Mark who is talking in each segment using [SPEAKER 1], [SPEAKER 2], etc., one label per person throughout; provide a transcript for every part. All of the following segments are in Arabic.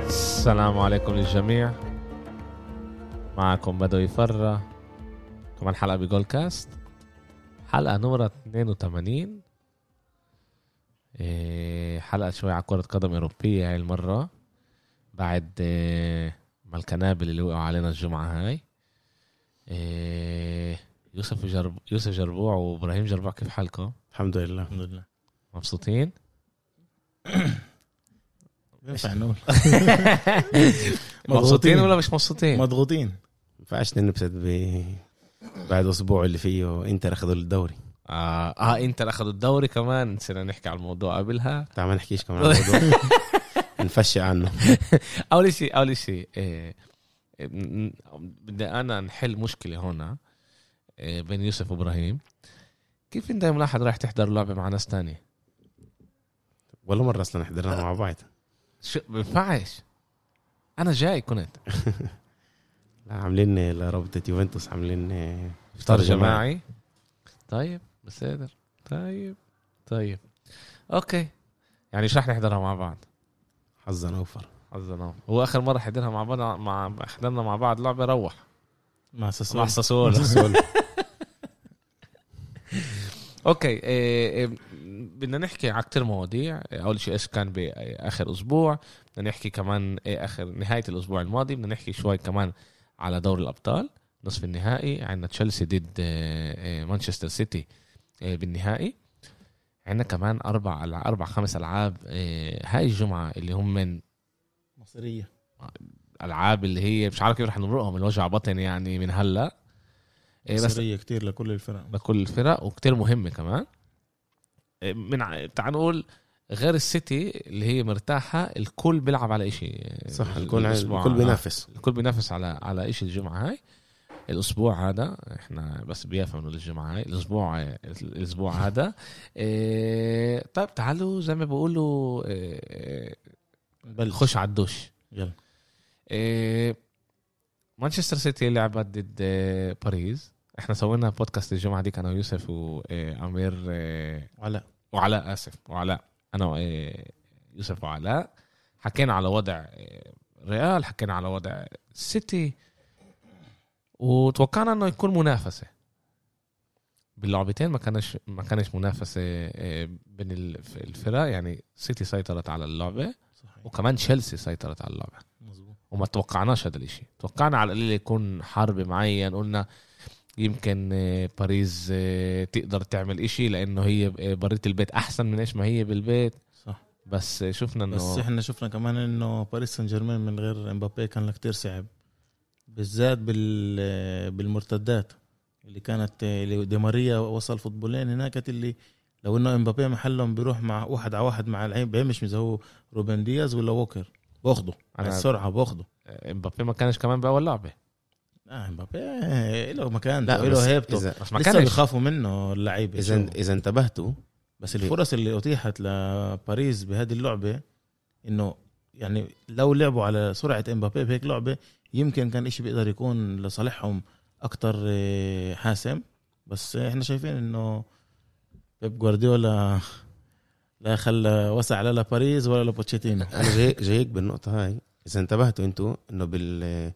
[SPEAKER 1] السلام عليكم للجميع معكم بدو يفرى كمان حلقة بجول كاست حلقة نمرة 82 إيه، حلقة شوية على كرة قدم أوروبية هاي المرة بعد إيه، ما القنابل اللي وقعوا علينا الجمعة هاي إيه، يوسف جرب يوسف جربوع وابراهيم جربوع كيف حالكم؟
[SPEAKER 2] الحمد لله
[SPEAKER 3] الحمد لله
[SPEAKER 1] مبسوطين؟
[SPEAKER 3] ينفع نقول
[SPEAKER 1] طيب. مبسوطين ولا مش مبسوطين؟
[SPEAKER 3] مضغوطين
[SPEAKER 2] ما ينفعش ننبسط ب بعد اسبوع اللي فيه انتر اخذوا الدوري
[SPEAKER 1] اه, آه انتر اخذوا الدوري كمان نسينا نحكي على الموضوع قبلها
[SPEAKER 2] تعال ما نحكيش كمان عن الموضوع نفشي عنه
[SPEAKER 1] اول شيء اول شيء إيه، م- م- بدي انا نحل مشكله هنا إيه، بين يوسف وابراهيم كيف انت يوم الاحد رايح تحضر لعبه مع ناس تانية
[SPEAKER 2] ولا مره اصلا حضرنا مع بعض
[SPEAKER 1] شو ما بينفعش انا جاي كنت
[SPEAKER 2] لا عاملين رابطه يوفنتوس عاملين
[SPEAKER 1] افطار جماعي طيب بصدر طيب طيب اوكي يعني مش رح نحضرها مع بعض
[SPEAKER 2] حظا اوفر
[SPEAKER 1] حظنا هو اخر مره حضرها مع بعض مع حضرنا مع بعض لعبه روح
[SPEAKER 3] مع
[SPEAKER 1] مع
[SPEAKER 3] ساسولو
[SPEAKER 1] ساسولو
[SPEAKER 2] سؤال.
[SPEAKER 1] اوكي إيه، إيه، بدنا نحكي على كثير مواضيع اول شيء ايش كان باخر اسبوع بدنا نحكي كمان إيه، اخر نهايه الاسبوع الماضي بدنا نحكي شوي كمان على دوري الابطال نصف النهائي عندنا تشيلسي ضد آه، آه، مانشستر سيتي آه، بالنهائي عندنا كمان اربع ألع- اربع خمس العاب آه، هاي الجمعه اللي هم من
[SPEAKER 3] مصرية
[SPEAKER 1] العاب اللي هي مش عارف كيف رح نمرقهم الوجع بطن يعني من هلا إيه، بس
[SPEAKER 3] مصرية كتير لكل الفرق
[SPEAKER 1] لكل الفرق وكتير مهمة كمان إيه، من ع- تعال نقول غير السيتي اللي هي مرتاحة الكل بيلعب على شيء
[SPEAKER 2] صح الكل الكل بينافس
[SPEAKER 1] الكل بينافس على على شيء الجمعة هاي الأسبوع هذا احنا بس بيافا بنقول الجمعة هاي الأسبوع الأسبوع هذا إيه طيب تعالوا زي ما بيقولوا إيه
[SPEAKER 3] بلش
[SPEAKER 1] خش على الدش
[SPEAKER 3] يلا
[SPEAKER 1] إيه، مانشستر سيتي لعبت ضد إيه، باريس احنا سوينا بودكاست الجمعه ديك انا ويوسف وامير إيه،
[SPEAKER 3] ولا
[SPEAKER 1] وعلاء اسف وعلاء انا و- إيه، يوسف وعلاء حكينا على وضع إيه، ريال حكينا على وضع سيتي وتوقعنا انه يكون منافسه باللعبتين ما كانش ما كانش منافسه إيه، بين الف- الفرق يعني سيتي سيطرت على اللعبه
[SPEAKER 3] صحيح
[SPEAKER 1] وكمان تشيلسي سيطرت على اللعبه
[SPEAKER 3] مظبوط
[SPEAKER 1] وما توقعناش هذا الاشي توقعنا على القليل يكون حرب معين قلنا يمكن آه، باريس آه، تقدر تعمل اشي لانه هي آه، بريت البيت احسن من ايش ما هي بالبيت
[SPEAKER 3] صح
[SPEAKER 1] بس آه، شفنا
[SPEAKER 3] بس
[SPEAKER 1] انه
[SPEAKER 3] احنا شفنا كمان انه باريس سان جيرمان من غير امبابي كان كتير صعب بالذات بال بالمرتدات اللي كانت اللي دي ماريا وصل فوتبولين هناك اللي لو انه امبابي محلهم بيروح مع واحد على واحد مع العين بيمش اذا هو روبن دياز ولا ووكر باخده على
[SPEAKER 1] أنا-
[SPEAKER 3] السرعه باخده
[SPEAKER 1] آه، امبابي ما كانش كمان باول لعبه
[SPEAKER 3] اه امبابي له مكان
[SPEAKER 2] لا، بس
[SPEAKER 3] له هيبته
[SPEAKER 2] إذا-
[SPEAKER 1] بس ما
[SPEAKER 3] لسه
[SPEAKER 1] كانش
[SPEAKER 3] بيخافوا منه اللعيبه
[SPEAKER 2] اذا
[SPEAKER 3] شو.
[SPEAKER 2] اذا انتبهتوا
[SPEAKER 3] بس الفرص اللي اتيحت لباريس بهذه اللعبه انه يعني لو لعبوا على سرعه امبابي بهيك لعبه يمكن كان إشي بيقدر يكون لصالحهم اكتر آه، حاسم بس احنا شايفين انه بيب جوارديولا لا خلى وسع لا لباريس ولا لبوتشيتينو
[SPEAKER 2] انا جاي جايك بالنقطه هاي اذا انتبهتوا انتوا انه بال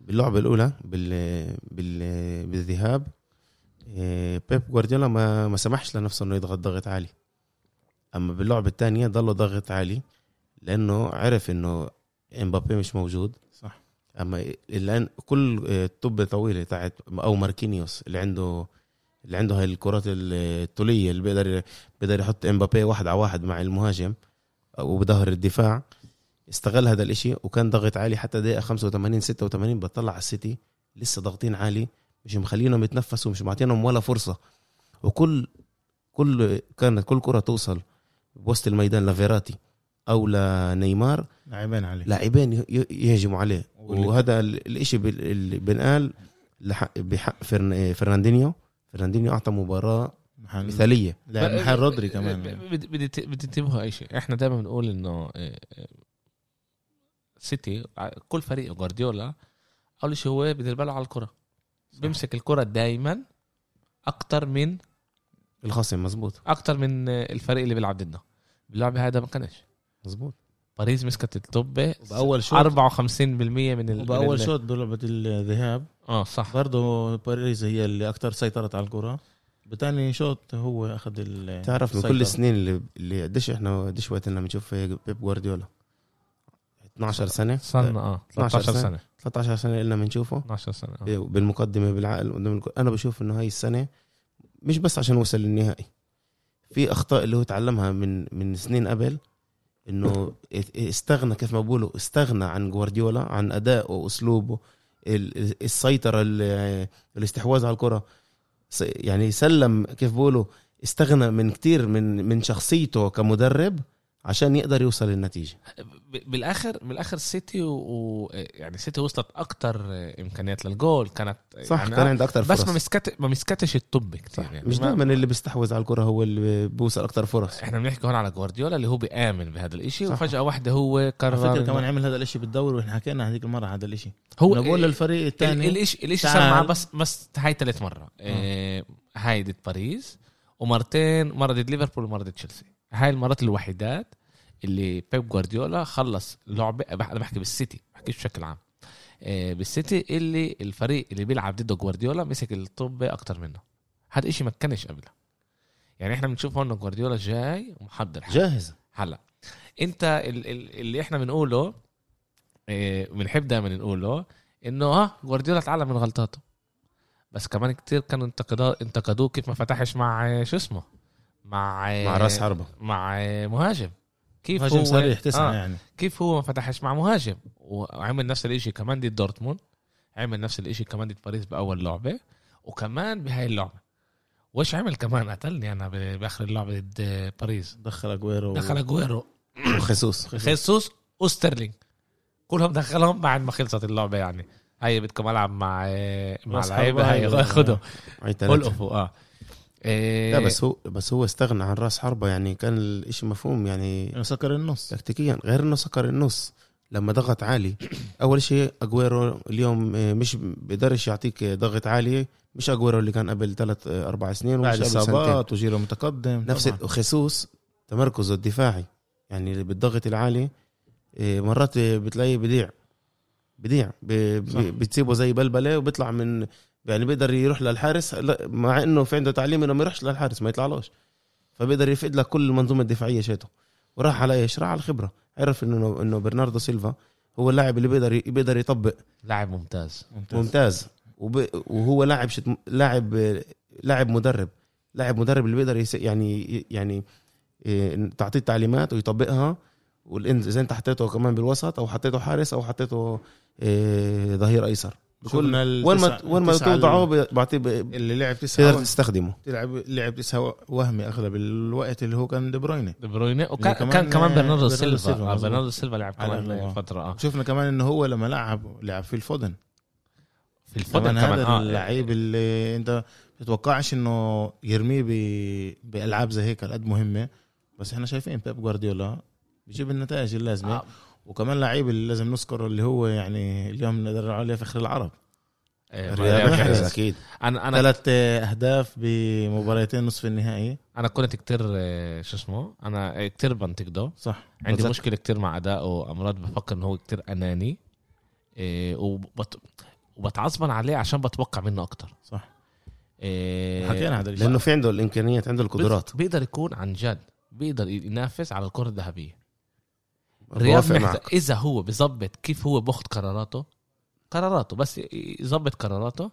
[SPEAKER 2] باللعبه الاولى بال بال بالذهاب إيه، بيب جوارديولا ما ما سمحش لنفسه انه يضغط ضغط عالي اما باللعبه الثانيه ضل ضغط عالي لانه عرف انه امبابي مش موجود
[SPEAKER 3] صح
[SPEAKER 2] اما الان كل آه، الطب طويله تاعت او ماركينيوس اللي عنده اللي عنده هاي الكرات الطوليه اللي بيقدر بيقدر يحط امبابي واحد على واحد مع المهاجم آه، وبظهر الدفاع استغل هذا الاشي وكان ضغط عالي حتى دقيقه 85 86 بطلع على السيتي لسه ضاغطين عالي مش مخلينهم يتنفسوا مش معطينهم ولا فرصه وكل كل كانت كل كره توصل بوسط الميدان لفيراتي او لنيمار
[SPEAKER 3] لاعبين عليه
[SPEAKER 2] لاعبين ي- ي- يهجموا عليه
[SPEAKER 3] واللي-
[SPEAKER 2] وهذا ال- الاشي بال- اللي بنقال لحق- بحق فرن- إيه، فرناندينيو فرناندينيو اعطى مباراه
[SPEAKER 3] محل
[SPEAKER 2] مثاليه
[SPEAKER 3] لاعب محل رودري كمان
[SPEAKER 1] ب- ب-
[SPEAKER 3] يعني.
[SPEAKER 1] بدي بدي ت- بدي تنتبهوا اي شيء احنا دائما بنقول انه آه، آه، سيتي ع- كل فريق جوارديولا اول شيء هو بيدير باله على الكره بيمسك الكره دائما اكتر من
[SPEAKER 2] الخصم مزبوط
[SPEAKER 1] اكتر من آه، الفريق اللي بيلعب ضدنا باللعبه هذا ما كانش
[SPEAKER 2] مزبوط
[SPEAKER 1] باريس مسكت الطبه 54%
[SPEAKER 3] وباول شوط
[SPEAKER 1] من ال...
[SPEAKER 3] وباول
[SPEAKER 1] من ال-
[SPEAKER 3] شوط بلعبه الذهاب
[SPEAKER 1] اه صح
[SPEAKER 3] برضه باريس هي اللي اكثر سيطرت على الكره بتاني شوط هو اخذ ال
[SPEAKER 2] تعرف من
[SPEAKER 3] السيطرة.
[SPEAKER 2] كل السنين اللي اللي قديش احنا قديش وقت لما بنشوف بيب جوارديولا 12 سنه
[SPEAKER 1] صرنا اه
[SPEAKER 2] 12
[SPEAKER 1] 13
[SPEAKER 2] سنة.
[SPEAKER 1] سنه
[SPEAKER 2] 13 سنه اللي بنشوفه
[SPEAKER 1] 12 سنه آه.
[SPEAKER 2] بالمقدمه إيه، بالعقل قدام الكل. انا بشوف انه هاي السنه مش بس عشان وصل للنهائي في اخطاء اللي هو تعلمها من من سنين قبل انه استغنى كيف ما بقولوا استغنى عن جوارديولا عن ادائه واسلوبه ال- السيطره ال- الاستحواذ على الكره س- يعني سلم كيف بقولوا استغنى من كتير من من شخصيته كمدرب عشان يقدر يوصل للنتيجه
[SPEAKER 1] ب- بالاخر بالاخر سيتي و... و... يعني سيتي وصلت اكتر امكانيات للجول كانت
[SPEAKER 2] صح
[SPEAKER 1] يعني
[SPEAKER 2] كان عنده اكثر فرص
[SPEAKER 1] بس ما مسكت ما مسكتش الطب كتير يعني
[SPEAKER 2] مش
[SPEAKER 1] ما-
[SPEAKER 2] دائما اللي بيستحوذ على الكره هو اللي بيوصل اكثر فرص
[SPEAKER 1] احنا بنحكي هون على جوارديولا اللي هو بيآمن بهذا الاشي
[SPEAKER 2] صح.
[SPEAKER 1] وفجأة واحدة هو
[SPEAKER 3] على
[SPEAKER 1] قرر
[SPEAKER 3] فكره
[SPEAKER 1] إنه-
[SPEAKER 3] كمان عمل هذا الاشي بالدوري واحنا حكينا هذيك المره هذا الاشي
[SPEAKER 1] هو
[SPEAKER 3] انا بقول
[SPEAKER 1] إيه-
[SPEAKER 3] للفريق
[SPEAKER 1] ال-
[SPEAKER 3] الثاني
[SPEAKER 1] الاشي الاشي صار
[SPEAKER 3] تعال. آه.
[SPEAKER 1] معاه بس بس هاي ثالث مرة إيه، هاي ضد باريس ومرتين مرة ضد ليفربول ومرة ضد تشيلسي هاي المرات الوحيدات اللي بيب جوارديولا خلص لعبة بح- انا بحكي بالسيتي بحكي بشكل عام إيه، بالسيتي اللي الفريق اللي بيلعب ضده جوارديولا مسك الطبة اكتر منه هذا اشي ما كانش قبله يعني احنا بنشوف هون إنه جوارديولا جاي ومحضر حاله
[SPEAKER 2] جاهز
[SPEAKER 1] هلا انت ال- ال- اللي احنا بنقوله إيه، بنحب دائما نقوله انه اه جوارديولا اتعلم من غلطاته بس كمان كتير كانوا انتقدوا انتقدوه كيف ما فتحش مع آه، شو اسمه مع آه،
[SPEAKER 2] مع راس حربة
[SPEAKER 1] مع آه، مهاجم كيف
[SPEAKER 3] هجم
[SPEAKER 1] هو
[SPEAKER 3] صريح تسعه
[SPEAKER 1] آه.
[SPEAKER 3] يعني
[SPEAKER 1] كيف هو ما فتحش مع مهاجم وعمل نفس الاشي كمان ضد دورتموند عمل نفس الاشي كمان ضد باريس باول لعبه وكمان بهاي اللعبه وش عمل كمان قتلني انا ب- باخر اللعبه ضد آه، باريس
[SPEAKER 3] دخل اجويرو
[SPEAKER 1] دخل اجويرو
[SPEAKER 2] وخصوص
[SPEAKER 1] خيسوس وستيرلينج كلهم دخلهم بعد ما خلصت اللعبه يعني هي بدكم العب مع آه، مع
[SPEAKER 3] راس
[SPEAKER 1] لعيبه
[SPEAKER 3] حربة
[SPEAKER 1] هي
[SPEAKER 3] هاي.
[SPEAKER 1] خدوا
[SPEAKER 2] هاي تلاتة.
[SPEAKER 1] القفوا اه إيه،
[SPEAKER 2] لا بس هو بس هو استغنى عن راس حربة يعني كان الاشي مفهوم يعني
[SPEAKER 3] يعني سكر النص
[SPEAKER 2] تكتيكيا غير انه سكر النص لما ضغط عالي اول شيء اجويرو اليوم آه، مش بيقدرش يعطيك آه، ضغط عالي مش اجويرو اللي كان قبل ثلاث اربع سنين ومش
[SPEAKER 3] بعد
[SPEAKER 2] قبل سنتين
[SPEAKER 3] اصابات وجيله متقدم
[SPEAKER 2] نفس
[SPEAKER 3] طبعاً.
[SPEAKER 2] وخصوص تمركزه الدفاعي يعني بالضغط العالي آه، مرات آه، بتلاقيه بديع بديع ب- ب-
[SPEAKER 3] صح.
[SPEAKER 2] بتسيبه زي بلبله وبيطلع من يعني بيقدر يروح للحارس لا، مع انه في عنده تعليم انه ما يروحش للحارس ما يطلعلوش فبيقدر يفقد لك كل المنظومه الدفاعيه شاته وراح على ايش؟ راح على الخبره عرف انه انه برناردو سيلفا هو اللاعب اللي بيقدر بيقدر يطبق
[SPEAKER 1] لاعب ممتاز
[SPEAKER 3] ممتاز
[SPEAKER 2] ممتاز وب... وهو لاعب شت... لاعب لاعب مدرب لاعب مدرب اللي بيقدر يس... يعني يعني إيه، تعطيه تعليمات ويطبقها والإن... زي انت حطيته كمان بالوسط او حطيته حارس او حطيته إيه، ظهير ايسر بكل
[SPEAKER 3] شفنا
[SPEAKER 2] وين ما
[SPEAKER 3] التسعة-
[SPEAKER 2] وين ما
[SPEAKER 3] التسعة
[SPEAKER 2] توضعه
[SPEAKER 3] ال-
[SPEAKER 2] ب- بعطيه ب-
[SPEAKER 3] اللي لعب تسعه
[SPEAKER 2] بتقدر
[SPEAKER 3] وهم.
[SPEAKER 2] تستخدمه
[SPEAKER 3] تلعب لعب تسعه وهمي اغلب الوقت اللي هو كان دي برويني
[SPEAKER 1] دي برويني وكان
[SPEAKER 3] يعني كمان-
[SPEAKER 1] كان كمان برناردو
[SPEAKER 3] برناردو
[SPEAKER 1] سيلفا
[SPEAKER 3] سيلفا،
[SPEAKER 1] آه،
[SPEAKER 3] مظبوط.
[SPEAKER 1] برناردو سيلفا لعب
[SPEAKER 3] على
[SPEAKER 1] كمان
[SPEAKER 3] الله.
[SPEAKER 1] فتره اه
[SPEAKER 3] شفنا كمان انه هو لما لعب لعب في الفودن
[SPEAKER 1] في الفضل
[SPEAKER 3] طبعا
[SPEAKER 1] كمان
[SPEAKER 3] هذا
[SPEAKER 1] اه
[SPEAKER 3] اللعيب اللي انت بتتوقعش انه يرميه ب- بالعاب زي هيك على قد مهمه بس احنا شايفين بيب جوارديولا بيجيب النتائج اللازمه
[SPEAKER 1] آه،
[SPEAKER 3] وكمان لعيب اللي لازم نذكره اللي هو يعني اليوم نقدر عليه فخر العرب
[SPEAKER 1] إيه،
[SPEAKER 2] رياض
[SPEAKER 1] ما-
[SPEAKER 2] محرز
[SPEAKER 3] محرز.
[SPEAKER 2] اكيد
[SPEAKER 1] انا انا
[SPEAKER 3] ثلاث اهداف بمباراتين نصف النهائي
[SPEAKER 1] انا كنت كتير آه، شو اسمه انا كتير بنتقده
[SPEAKER 3] صح
[SPEAKER 1] عندي
[SPEAKER 3] بتذكر-
[SPEAKER 1] مشكله كتير مع اداؤه امراض بفكر انه هو كتير اناني إيه وبت... وبتعصبن عليه عشان بتوقع منه اكتر
[SPEAKER 3] صح
[SPEAKER 1] إيه
[SPEAKER 3] حكينا هذا
[SPEAKER 2] لانه
[SPEAKER 3] الشيء
[SPEAKER 2] في عنده الامكانيات عنده القدرات
[SPEAKER 1] بت- بيقدر يكون عن جد بيقدر ينافس على الكره الذهبيه رياض
[SPEAKER 2] بوافق
[SPEAKER 1] محتاج
[SPEAKER 2] معك.
[SPEAKER 1] اذا هو بيظبط كيف هو باخذ قراراته قراراته بس ي- يظبط قراراته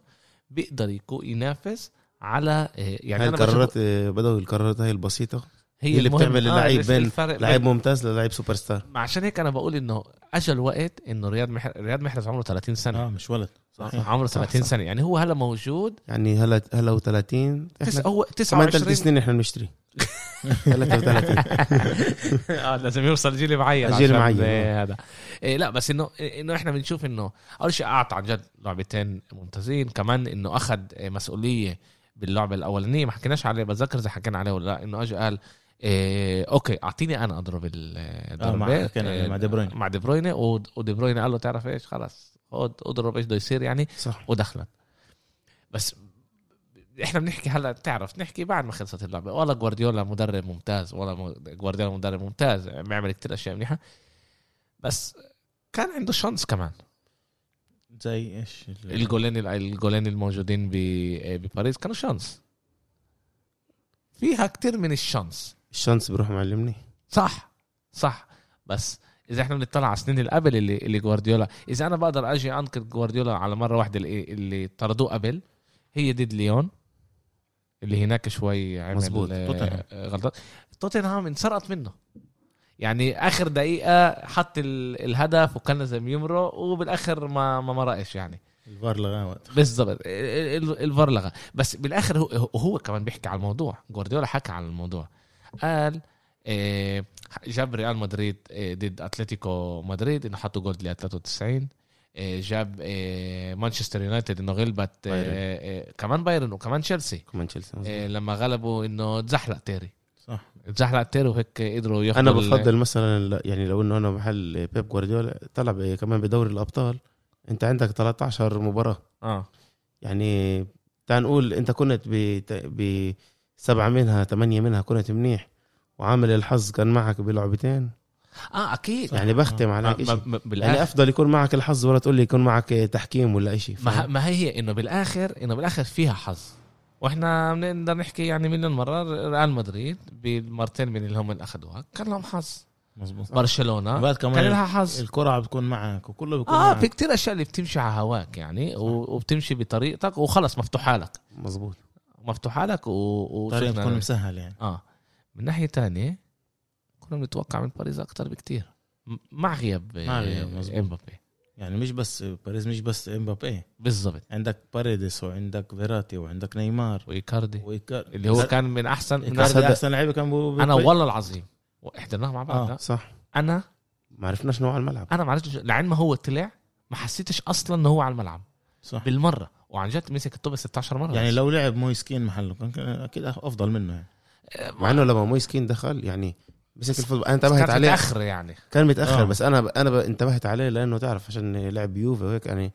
[SPEAKER 1] بيقدر يكون ينافس على إيه، يعني
[SPEAKER 2] هاي
[SPEAKER 1] أنا بشوف-
[SPEAKER 2] القرارات آه، بدوي القرارات هاي البسيطه
[SPEAKER 1] هي
[SPEAKER 2] هي اللي
[SPEAKER 1] المهم.
[SPEAKER 2] بتعمل
[SPEAKER 1] آه،
[SPEAKER 2] اللعيب
[SPEAKER 1] بس
[SPEAKER 2] بين
[SPEAKER 1] الفرق
[SPEAKER 2] لاعب ممتاز للاعب سوبر ستار
[SPEAKER 1] بين- عشان هيك انا بقول انه اجل وقت انه رياض محر... رياض محرز عمره 30 سنه
[SPEAKER 3] اه مش ولد صحيح
[SPEAKER 1] عمره
[SPEAKER 2] صح،
[SPEAKER 1] 30
[SPEAKER 2] صح.
[SPEAKER 1] سنه يعني هو هلا موجود
[SPEAKER 2] يعني هلا هلا و30
[SPEAKER 1] تس... هو
[SPEAKER 2] كمان ثلاث
[SPEAKER 1] 29
[SPEAKER 2] سنين احنا بنشتري 33
[SPEAKER 1] اه لازم يوصل جيل معين
[SPEAKER 2] جيل
[SPEAKER 1] عشان،
[SPEAKER 2] معين،
[SPEAKER 1] آه، هذا إيه لا بس انه انه احنا بنشوف انه اول شيء اعطى عن جد لعبتين ممتازين كمان انه اخذ آه، مسؤوليه باللعبه الاولانيه ما حكيناش عليه بتذكر اذا حكينا عليه ولا لا انه اجى قال إيه اوكي اعطيني انا اضرب ال-
[SPEAKER 3] آه،
[SPEAKER 1] الضربه
[SPEAKER 3] مع كان مع دي بروين
[SPEAKER 1] مع دي برويني ود- ودي برويني قال له تعرف ايش خلاص خد اضرب ايش بده يصير يعني
[SPEAKER 2] صح
[SPEAKER 1] ودخلت بس احنا بنحكي هلا بتعرف نحكي بعد ما خلصت اللعبه ولا جوارديولا مدرب ممتاز ولا م- جوارديولا مدرب ممتاز بيعمل كتير اشياء منيحه بس كان عنده شانس كمان
[SPEAKER 3] زي ايش ال-
[SPEAKER 1] الجولين الجولين الموجودين ب- بباريس كانوا شانس فيها كتير من الشانس
[SPEAKER 2] الشانس بروح معلمني
[SPEAKER 1] صح صح بس اذا احنا بنطلع على السنين اللي قبل اللي, اللي جوارديولا اذا انا بقدر اجي انقذ جوارديولا على مره واحده اللي, اللي طردوه قبل هي ضد ليون اللي هناك شوي عمل
[SPEAKER 2] مظبوط،
[SPEAKER 1] آه،
[SPEAKER 3] توتنهام.
[SPEAKER 1] آه، غلطات توتنهام انسرقت منه يعني اخر دقيقه حط ال- الهدف وكان لازم يمرق وبالاخر ما ما مرقش يعني
[SPEAKER 3] الفار لغاوت
[SPEAKER 1] بالضبط ال- ال- الفار لغى بس بالاخر هو, هو كمان بيحكي على الموضوع جوارديولا حكى على الموضوع قال آه، جاب ريال مدريد آه، ضد اتلتيكو مدريد انه حطوا جولد ل 93 آه، جاب آه، مانشستر يونايتد انه غلبت آه،
[SPEAKER 2] بايرن.
[SPEAKER 1] آه، كمان بايرن وكمان تشيلسي
[SPEAKER 2] كمان تشيلسي مظبوط.
[SPEAKER 1] آه، لما غلبوا انه تزحلق تيري
[SPEAKER 3] صح
[SPEAKER 1] تزحلق تيري وهيك قدروا ياخذوا
[SPEAKER 2] انا
[SPEAKER 1] ال-
[SPEAKER 2] بفضل مثلا لا- يعني لو انه انا محل بيب جوارديولا طلع ب- كمان بدوري الابطال انت عندك 13 مباراه
[SPEAKER 1] اه
[SPEAKER 2] يعني تعال نقول انت كنت ب ب- سبعه منها ثمانيه منها كنت منيح وعامل الحظ كان معك بلعبتين
[SPEAKER 1] اه اكيد
[SPEAKER 2] يعني بختم على هيك
[SPEAKER 1] آه، ما-
[SPEAKER 2] شيء
[SPEAKER 1] ما- بالآخر-
[SPEAKER 2] يعني افضل يكون معك الحظ ولا تقول لي يكون معك تحكيم ولا شيء
[SPEAKER 1] ما, ما هي انه بالاخر انه بالاخر فيها حظ واحنا بنقدر نحكي يعني مليون مره ريال مدريد بالمرتين من اللي هم اللي اخذوها كان لهم حظ
[SPEAKER 3] مظبوط
[SPEAKER 1] برشلونه
[SPEAKER 3] بعد
[SPEAKER 1] آه. كان
[SPEAKER 3] كمان
[SPEAKER 1] لها حظ
[SPEAKER 3] الكره بتكون معك وكله بيكون
[SPEAKER 1] اه
[SPEAKER 3] معك
[SPEAKER 1] في كتير اشياء اللي بتمشي على هواك يعني و- وبتمشي بطريقتك وخلص مفتوحه لك
[SPEAKER 2] مظبوط
[SPEAKER 1] مفتوحه لك و...
[SPEAKER 3] طريقه
[SPEAKER 1] وشفنا-
[SPEAKER 3] بتكون مسهل يعني
[SPEAKER 1] اه من ناحيه تانية كنا بنتوقع من باريس اكتر بكتير م- مع غياب
[SPEAKER 3] مع غياب، مظبوط.
[SPEAKER 1] امبابي
[SPEAKER 3] يعني مش بس باريس مش بس امبابي
[SPEAKER 1] بالضبط
[SPEAKER 3] عندك باريديس وعندك فيراتي وعندك نيمار
[SPEAKER 1] وايكاردي
[SPEAKER 3] وإيكار-
[SPEAKER 1] اللي هو كان من احسن من
[SPEAKER 3] إيكاردي
[SPEAKER 1] أحسن-
[SPEAKER 2] صدق.
[SPEAKER 3] احسن لعيبه كان بو-
[SPEAKER 1] انا
[SPEAKER 3] بو-
[SPEAKER 1] والله العظيم احضرناها مع بعض
[SPEAKER 3] طيب. آه.
[SPEAKER 1] لا.
[SPEAKER 2] صح
[SPEAKER 1] انا
[SPEAKER 2] ما عرفناش نوع الملعب
[SPEAKER 1] انا ما عرفتش لعين ما هو طلع ما حسيتش اصلا ان هو على الملعب
[SPEAKER 3] صح
[SPEAKER 1] بالمره وعن جد مسك الطوب 16 مره
[SPEAKER 3] يعني
[SPEAKER 1] بس.
[SPEAKER 3] لو لعب مويسكين محله كان كان اكيد افضل منه يعني
[SPEAKER 2] مع انه لما مويسكين دخل يعني مسك الفوتبول انا
[SPEAKER 1] بس
[SPEAKER 2] انتبهت
[SPEAKER 1] كانت
[SPEAKER 2] عليه
[SPEAKER 1] متاخر يعني
[SPEAKER 2] كان متاخر
[SPEAKER 3] آه.
[SPEAKER 2] بس انا انا ب- انتبهت عليه لانه تعرف عشان لعب يوفي وهيك يعني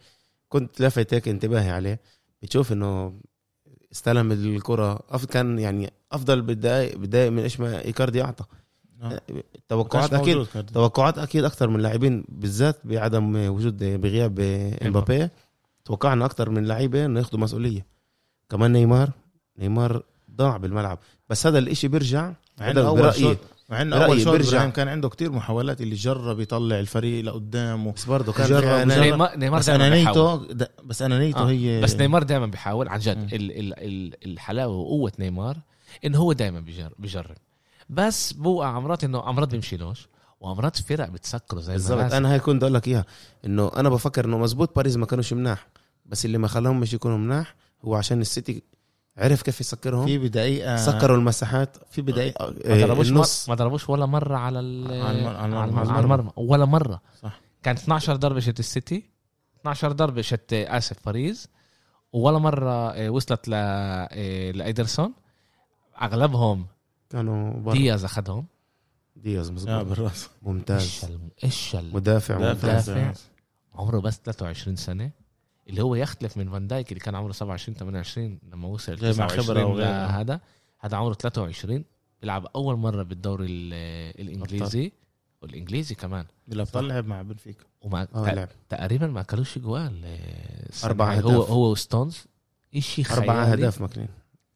[SPEAKER 2] كنت لافت هيك انتباهي عليه بتشوف انه استلم الكره أف- كان يعني افضل بالدقائق بالدقائق من ايش ما ايكاردي اعطى
[SPEAKER 1] إيه،
[SPEAKER 3] آه.
[SPEAKER 2] توقعات
[SPEAKER 3] كانش
[SPEAKER 2] اكيد
[SPEAKER 3] موجود كان.
[SPEAKER 2] توقعات اكيد اكثر من لاعبين بالذات بعدم وجود بغياب امبابي توقعنا اكثر من لعيبه انه ياخذوا مسؤوليه كمان نيمار نيمار ضاع بالملعب بس هذا الاشي بيرجع
[SPEAKER 3] مع
[SPEAKER 2] هذا
[SPEAKER 3] انه اول
[SPEAKER 2] برأيي.
[SPEAKER 3] شوط مع انه اول
[SPEAKER 2] برأيي
[SPEAKER 3] شوط
[SPEAKER 2] بيرجع.
[SPEAKER 3] ابراهيم كان عنده كتير محاولات اللي جرب يطلع الفريق لقدام و...
[SPEAKER 2] بس برضه كان
[SPEAKER 3] جرب-
[SPEAKER 2] في
[SPEAKER 3] جرب.
[SPEAKER 2] أنانية.
[SPEAKER 1] نيمار نيمار
[SPEAKER 3] بس
[SPEAKER 1] دايما بيحاول
[SPEAKER 3] انانيته د- بس انانيته
[SPEAKER 1] آه.
[SPEAKER 3] هي
[SPEAKER 1] بس نيمار دايما بيحاول عن جد
[SPEAKER 3] مم.
[SPEAKER 1] ال ال ال الحلاوه وقوه نيمار انه هو دايما بيجر- بيجرب بس بوقع مرات انه امراض بيمشيلوش وامراض فرق بتسكره زي ما
[SPEAKER 2] بالظبط
[SPEAKER 1] لازم.
[SPEAKER 2] انا هاي كنت اقول لك اياها انه انا بفكر انه مزبوط باريس ما كانوش مناح بس اللي ما خلاهم مش يكونوا مناح هو عشان السيتي عرف كيف يسكرهم
[SPEAKER 3] في بدقيقه
[SPEAKER 2] سكروا المساحات آه،
[SPEAKER 3] في بدقيقه
[SPEAKER 1] ما ضربوش
[SPEAKER 2] النص
[SPEAKER 1] مر... ما ضربوش ولا مره على ال-
[SPEAKER 3] إيه، على المر- على
[SPEAKER 1] على
[SPEAKER 3] المرمى.
[SPEAKER 1] على المرمى ولا مره
[SPEAKER 3] صح.
[SPEAKER 1] كان 12 ضربه شت السيتي 12 ضربه شت اسف باريس ولا مره آه، وصلت ل آه، لايدرسون اغلبهم
[SPEAKER 2] كانوا برا
[SPEAKER 1] دياز اخذهم
[SPEAKER 2] دياز
[SPEAKER 3] اه
[SPEAKER 2] مزبوط
[SPEAKER 3] بالراس
[SPEAKER 1] ايش
[SPEAKER 2] ممتاز
[SPEAKER 1] الم- ايش الم-
[SPEAKER 2] مدافع
[SPEAKER 3] مدافع.
[SPEAKER 2] ممتاز
[SPEAKER 1] مدافع عمره بس 23 سنه اللي هو يختلف من فان دايك اللي كان عمره 27 28 لما وصل
[SPEAKER 3] جاي مع خبرة
[SPEAKER 1] 29
[SPEAKER 3] وغيره.
[SPEAKER 1] هذا هذا عمره 23 بيلعب اول مره بالدوري ال- الانجليزي والانجليزي كمان
[SPEAKER 3] اللي بطلع مع بنفيكا
[SPEAKER 1] وما
[SPEAKER 2] اه
[SPEAKER 1] تق-
[SPEAKER 2] لعب
[SPEAKER 1] تقريبا ما كلوش جوال آه، السنة
[SPEAKER 2] أربع
[SPEAKER 1] هاي.
[SPEAKER 2] أهداف.
[SPEAKER 1] هو هو ستونز اشي خيالي
[SPEAKER 2] اربع اهداف ماكلين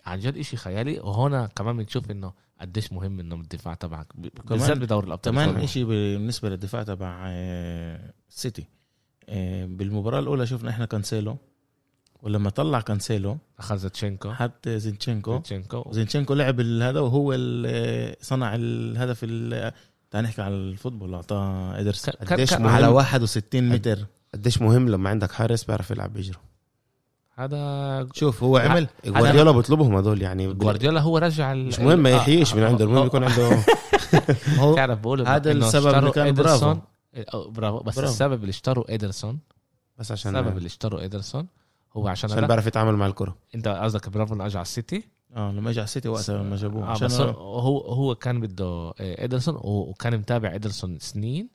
[SPEAKER 1] عن جد اشي خيالي وهنا كمان بنشوف انه قديش مهم انه الدفاع تبعك ب-
[SPEAKER 3] وكمان-
[SPEAKER 1] بالذات بدوري الابطال
[SPEAKER 3] كمان شيء بالنسبه للدفاع تبع آه، السيتي آه، بالمباراه الاولى شفنا احنا كانسيلو ولما طلع كانسيلو
[SPEAKER 1] اخذ زيتشينكو
[SPEAKER 3] حط زينشينكو
[SPEAKER 1] زيتشينكو
[SPEAKER 3] زينشينكو لعب هذا وهو ال- آه، صنع الهدف ال- تعال نحكي على الفوتبول اعطاه ادرسون
[SPEAKER 1] ك- ك-
[SPEAKER 2] قديش
[SPEAKER 1] ك-
[SPEAKER 2] مهم.
[SPEAKER 3] على 61 متر
[SPEAKER 2] قديش مهم لما عندك حارس بيعرف يلعب بيجري
[SPEAKER 1] هذا
[SPEAKER 2] شوف هو
[SPEAKER 1] عمل-
[SPEAKER 2] عمل جوارديولا بيطلبهم هذول يعني بال-
[SPEAKER 1] جوارديولا هو رجع ال-
[SPEAKER 2] مش مهم ما
[SPEAKER 1] ال- آه،
[SPEAKER 2] يحييش من
[SPEAKER 1] آه،
[SPEAKER 2] عنده المهم
[SPEAKER 1] آه،
[SPEAKER 2] يكون عنده
[SPEAKER 1] آه،
[SPEAKER 3] هو
[SPEAKER 1] بتعرف بقولوا
[SPEAKER 3] هذا
[SPEAKER 1] إنه
[SPEAKER 3] السبب اللي
[SPEAKER 1] اشتروا
[SPEAKER 3] كان برافو.
[SPEAKER 1] إيدرسون- آه، برافو بس
[SPEAKER 3] برافو.
[SPEAKER 1] السبب اللي اشتروا ادرسون
[SPEAKER 2] بس عشان
[SPEAKER 1] السبب اللي اشتروا ادرسون هو عشان,
[SPEAKER 2] عشان
[SPEAKER 1] هذا.
[SPEAKER 2] بيعرف يتعامل مع الكره
[SPEAKER 1] انت قصدك برافو اللي اجى على السيتي
[SPEAKER 3] اه لما اجى على السيتي وقتها لما
[SPEAKER 1] آه
[SPEAKER 3] جابوه عشان
[SPEAKER 1] بس هو هو- هو كان بده ادرسون وكان متابع ادرسون سنين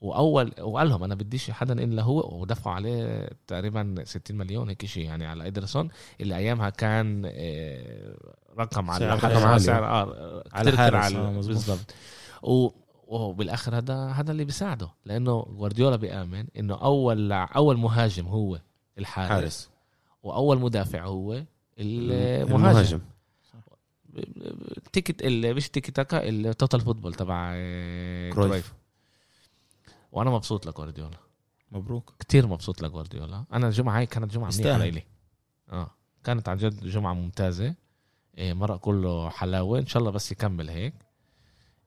[SPEAKER 1] واول وقال لهم انا بديش حدا الا هو ودفعوا عليه تقريبا 60 مليون هيك شيء يعني على ادرسون اللي ايامها كان آه، رقم على
[SPEAKER 3] سعر
[SPEAKER 2] رقم عالي.
[SPEAKER 1] سعر اه
[SPEAKER 3] على
[SPEAKER 1] كتير كتير
[SPEAKER 3] حارس،
[SPEAKER 1] عالي.
[SPEAKER 3] آه، مظبوط.
[SPEAKER 1] بالضبط و- وبالاخر هذا هذا اللي بيساعده لانه جوارديولا بيامن انه اول اول مهاجم هو الحارس حارس.
[SPEAKER 2] حارس
[SPEAKER 1] واول مدافع هو المهاجم تيكت ال- مش تيكي تاكا التوتال فوتبول تبع آه،
[SPEAKER 2] كرويف.
[SPEAKER 1] كرويف وانا مبسوط لجوارديولا
[SPEAKER 3] مبروك
[SPEAKER 1] كتير مبسوط لجوارديولا انا الجمعه هاي كانت جمعه منيحه
[SPEAKER 3] يستاهل.
[SPEAKER 1] لإلي اه كانت عن جد جمعه ممتازه إيه مرق كله حلاوه ان شاء الله بس يكمل هيك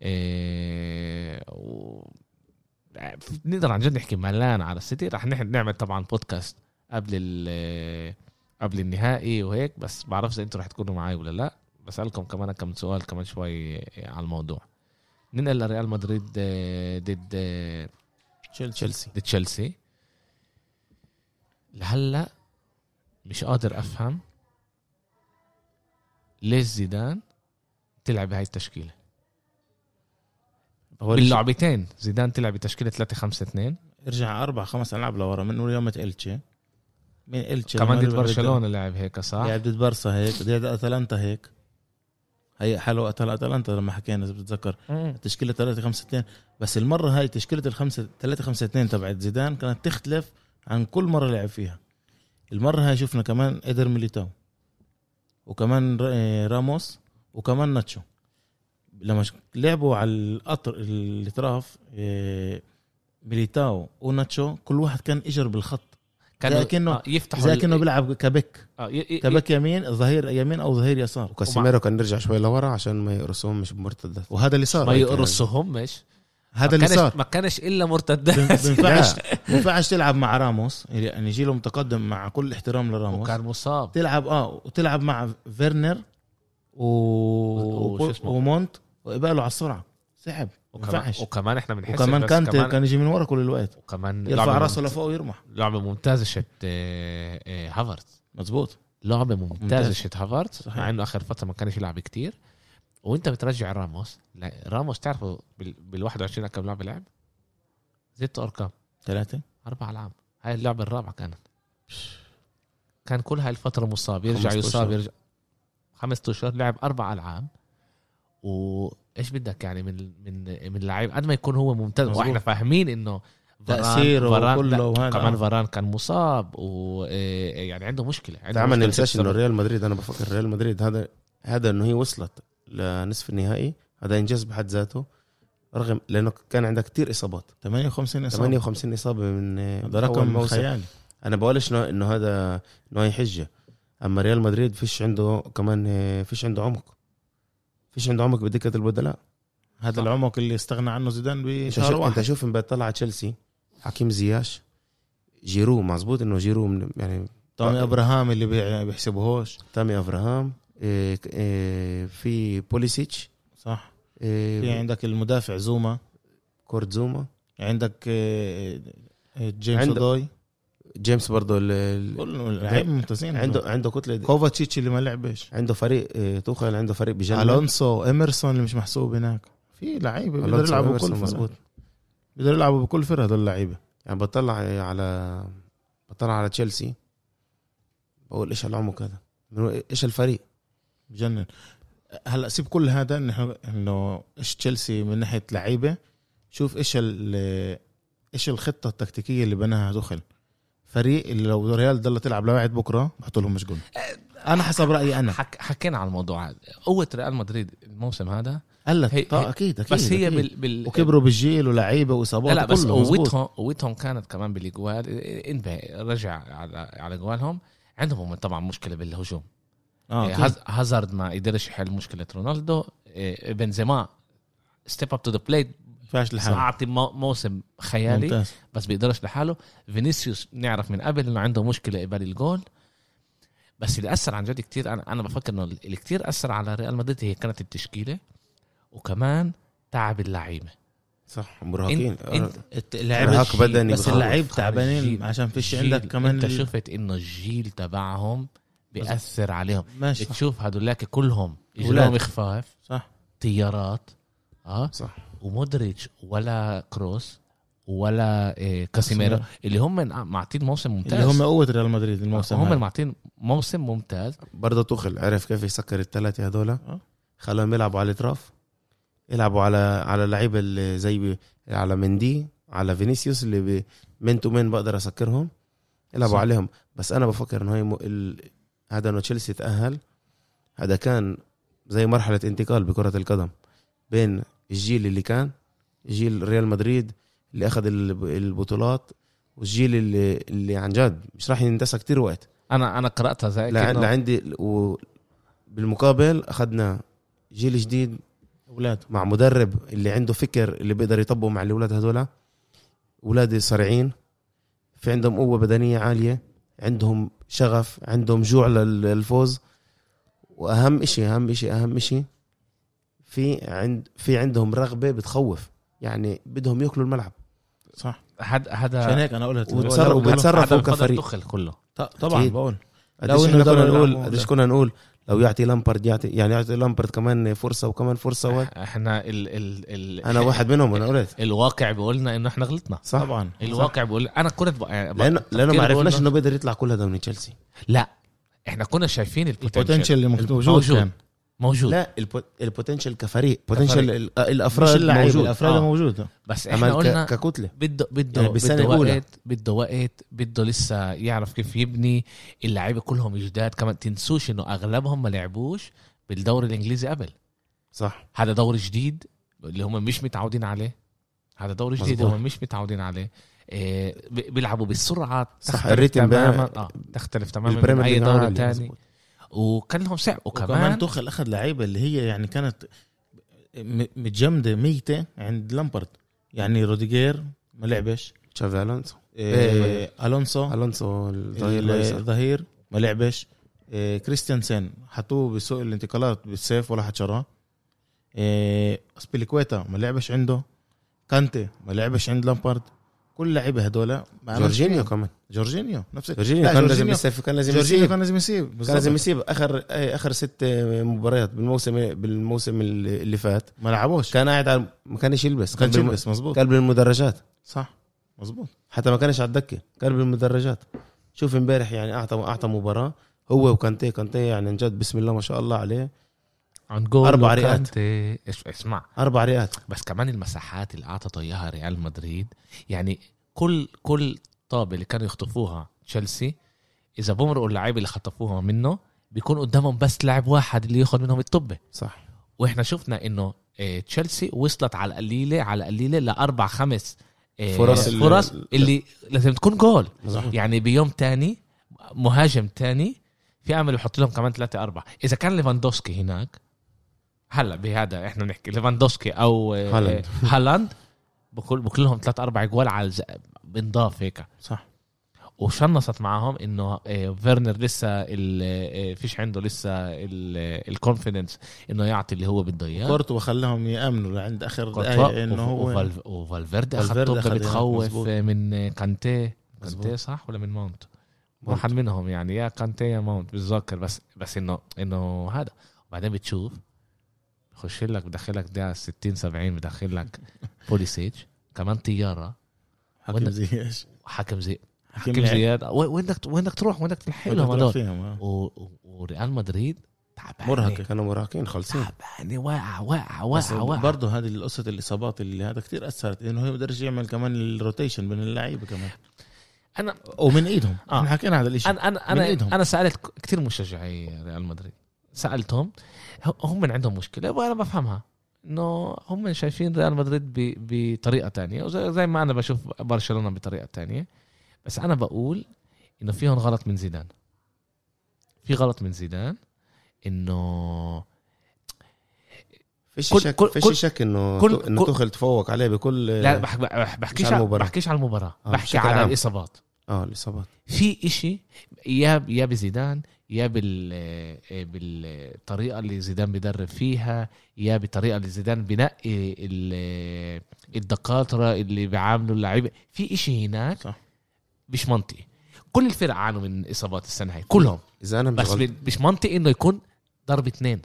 [SPEAKER 1] إيه و... نقدر عن جد نحكي ملان على السيتي رح نح- نعمل طبعا بودكاست قبل ال قبل النهائي وهيك بس بعرفش اذا انتوا رح تكونوا معي ولا لا بسالكم كمان كم سؤال كمان شوي على الموضوع ننقل لريال مدريد آه، ضد آه،
[SPEAKER 2] تشيلسي
[SPEAKER 1] لتشيلسي لهلا مش قادر افهم ليش زيدان تلعب بهاي التشكيله
[SPEAKER 3] أول شيء
[SPEAKER 1] باللعبتين زيدان تلعب بتشكيله 3 5 2
[SPEAKER 3] ارجع اربع خمس العاب لورا من يوم التشي من التشي
[SPEAKER 1] كمان
[SPEAKER 3] لما
[SPEAKER 1] ضد برشلونه لعب هيك صح
[SPEAKER 3] لعب ضد برشا هيك ضد اتلانتا هيك هي حلو أتل- اتلانتا لما حكينا اذا بتتذكر
[SPEAKER 1] مم.
[SPEAKER 3] تشكيله 3 5 2 بس المره هاي تشكيله الخمسة 3 5 2 تبعت زيدان كانت تختلف عن كل مره لعب فيها المره هاي شفنا كمان ادر ميليتاو وكمان ر- آه، راموس وكمان ناتشو لما ش- لعبوا على القطر الاطراف آه، ميليتاو وناتشو كل واحد كان اجر بالخط
[SPEAKER 1] كانوا
[SPEAKER 3] زي كأنه-
[SPEAKER 1] آه، يفتحوا
[SPEAKER 3] زي
[SPEAKER 1] ال-
[SPEAKER 3] كانه بيلعب كبك
[SPEAKER 1] آه، ي- ي-
[SPEAKER 3] كبك يمين ظهير يمين او ظهير يسار
[SPEAKER 2] وكاسيميرو كان نرجع شوي لورا عشان ما يقرصوهم مش بمرتدات وهذا اللي صار
[SPEAKER 1] ما يقرصهمش
[SPEAKER 2] هذا
[SPEAKER 1] ما
[SPEAKER 2] اللي
[SPEAKER 1] كانش-
[SPEAKER 2] صار
[SPEAKER 1] ما كانش الا مرتدات
[SPEAKER 3] بينفعش بينفعش تلعب مع راموس يعني جيله متقدم مع كل احترام لراموس
[SPEAKER 1] وكان مصاب
[SPEAKER 3] تلعب اه وتلعب مع فيرنر و...
[SPEAKER 1] وشو اسمه؟
[SPEAKER 3] ومونت وقباله على السرعه سحب
[SPEAKER 1] وكمان,
[SPEAKER 3] وكمان
[SPEAKER 1] وكمان احنا بنحس
[SPEAKER 3] وكمان
[SPEAKER 1] بس
[SPEAKER 3] كانت
[SPEAKER 1] كمان
[SPEAKER 3] كان يجي من ورا كل الوقت
[SPEAKER 1] وكمان
[SPEAKER 3] يرفع
[SPEAKER 1] لعبة
[SPEAKER 3] راسه
[SPEAKER 1] ممت-
[SPEAKER 3] لفوق ويرمح
[SPEAKER 1] لعبه ممتازه شت آه، آه، هافرت
[SPEAKER 3] مزبوط
[SPEAKER 1] لعبه ممتازه
[SPEAKER 3] ممتاز.
[SPEAKER 1] شت هافرت
[SPEAKER 3] صحيح.
[SPEAKER 1] مع انه اخر فتره ما كانش يلعب كتير وانت بترجع راموس لا، راموس تعرفه بال 21 كم لعبه لعب؟ زدت ارقام
[SPEAKER 3] ثلاثه
[SPEAKER 1] اربع العاب هاي اللعبه الرابعه كانت كان كل هاي الفتره مصاب يرجع
[SPEAKER 2] خمسة
[SPEAKER 1] يصاب
[SPEAKER 2] أشهر.
[SPEAKER 1] يرجع خمس اشهر لعب اربع العاب وايش بدك يعني من من من لعيب قد ما يكون هو ممتاز
[SPEAKER 3] مظبوط.
[SPEAKER 1] واحنا فاهمين انه فاران-
[SPEAKER 3] تأثيره
[SPEAKER 1] فاران-
[SPEAKER 3] وكله
[SPEAKER 1] لا،
[SPEAKER 3] وهذا.
[SPEAKER 1] كمان فاران كان مصاب ويعني يعني عنده مشكله عنده
[SPEAKER 2] دعما
[SPEAKER 1] مشكلة
[SPEAKER 2] ننساش انه
[SPEAKER 1] بالصبر.
[SPEAKER 2] ريال مدريد انا بفكر ريال مدريد هذا هذا انه هي وصلت لنصف النهائي هذا انجاز بحد ذاته رغم لانه كان عندها كتير اصابات
[SPEAKER 3] 58 اصابه
[SPEAKER 2] 58 اصابه من
[SPEAKER 3] هذا
[SPEAKER 2] من أول
[SPEAKER 3] رقم
[SPEAKER 2] موسم.
[SPEAKER 3] خيالي
[SPEAKER 2] انا بقولش انه إنه هذا انه هي حجه اما ريال مدريد فيش عنده كمان آه، فيش عنده عمق فيش عنده عمق بدكه البدلاء
[SPEAKER 3] هذا
[SPEAKER 1] صح.
[SPEAKER 3] العمق اللي استغنى عنه زيدان
[SPEAKER 2] انت
[SPEAKER 3] بشهر
[SPEAKER 2] شوف انت
[SPEAKER 3] واحد
[SPEAKER 2] شوف امبارح طلع تشيلسي حكيم زياش جيرو مزبوط انه جيرو من يعني
[SPEAKER 3] توني ابراهام اللي بي- بيحسبوهوش
[SPEAKER 2] تامي افراهام إيه ك- إيه في بوليسيتش
[SPEAKER 3] صح في
[SPEAKER 2] إيه
[SPEAKER 3] عندك المدافع زوما
[SPEAKER 2] كورتزوما
[SPEAKER 3] عندك آه، آه، جيمس
[SPEAKER 2] عندك-
[SPEAKER 3] دوي
[SPEAKER 2] جيمس برضه ال- ال-
[SPEAKER 3] كل لعيب ممتازين
[SPEAKER 2] عنده عنده كتله
[SPEAKER 3] كوفاتشيتش اللي ما لعبش
[SPEAKER 2] عنده فريق إيه، توخل عنده فريق بجنن
[SPEAKER 3] الونسو ايمرسون اللي مش محسوب هناك في لعيبه بيقدروا
[SPEAKER 2] ألونسو
[SPEAKER 3] يلعبوا
[SPEAKER 2] إيمرسون
[SPEAKER 3] بكل فرقه
[SPEAKER 2] مظبوط.
[SPEAKER 3] بيقدروا يلعبوا بكل فرقه هدول اللعيبه
[SPEAKER 2] يعني بطلع على بطلع على تشيلسي بقول ايش العمق هذا من وين- ايش الفريق
[SPEAKER 3] بجنن هلا سيب كل هذا انه انه ايش تشيلسي من ناحيه لعيبه شوف ايش ال- ايش الخطه التكتيكيه اللي بناها توخل فريق اللي لو ريال ضل تلعب لبعد بكره بحط لهم مش جول انا حسب رايي انا
[SPEAKER 1] حك... حكينا على الموضوع هذا قوه ريال مدريد الموسم هذا
[SPEAKER 3] قال
[SPEAKER 1] هي-
[SPEAKER 3] لك طيب
[SPEAKER 1] هي-
[SPEAKER 3] اكيد اكيد
[SPEAKER 1] بس هي
[SPEAKER 3] أكيد.
[SPEAKER 1] بال... بال...
[SPEAKER 3] وكبروا بالجيل ولعيبه
[SPEAKER 1] لا
[SPEAKER 3] واصابات
[SPEAKER 1] لا بس
[SPEAKER 3] كله مظبوط.
[SPEAKER 1] قوتهم قوتهم كانت كمان بالاجوال انتبه رجع على على جوالهم عندهم طبعا مشكله بالهجوم
[SPEAKER 3] آه،
[SPEAKER 1] إيه،
[SPEAKER 3] أكيد.
[SPEAKER 1] هاز- هازارد ما قدرش يحل مشكله رونالدو إيه، بنزيما ستيب اب تو ذا بليت
[SPEAKER 3] ينفعش لحاله
[SPEAKER 1] اعطي مو- موسم خيالي
[SPEAKER 3] ممتاز
[SPEAKER 1] بس بيقدرش لحاله فينيسيوس نعرف من قبل انه عنده مشكله قبل الجول بس اللي اثر عن جد كتير انا انا بفكر انه اللي كتير اثر على ريال مدريد هي كانت التشكيله وكمان تعب اللعيبه
[SPEAKER 2] صح مرهقين
[SPEAKER 1] إنت-
[SPEAKER 3] الت-
[SPEAKER 2] إرهاق
[SPEAKER 3] الجيل.
[SPEAKER 2] بدني
[SPEAKER 3] بس
[SPEAKER 2] بخوف.
[SPEAKER 3] اللعيب
[SPEAKER 1] جيل.
[SPEAKER 3] تعبانين عشان فيش
[SPEAKER 1] جيل.
[SPEAKER 3] عندك كمان
[SPEAKER 1] انت
[SPEAKER 3] ال-
[SPEAKER 1] شفت انه الجيل تبعهم بياثر عليهم
[SPEAKER 3] ماشي صح.
[SPEAKER 1] بتشوف هدولاك كلهم
[SPEAKER 3] أولاد.
[SPEAKER 1] اجرام خفاف
[SPEAKER 3] صح
[SPEAKER 1] طيارات اه
[SPEAKER 2] صح
[SPEAKER 1] ومودريتش ولا كروس ولا إيه كاسيميرو اللي هم معطين موسم ممتاز
[SPEAKER 3] اللي هم قوه ريال مدريد الموسم
[SPEAKER 1] هم
[SPEAKER 3] هذا.
[SPEAKER 1] اللي معطين موسم ممتاز
[SPEAKER 2] برضه توخل عرف كيف يسكر الثلاثه هذول
[SPEAKER 3] آه.
[SPEAKER 2] خلاهم يلعبوا على الاطراف يلعبوا على على لعيبه اللي زي ب- على مندي على فينيسيوس اللي من تو من بقدر اسكرهم يلعبوا
[SPEAKER 1] صح.
[SPEAKER 2] عليهم بس انا بفكر انه هي م... ال... هذا انه تشيلسي تاهل هذا كان زي مرحله انتقال بكره القدم بين الجيل اللي كان جيل ريال مدريد اللي اخذ الب- البطولات والجيل اللي, اللي عن جد مش راح يندسى كتير وقت
[SPEAKER 1] انا انا قراتها زي
[SPEAKER 2] لع-
[SPEAKER 1] كأنه-
[SPEAKER 2] لعندي و بالمقابل اخذنا جيل جديد
[SPEAKER 3] اولاد
[SPEAKER 2] مع مدرب اللي عنده فكر اللي بيقدر يطبقه مع الاولاد هذولا اولاد صريعين في عندهم قوه بدنيه عاليه عندهم شغف عندهم جوع لل- للفوز واهم شيء اهم شيء اهم شيء في عند في عندهم رغبه بتخوف يعني بدهم ياكلوا الملعب
[SPEAKER 3] صح
[SPEAKER 1] حد
[SPEAKER 3] عشان
[SPEAKER 1] هذا
[SPEAKER 3] هيك انا قلت
[SPEAKER 2] وتصرف- وتصرف كفريق.
[SPEAKER 1] دخل كله
[SPEAKER 3] ط- طبعا
[SPEAKER 2] أكيد.
[SPEAKER 3] بقول
[SPEAKER 2] قديش
[SPEAKER 3] إنه
[SPEAKER 2] احنا كنا
[SPEAKER 3] قدروا
[SPEAKER 2] نقول
[SPEAKER 3] يلعبوا
[SPEAKER 2] قديش
[SPEAKER 3] ده.
[SPEAKER 2] كنا نقول لو يعطي لامبرد يعطي يعني يعطي لامبرد كمان فرصه وكمان فرصه وهيك.
[SPEAKER 1] احنا ال ال ال
[SPEAKER 2] انا واحد منهم انا قلت
[SPEAKER 1] الواقع بيقولنا انه احنا غلطنا
[SPEAKER 2] صح
[SPEAKER 3] طبعا
[SPEAKER 1] الواقع بيقول انا كنت يعني بق...
[SPEAKER 2] لانه لانه ما
[SPEAKER 1] تفكير
[SPEAKER 2] عرفناش
[SPEAKER 1] بقولنا-
[SPEAKER 2] انه بيقدر يطلع كل هذا من تشيلسي
[SPEAKER 1] لا احنا كنا شايفين
[SPEAKER 3] البوتنشل
[SPEAKER 1] البوتنشال
[SPEAKER 3] اللي موجود
[SPEAKER 1] موجود.
[SPEAKER 3] كان
[SPEAKER 1] موجود
[SPEAKER 2] لا البو- البوتنشل كفريق بوتنشل ال-
[SPEAKER 3] مش
[SPEAKER 2] الافراد
[SPEAKER 3] اللعيب
[SPEAKER 2] موجود
[SPEAKER 3] الافراد
[SPEAKER 1] آه.
[SPEAKER 3] موجود
[SPEAKER 1] بس احنا
[SPEAKER 2] اما
[SPEAKER 1] قلنا
[SPEAKER 2] ك- ككتله
[SPEAKER 1] بده بده
[SPEAKER 2] يعني بالسنة
[SPEAKER 1] بده
[SPEAKER 2] الأولى.
[SPEAKER 1] وقت بده وقت بده لسه يعرف كيف يبني اللعيبه كلهم جداد كمان تنسوش انه اغلبهم ما لعبوش بالدوري الانجليزي قبل
[SPEAKER 2] صح
[SPEAKER 1] هذا دوري جديد اللي هم مش متعودين عليه هذا دوري جديد
[SPEAKER 2] مظبوط.
[SPEAKER 1] هم مش متعودين عليه إيه ب- بيلعبوا بالسرعه
[SPEAKER 2] صح،
[SPEAKER 1] تختلف
[SPEAKER 2] الريتم بقى-
[SPEAKER 1] تماما اه تختلف تماما من
[SPEAKER 2] البريمير
[SPEAKER 1] اي
[SPEAKER 2] ليج
[SPEAKER 1] دوري
[SPEAKER 2] عالي،
[SPEAKER 1] تاني
[SPEAKER 2] مظبوط.
[SPEAKER 1] وكان لهم سعر
[SPEAKER 3] وكمان
[SPEAKER 1] وكمان
[SPEAKER 3] توخل اخذ لعيبه اللي هي يعني كانت م- متجمده ميته عند لامبرد يعني روديجير ما لعبش
[SPEAKER 2] تشافي الونسو
[SPEAKER 3] إيه الونسو
[SPEAKER 2] الونسو الظهير الايسر
[SPEAKER 3] الظهير ما لعبش إيه، كريستيانسن حطوه بسوق الانتقالات بالسيف ولا حد شراه إيه، اسبيليكويتا ما لعبش عنده كانتي ما لعبش عند لامبارد كل لعيبه هدول ما عملش
[SPEAKER 2] جورجينيو
[SPEAKER 3] فيهم.
[SPEAKER 2] كمان
[SPEAKER 3] جورجينيو نفس ال-
[SPEAKER 2] جورجينيو
[SPEAKER 3] لا،
[SPEAKER 2] كان لازم
[SPEAKER 3] جورجينيو-
[SPEAKER 2] يسيف كان لازم
[SPEAKER 3] جورجينيو
[SPEAKER 2] يسيب
[SPEAKER 3] كان لازم يسيب
[SPEAKER 2] كان لازم
[SPEAKER 3] بالضبط.
[SPEAKER 2] يسيب اخر أي- اخر ست مباريات بالموسم بالموسم اللي اللي فات
[SPEAKER 3] ما لعبوش
[SPEAKER 2] كان قاعد على ما كانش يلبس
[SPEAKER 3] كان
[SPEAKER 2] كان بالم-
[SPEAKER 3] جيمس مزبوط
[SPEAKER 2] كان بالمدرجات
[SPEAKER 3] صح مزبوط
[SPEAKER 2] حتى ما كانش على الدكه كان بالمدرجات شوف امبارح يعني اعطى اعطى مباراه هو وكانتي كانتي يعني عن جد بسم الله ما شاء الله عليه
[SPEAKER 1] عن جول
[SPEAKER 2] أربع
[SPEAKER 1] وكانتي.
[SPEAKER 2] ريقات.
[SPEAKER 1] إس- اسمع
[SPEAKER 2] اربع رئات
[SPEAKER 1] بس كمان المساحات اللي اعطت اياها ريال مدريد يعني كل كل طابه اللي كانوا يخطفوها تشيلسي اذا بمرقوا اللعيبه اللي خطفوها منه بيكون قدامهم بس لاعب واحد اللي ياخذ منهم الطبه
[SPEAKER 2] صح
[SPEAKER 1] واحنا شفنا انه آه، تشيلسي وصلت على القليله على القليله لاربع خمس آه،
[SPEAKER 2] فرص ال-
[SPEAKER 1] فرص اللي لازم تكون جول
[SPEAKER 2] مظبوط
[SPEAKER 1] يعني بيوم تاني مهاجم تاني في امل يحط لهم كمان ثلاثة أربعة إذا كان ليفاندوسكي هناك هلا بهذا احنا بنحكي ليفاندوسكي أو آه،
[SPEAKER 2] هالاند.
[SPEAKER 1] آه، هالاند بكل بكلهم ثلاثة أربعة جوال على الز- بنضاف هيك
[SPEAKER 3] صح
[SPEAKER 1] وشنصت معاهم انه آه، فيرنر لسه ال- آه، فيش عنده لسه الكونفيدنس انه يعطي اللي هو بده اياه
[SPEAKER 3] كورتوا خلاهم يامنوا لعند اخر دقيقه
[SPEAKER 1] كورتوا
[SPEAKER 3] انه هو
[SPEAKER 1] وفالف- وفالفيردي اخذ
[SPEAKER 3] فالفيردي
[SPEAKER 1] طب
[SPEAKER 3] أخذ
[SPEAKER 1] بتخوف
[SPEAKER 3] مظبوط.
[SPEAKER 1] من كانتي كانتي
[SPEAKER 3] مظبوط.
[SPEAKER 1] صح ولا من ماونت؟
[SPEAKER 2] ماونت.
[SPEAKER 1] واحد منهم يعني يا كانتي يا ماونت بتذكر بس بس انه انه هذا وبعدين بتشوف بخش لك بدخلك ده 60 70 بدخل لك بوليسيج كمان طياره
[SPEAKER 3] حكم
[SPEAKER 1] وين-
[SPEAKER 3] زياش
[SPEAKER 1] حكم زي
[SPEAKER 3] حكم
[SPEAKER 1] حكم زياد وين وين بدك وين بدك تروح وين بدك تلحق لهم هدول
[SPEAKER 3] فيهم آه. يعني
[SPEAKER 1] و- و- وريال مدريد تعبان
[SPEAKER 3] مرهقة.
[SPEAKER 2] كانوا مراهقين خالصين
[SPEAKER 1] تعبان واقع واقع
[SPEAKER 3] بس
[SPEAKER 1] واقع واقع
[SPEAKER 3] برضه هذه القصة الإصابات اللي هذا كتير أثرت إنه هو بيقدرش يعمل كمان الروتيشن بين اللعيبة كمان
[SPEAKER 1] انا
[SPEAKER 3] ومن إيدهم
[SPEAKER 1] آه.
[SPEAKER 3] آه. احنا حكينا هذا الإشي
[SPEAKER 1] انا انا
[SPEAKER 3] من
[SPEAKER 1] انا
[SPEAKER 3] إيدهم.
[SPEAKER 1] انا سالت ك- كتير مشجعي ريال مدريد سالتهم ه- هم من عندهم مشكله وانا بفهمها انه هم شايفين ريال مدريد ب- بطريقه تانية وزي زي ما انا بشوف برشلونه بطريقه تانية بس انا بقول انه فيهم غلط من زيدان في غلط من زيدان انه
[SPEAKER 2] فيش
[SPEAKER 1] كل-
[SPEAKER 2] شك
[SPEAKER 1] كل- كل-
[SPEAKER 2] فيش شك انه
[SPEAKER 1] كل-
[SPEAKER 2] تو- انه
[SPEAKER 1] كل-
[SPEAKER 2] تخل تفوق عليه بكل
[SPEAKER 1] لا بح- بح-
[SPEAKER 2] مش
[SPEAKER 1] بحكيش
[SPEAKER 2] على
[SPEAKER 1] على
[SPEAKER 2] المباراة.
[SPEAKER 1] بحكيش على المباراه
[SPEAKER 2] آه،
[SPEAKER 1] بحكي
[SPEAKER 2] بشكل
[SPEAKER 1] على
[SPEAKER 2] عام.
[SPEAKER 1] الاصابات
[SPEAKER 2] اه الاصابات
[SPEAKER 1] في إشي يا يا بزيدان يا بال بالطريقه اللي زيدان بيدرب فيها يا بالطريقه اللي زيدان بنقي ال- الدكاتره اللي بيعاملوا اللعيبه في إشي هناك
[SPEAKER 3] صح.
[SPEAKER 1] مش منطقي كل الفرق عانوا من اصابات السنه هاي كلهم
[SPEAKER 2] اذا انا مش
[SPEAKER 1] بس
[SPEAKER 2] غلط
[SPEAKER 1] مش منطقي انه يكون ضرب اثنين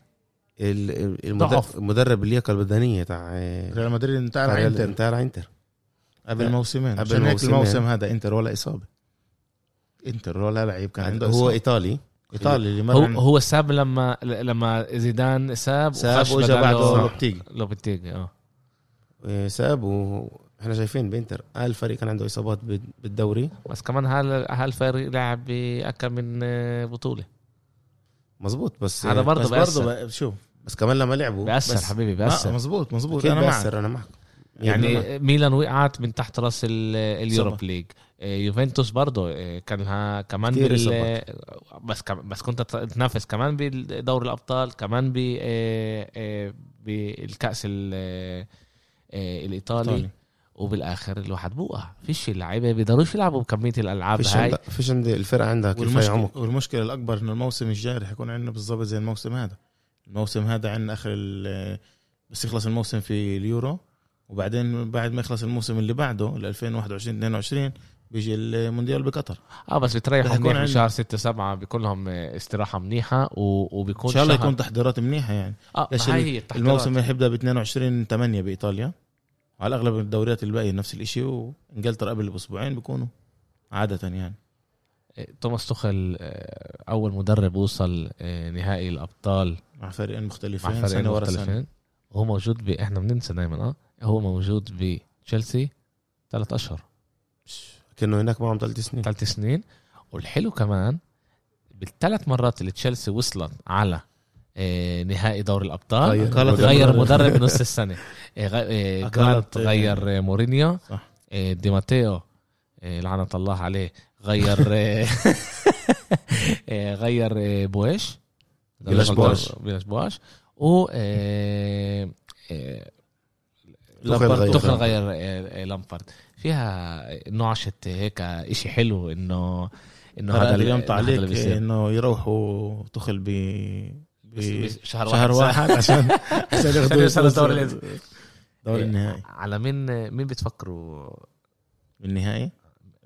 [SPEAKER 2] ال- ال-
[SPEAKER 1] ضعف.
[SPEAKER 2] المدرب- المدرب اللياقه البدنيه تاع
[SPEAKER 3] ريال مدريد انتقل على
[SPEAKER 2] تاع
[SPEAKER 3] إنتر
[SPEAKER 2] انتر انتر
[SPEAKER 3] قبل موسمين
[SPEAKER 2] آه، قبل
[SPEAKER 3] قبل هيك
[SPEAKER 2] موسمين.
[SPEAKER 3] الموسم هذا إنتر ولا إصابة إنتر ولا لعيب كان عنده
[SPEAKER 2] هو
[SPEAKER 3] هو
[SPEAKER 2] ايطالي
[SPEAKER 3] ايطالي اللي
[SPEAKER 1] هو
[SPEAKER 3] مر عن-
[SPEAKER 1] هو ساب لما لما زيدان ساب
[SPEAKER 2] ساب
[SPEAKER 1] وخش
[SPEAKER 2] واجى
[SPEAKER 1] بداله
[SPEAKER 2] بعده
[SPEAKER 1] لو-
[SPEAKER 2] لوبتيجي
[SPEAKER 1] لوبتيجي اه
[SPEAKER 2] إيه، ساب واحنا شايفين بانتر آه الفريق كان عنده اصابات بال- بالدوري
[SPEAKER 1] بس كمان هال هالفريق لعب باكم من آه، بطوله
[SPEAKER 2] مزبوط بس
[SPEAKER 1] هذا برضه
[SPEAKER 3] بس
[SPEAKER 1] بيأثر.
[SPEAKER 3] برضه بقى- شوف
[SPEAKER 2] بس كمان لما لعبوا
[SPEAKER 1] بأثر
[SPEAKER 2] بس
[SPEAKER 1] حبيبي
[SPEAKER 3] ما-
[SPEAKER 1] بأثر
[SPEAKER 3] مزبوط مزبوط
[SPEAKER 2] اكيد
[SPEAKER 3] انا معك
[SPEAKER 2] بأثر انا معك يعني
[SPEAKER 1] يعني ميلان وقعت من تحت راس ال- اليوروب ليج آه، يوفنتوس برضه آه، كان لها كمان
[SPEAKER 2] كتير
[SPEAKER 1] بال آه، بس كم بس كنت تت- تنافس كمان بدوري الابطال كمان ب آه، آه، بالكاس ال- آه، آه، الايطالي
[SPEAKER 3] إيطالي.
[SPEAKER 1] وبالاخر الواحد بوقع فيش اللعيبه بيقدروش يلعبوا بكميه الالعاب
[SPEAKER 2] فيش
[SPEAKER 1] هاي
[SPEAKER 2] عندك فيش عند الفرقه عندها كفايه
[SPEAKER 3] والمشكله
[SPEAKER 2] عمق
[SPEAKER 3] والمشكله الاكبر انه الموسم الجاي رح يكون عندنا بالضبط زي الموسم هذا الموسم هذا عندنا اخر ال- بس يخلص الموسم في اليورو وبعدين بعد ما يخلص الموسم اللي بعده ل 2021 22 بيجي المونديال بقطر
[SPEAKER 1] اه بس بتريحوا
[SPEAKER 3] رح يكون
[SPEAKER 1] منيح
[SPEAKER 3] عندي-
[SPEAKER 1] بشهر 6 7 بيكون لهم استراحه منيحه و... وبيكون
[SPEAKER 3] ان شاء الله
[SPEAKER 1] شهر-
[SPEAKER 3] يكون تحضيرات منيحه يعني
[SPEAKER 1] اه
[SPEAKER 3] ليش
[SPEAKER 1] ما هي هي التحضيرات.
[SPEAKER 3] الموسم رح يبدا ب 22 8 بايطاليا وعلى الاغلب الدوريات الباقيه نفس الشيء وانجلترا قبل باسبوعين بيكونوا عاده يعني
[SPEAKER 1] توماس توخل آه، اول مدرب وصل آه، نهائي الابطال
[SPEAKER 3] مع فريقين
[SPEAKER 1] مع
[SPEAKER 3] مختلفين
[SPEAKER 1] فريقين
[SPEAKER 3] سنه ورا سنه
[SPEAKER 1] مختلفين وهو موجود ب احنا بننسى دائما اه هو موجود بتشيلسي ثلاث اشهر
[SPEAKER 2] كانه هناك معهم ثلاث سنين
[SPEAKER 1] ثلاث سنين والحلو كمان بالثلاث مرات اللي تشيلسي وصلت على آه، نهائي دوري الابطال
[SPEAKER 2] غير
[SPEAKER 1] غير,
[SPEAKER 3] أقلت
[SPEAKER 1] غير
[SPEAKER 3] المدرب.
[SPEAKER 1] مدرب بنص السنه آه، غ- آه،
[SPEAKER 3] أقلت،
[SPEAKER 1] جرانت
[SPEAKER 3] آه،
[SPEAKER 1] غير آه، مورينيو
[SPEAKER 3] صح.
[SPEAKER 1] آه، دي ماتيو آه، لعنه الله عليه غير آه، آه، غير آه، بويش
[SPEAKER 2] بيلاش بواش.
[SPEAKER 1] بيلاش بواش و آه، آه،
[SPEAKER 2] توخيل
[SPEAKER 3] لابارتو
[SPEAKER 2] غير.
[SPEAKER 1] تخل غير آه، آه، لامبارد فيها نعشة هيك اشي حلو انه انه
[SPEAKER 3] هذا اللي
[SPEAKER 1] ال-
[SPEAKER 3] يمطى
[SPEAKER 1] هذا اللي
[SPEAKER 3] عليك
[SPEAKER 1] بيصير.
[SPEAKER 3] انه يروحوا تخل ب
[SPEAKER 1] بس- بس شهر
[SPEAKER 3] إيه. شهر
[SPEAKER 1] واحد
[SPEAKER 3] واحد عشان عشان ياخذوا
[SPEAKER 1] يوصلوا الدوري
[SPEAKER 3] الدوري النهائي
[SPEAKER 1] على مين مين بتفكروا
[SPEAKER 3] بالنهائي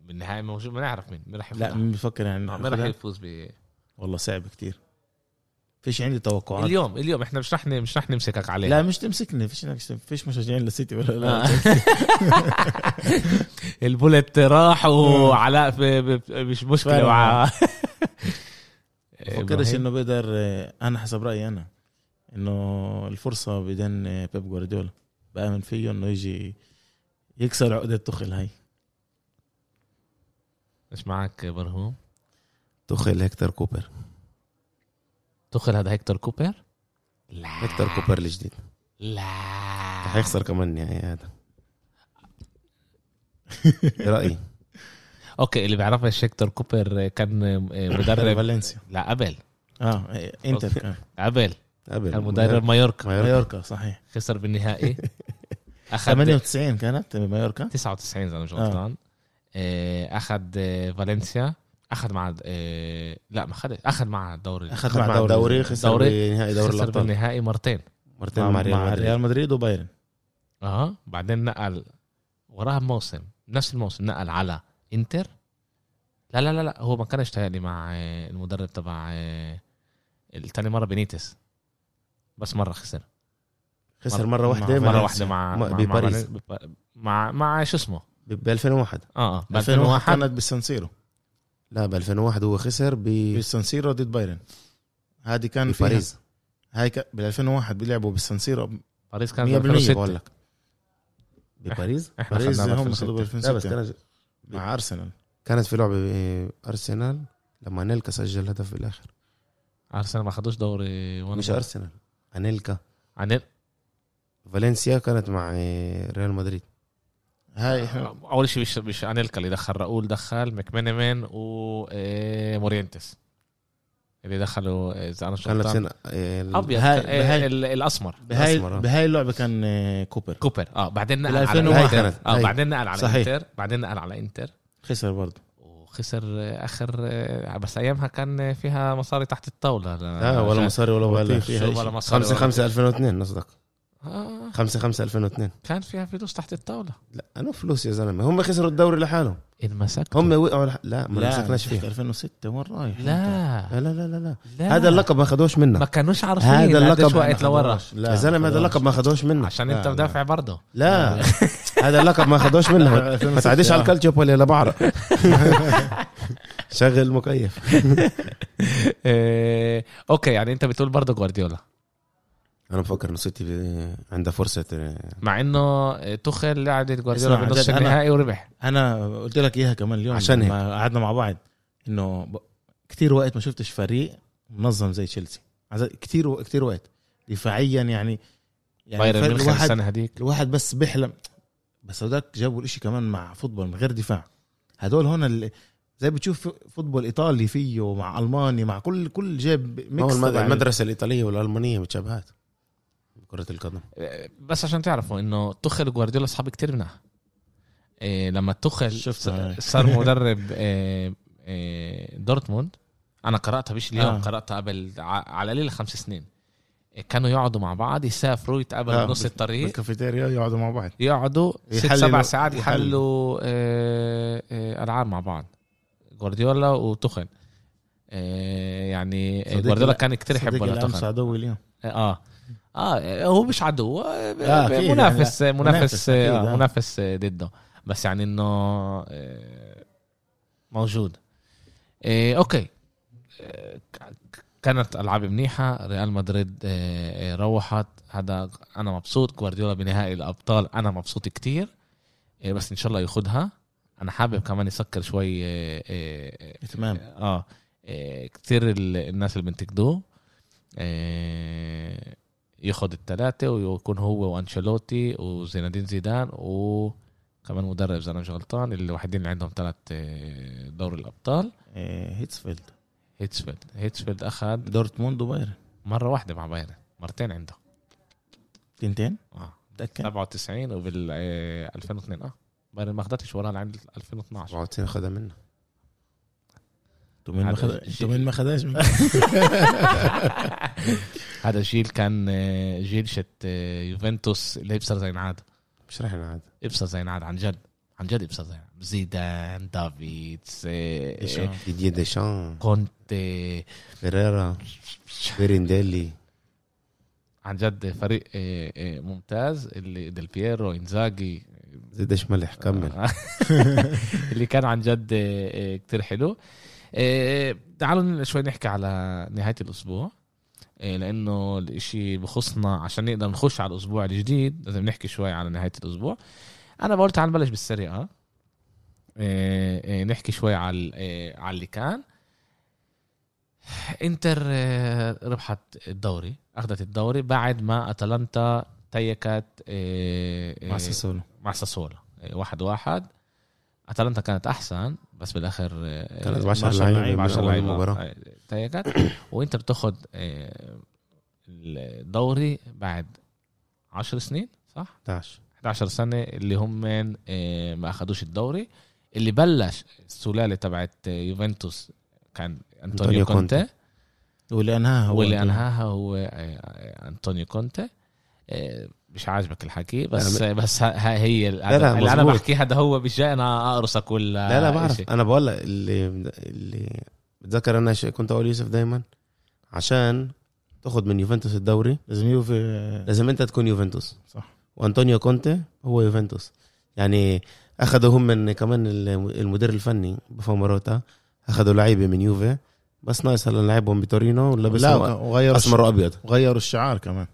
[SPEAKER 1] بالنهاية موجود ما نعرف مين مين رح يفوز
[SPEAKER 3] لا مين بيفكر يعني
[SPEAKER 1] آه، مين رح
[SPEAKER 3] ناخدها؟
[SPEAKER 1] يفوز ب
[SPEAKER 3] والله صعب كتير فيش عندي توقعات
[SPEAKER 1] اليوم اليوم احنا مش رح ن- مش رح نمسكك عليه
[SPEAKER 3] لا مش تمسكني فيش فيش مشجعين للسيتي ولا
[SPEAKER 1] آه.
[SPEAKER 3] لا
[SPEAKER 1] البولت راح وعلاء في- ب- ب- مش مشكلة
[SPEAKER 3] فعلا.
[SPEAKER 1] مع إيه،
[SPEAKER 3] بفكرش انه بيقدر انا حسب رايي انا انه الفرصه بدين آه، بيب جوارديولا بامن فيه انه يجي يكسر عقده تخل هاي
[SPEAKER 1] مش معك برهوم
[SPEAKER 2] تخيل هكتور كوبر
[SPEAKER 1] تخل هذا هيكتور كوبر لا
[SPEAKER 2] هكتور كوبر الجديد
[SPEAKER 1] لا
[SPEAKER 2] حيخسر كمان النهائي هذا رايي
[SPEAKER 1] اوكي اللي بيعرفش هيكتور كوبر كان آه، إيه، مدرب
[SPEAKER 3] فالنسيا
[SPEAKER 1] لا قبل
[SPEAKER 3] اه إيه، انتر كان
[SPEAKER 1] قبل
[SPEAKER 2] قبل
[SPEAKER 1] كان مدرب مايوركا
[SPEAKER 2] مايوركا.
[SPEAKER 3] مايوركا صحيح
[SPEAKER 1] خسر بالنهائي اخذ
[SPEAKER 3] 98 كانت مايوركا
[SPEAKER 1] 99 اذا أنا مش
[SPEAKER 3] آه.
[SPEAKER 1] غلطان آه، اخذ آه، فالنسيا اخذ مع آه، لا ما اخذ اخذ مع الدوري
[SPEAKER 2] اخذ مع الدوري خسر
[SPEAKER 1] دوري.
[SPEAKER 2] بنهائي دوري
[SPEAKER 1] خسر
[SPEAKER 2] الابطال
[SPEAKER 1] بالنهائي مرتين
[SPEAKER 2] مرتين
[SPEAKER 3] مع, مع
[SPEAKER 2] مدريد.
[SPEAKER 3] ريال مدريد وبايرن
[SPEAKER 1] اه بعدين نقل وراها موسم نفس الموسم نقل على انتر لا لا لا لا هو ما كانش تهيألي مع آه، المدرب تبع آه، التاني مره بينيتس بس مره خسر
[SPEAKER 2] خسر مره واحده
[SPEAKER 1] مع-
[SPEAKER 2] مع-
[SPEAKER 1] مره واحده مع
[SPEAKER 2] مع-
[SPEAKER 1] مع-
[SPEAKER 2] بباريس.
[SPEAKER 1] مع مع, مع شو اسمه
[SPEAKER 2] ب 2001
[SPEAKER 1] اه اه ب
[SPEAKER 3] 2001
[SPEAKER 1] 2001
[SPEAKER 3] كانت بالسانسيرو
[SPEAKER 2] لا ب 2001 هو خسر ب
[SPEAKER 3] بالسانسيرو ضد بايرن هذه كان فيها-
[SPEAKER 2] بباريس
[SPEAKER 3] هاي ك... بال 2001 بيلعبوا بالسانسيرو 100%
[SPEAKER 1] باريس كان
[SPEAKER 3] بقول
[SPEAKER 1] 2006
[SPEAKER 3] لك
[SPEAKER 2] بباريس
[SPEAKER 1] احنا
[SPEAKER 3] باريس
[SPEAKER 1] خدناها
[SPEAKER 3] هم
[SPEAKER 1] 2006.
[SPEAKER 3] خدوا بال
[SPEAKER 2] لا بس
[SPEAKER 3] 2006
[SPEAKER 2] كانت
[SPEAKER 3] مع ارسنال
[SPEAKER 2] كانت في لعبه ارسنال لما انيلكا سجل هدف في الاخر
[SPEAKER 1] ارسنال ما خدوش دوري ولا
[SPEAKER 2] مش
[SPEAKER 1] مرة.
[SPEAKER 2] ارسنال انيلكا
[SPEAKER 1] عن
[SPEAKER 2] فالنسيا كانت مع آه، ريال مدريد
[SPEAKER 3] هاي احنا
[SPEAKER 1] اول شيء مش مش انيلكا اللي دخل راؤول دخل ماكمينيمان ومورينتس اللي دخلوا اذا انا مش
[SPEAKER 2] كان
[SPEAKER 1] غلطان
[SPEAKER 2] لابسين آه، ال-
[SPEAKER 1] ابيض
[SPEAKER 3] بهاي-
[SPEAKER 1] آه،
[SPEAKER 3] بهاي-
[SPEAKER 1] ال- الاسمر
[SPEAKER 3] بهاي
[SPEAKER 2] أسمر، آه.
[SPEAKER 3] بهاي اللعبه كان آه، كوبر
[SPEAKER 1] كوبر اه بعدين نقل
[SPEAKER 3] بال
[SPEAKER 1] على
[SPEAKER 3] 2001
[SPEAKER 1] انتر
[SPEAKER 2] كانت.
[SPEAKER 1] اه
[SPEAKER 2] هاي.
[SPEAKER 1] بعدين نقل على
[SPEAKER 3] صحيح.
[SPEAKER 1] انتر بعدين نقل على انتر
[SPEAKER 3] خسر برضه
[SPEAKER 1] وخسر آه، اخر آه، بس ايامها كان آه، فيها مصاري تحت الطاوله
[SPEAKER 2] اه ولا مصاري ولا ولا
[SPEAKER 3] لطيف فيها
[SPEAKER 1] ولا مصاري
[SPEAKER 2] 5
[SPEAKER 1] ولا-
[SPEAKER 2] 5 2002 قصدك
[SPEAKER 1] آه
[SPEAKER 2] 5 5 2002
[SPEAKER 1] كان فيها فلوس تحت الطاوله
[SPEAKER 2] لا انا فلوس يا زلمه هم خسروا الدوري لحالهم
[SPEAKER 1] انمسكت
[SPEAKER 2] هم وقعوا لح... طيب. لا ما
[SPEAKER 3] لا
[SPEAKER 2] مسكناش فيه
[SPEAKER 3] 2006 وين رايح أنت؟
[SPEAKER 1] لا
[SPEAKER 2] لا لا لا لا
[SPEAKER 1] لا
[SPEAKER 2] هذا اللقب ما خدوش
[SPEAKER 1] ما
[SPEAKER 2] منا
[SPEAKER 1] كانوش عارفين
[SPEAKER 2] هذا اللقب
[SPEAKER 1] وقت لورا
[SPEAKER 2] يا
[SPEAKER 3] لا
[SPEAKER 2] زلمه هذا اللقب ما خدوش منا
[SPEAKER 1] عشان
[SPEAKER 3] لا،
[SPEAKER 1] انت
[SPEAKER 3] لا.
[SPEAKER 1] مدافع برضه
[SPEAKER 2] لا هذا اللقب ما خدوش منها ما تعديش على الكالتشوب ولا بعرق شغل مكيف
[SPEAKER 1] إيه، اوكي يعني انت بتقول برضه جوارديولا
[SPEAKER 2] انا بفكر انه سيتي عندها فرصه آه،
[SPEAKER 1] مع انه آه، تخل لعبت جوارديولا
[SPEAKER 3] اسمع،
[SPEAKER 1] بنص
[SPEAKER 3] عدد أنا-
[SPEAKER 1] النهائي وربح
[SPEAKER 3] انا قلت لك اياها كمان اليوم
[SPEAKER 2] عشان هيك.
[SPEAKER 3] لما قعدنا مع بعض انه ب... كتير وقت ما شفتش فريق منظم زي تشيلسي عز- كتير و... كتير وقت دفاعيا يعني يعني
[SPEAKER 1] بايرن
[SPEAKER 3] فرق
[SPEAKER 1] ميونخ
[SPEAKER 3] الواحد
[SPEAKER 1] السنه هديك
[SPEAKER 3] الواحد بس بيحلم بس هداك جابوا الاشي كمان مع فوتبول من غير دفاع هدول هون اللي زي بتشوف فوتبول ايطالي فيه مع الماني مع كل كل يعني. جاب
[SPEAKER 2] ما هو
[SPEAKER 3] ميكس
[SPEAKER 2] المد-
[SPEAKER 3] تبع ال-
[SPEAKER 2] المدرسه الايطاليه والالمانيه متشابهات كره القدم
[SPEAKER 1] بس عشان تعرفوا انه تخل وجوارديولا اصحاب كتير منها إيه لما تخل
[SPEAKER 3] شفتها.
[SPEAKER 1] ص- صار مدرب إيه إيه دورتموند انا قراتها مش اليوم
[SPEAKER 3] آه.
[SPEAKER 1] آه. قراتها قبل ع- على ليله خمس سنين إيه، كانوا يقعدوا مع بعض يسافروا يتقابلوا
[SPEAKER 3] آه،
[SPEAKER 1] بنص الطريق
[SPEAKER 3] بالكافيتيريا يقعدوا مع بعض
[SPEAKER 1] يقعدوا ست
[SPEAKER 3] يحللوا-
[SPEAKER 1] سبع ساعات
[SPEAKER 3] يحللوا.
[SPEAKER 1] يحللوا آه، آه، العاب مع بعض جوارديولا وتخن آه، يعني
[SPEAKER 3] صديقي-
[SPEAKER 1] جوارديولا كان كتير
[SPEAKER 3] صديقي
[SPEAKER 1] يحبه
[SPEAKER 3] الامس
[SPEAKER 1] لتخن
[SPEAKER 3] عدوي اليوم
[SPEAKER 1] اه اه هو مش عدو آه،
[SPEAKER 3] آه، أكيد
[SPEAKER 1] منافس
[SPEAKER 3] يعني-
[SPEAKER 1] منافس
[SPEAKER 3] منافس أكيد،
[SPEAKER 1] آه،
[SPEAKER 3] آه.
[SPEAKER 1] منافس آه، ضده بس يعني انه آه، موجود آه، اوكي آه، ك- كانت العاب منيحه ريال مدريد آه، آه، روحت هذا انا مبسوط جوارديولا بنهائي الابطال انا مبسوط كتير آه، بس ان شاء الله ياخدها انا حابب كمان يسكر شوي آه، آه،
[SPEAKER 3] اتمام
[SPEAKER 1] اه إيه، كتير ال- الناس اللي بنتقدوه إيه، ياخد الثلاثة ويكون هو وانشيلوتي وزينادين زيدان وكمان مدرب اذا انا مش غلطان اللي الوحيدين اللي عندهم ثلاث دوري الابطال
[SPEAKER 3] إيه، هيتسفيلد
[SPEAKER 1] هيتسفيلد هيتسفيلد اخذ
[SPEAKER 3] دورتموند وبايرن
[SPEAKER 1] مرة واحدة مع بايرن مرتين عنده
[SPEAKER 3] تنتين
[SPEAKER 1] اه
[SPEAKER 3] متاكد
[SPEAKER 1] 97 وبال إيه، 2002 اه بايرن ما اخذتش وراها لعند 2012
[SPEAKER 2] وعطينا خدها منها
[SPEAKER 3] انتوا مين ما
[SPEAKER 1] هذا
[SPEAKER 3] خد-
[SPEAKER 1] الشيء.
[SPEAKER 3] انتوا مين ما خدهاش
[SPEAKER 1] هذا جيل كان إيه، جيل شت إيه، يوفنتوس اللي يبصر زي نعاد
[SPEAKER 2] مش رايحين عاد
[SPEAKER 1] ابصر زي نعاد عن جد عن جد ابصر زي نعاد زيدان دافيدز إيه، إيه،
[SPEAKER 2] ديدي ديشان
[SPEAKER 1] كونتي
[SPEAKER 2] فيريرا بيرينديلي
[SPEAKER 1] عن جد فريق إيه، إيه، ممتاز اللي ديل بييرو انزاجي
[SPEAKER 2] زيدش ملح كمل
[SPEAKER 1] آه. اللي كان عن جد إيه، إيه، كتير حلو إيه، تعالوا شوي نحكي على نهاية الأسبوع إيه، لأنه الإشي بخصنا عشان نقدر نخش على الأسبوع الجديد لازم نحكي شوي على نهاية الأسبوع أنا بقول تعال نبلش بالسريعة إيه، إيه، نحكي شوي على ال- إيه، على اللي كان انتر إيه، ربحت الدوري اخذت الدوري بعد ما اتلانتا تيكت إيه، إيه،
[SPEAKER 3] مع ساسولو
[SPEAKER 1] مع ساسولا إيه، واحد واحد اتلانتا كانت احسن بس بالاخر إيه،
[SPEAKER 2] كانت
[SPEAKER 1] مع-
[SPEAKER 2] 10
[SPEAKER 3] 10
[SPEAKER 2] لعيبه
[SPEAKER 3] لعيبة،
[SPEAKER 2] من
[SPEAKER 1] 10
[SPEAKER 2] اول
[SPEAKER 1] لعيبه
[SPEAKER 2] المباراه
[SPEAKER 1] آه، تيكت وانت بتاخد آه، الدوري بعد 10 سنين صح
[SPEAKER 2] 11
[SPEAKER 1] 11 سنه اللي هم من آه، ما اخذوش الدوري اللي بلش السلاله تبعت آه، يوفنتوس كان انطونيو
[SPEAKER 2] أنطونيو كونتي.
[SPEAKER 1] كونتي
[SPEAKER 3] واللي انهاها هو
[SPEAKER 1] واللي
[SPEAKER 3] أنتونيو.
[SPEAKER 1] انهاها هو آه، آه، انطونيو كونتي آه، مش عاجبك الحكي بس بس ها- ها هي ال-
[SPEAKER 2] لا، لا،
[SPEAKER 1] اللي انا
[SPEAKER 2] مظبوط.
[SPEAKER 1] بحكي هذا هو مش جاي انا اقرصك ولا
[SPEAKER 2] لا لا بعرف
[SPEAKER 1] إشي.
[SPEAKER 2] انا بقول لك اللي اللي بتذكر انا شيء كنت اقول يوسف دايما عشان تاخذ من يوفنتوس الدوري
[SPEAKER 3] لازم يوفي
[SPEAKER 2] لازم انت تكون يوفنتوس
[SPEAKER 3] صح.
[SPEAKER 2] وانطونيو كونتي هو يوفنتوس يعني اخذوا هم من كمان الم- المدير الفني بفاماروتا اخذوا لعيبه من يوفي بس ناقص هلا لعبهم بتورينو
[SPEAKER 3] لا
[SPEAKER 2] ولبسهم
[SPEAKER 3] وغيروا
[SPEAKER 2] اسمر وابيض
[SPEAKER 3] غيروا الشعار كمان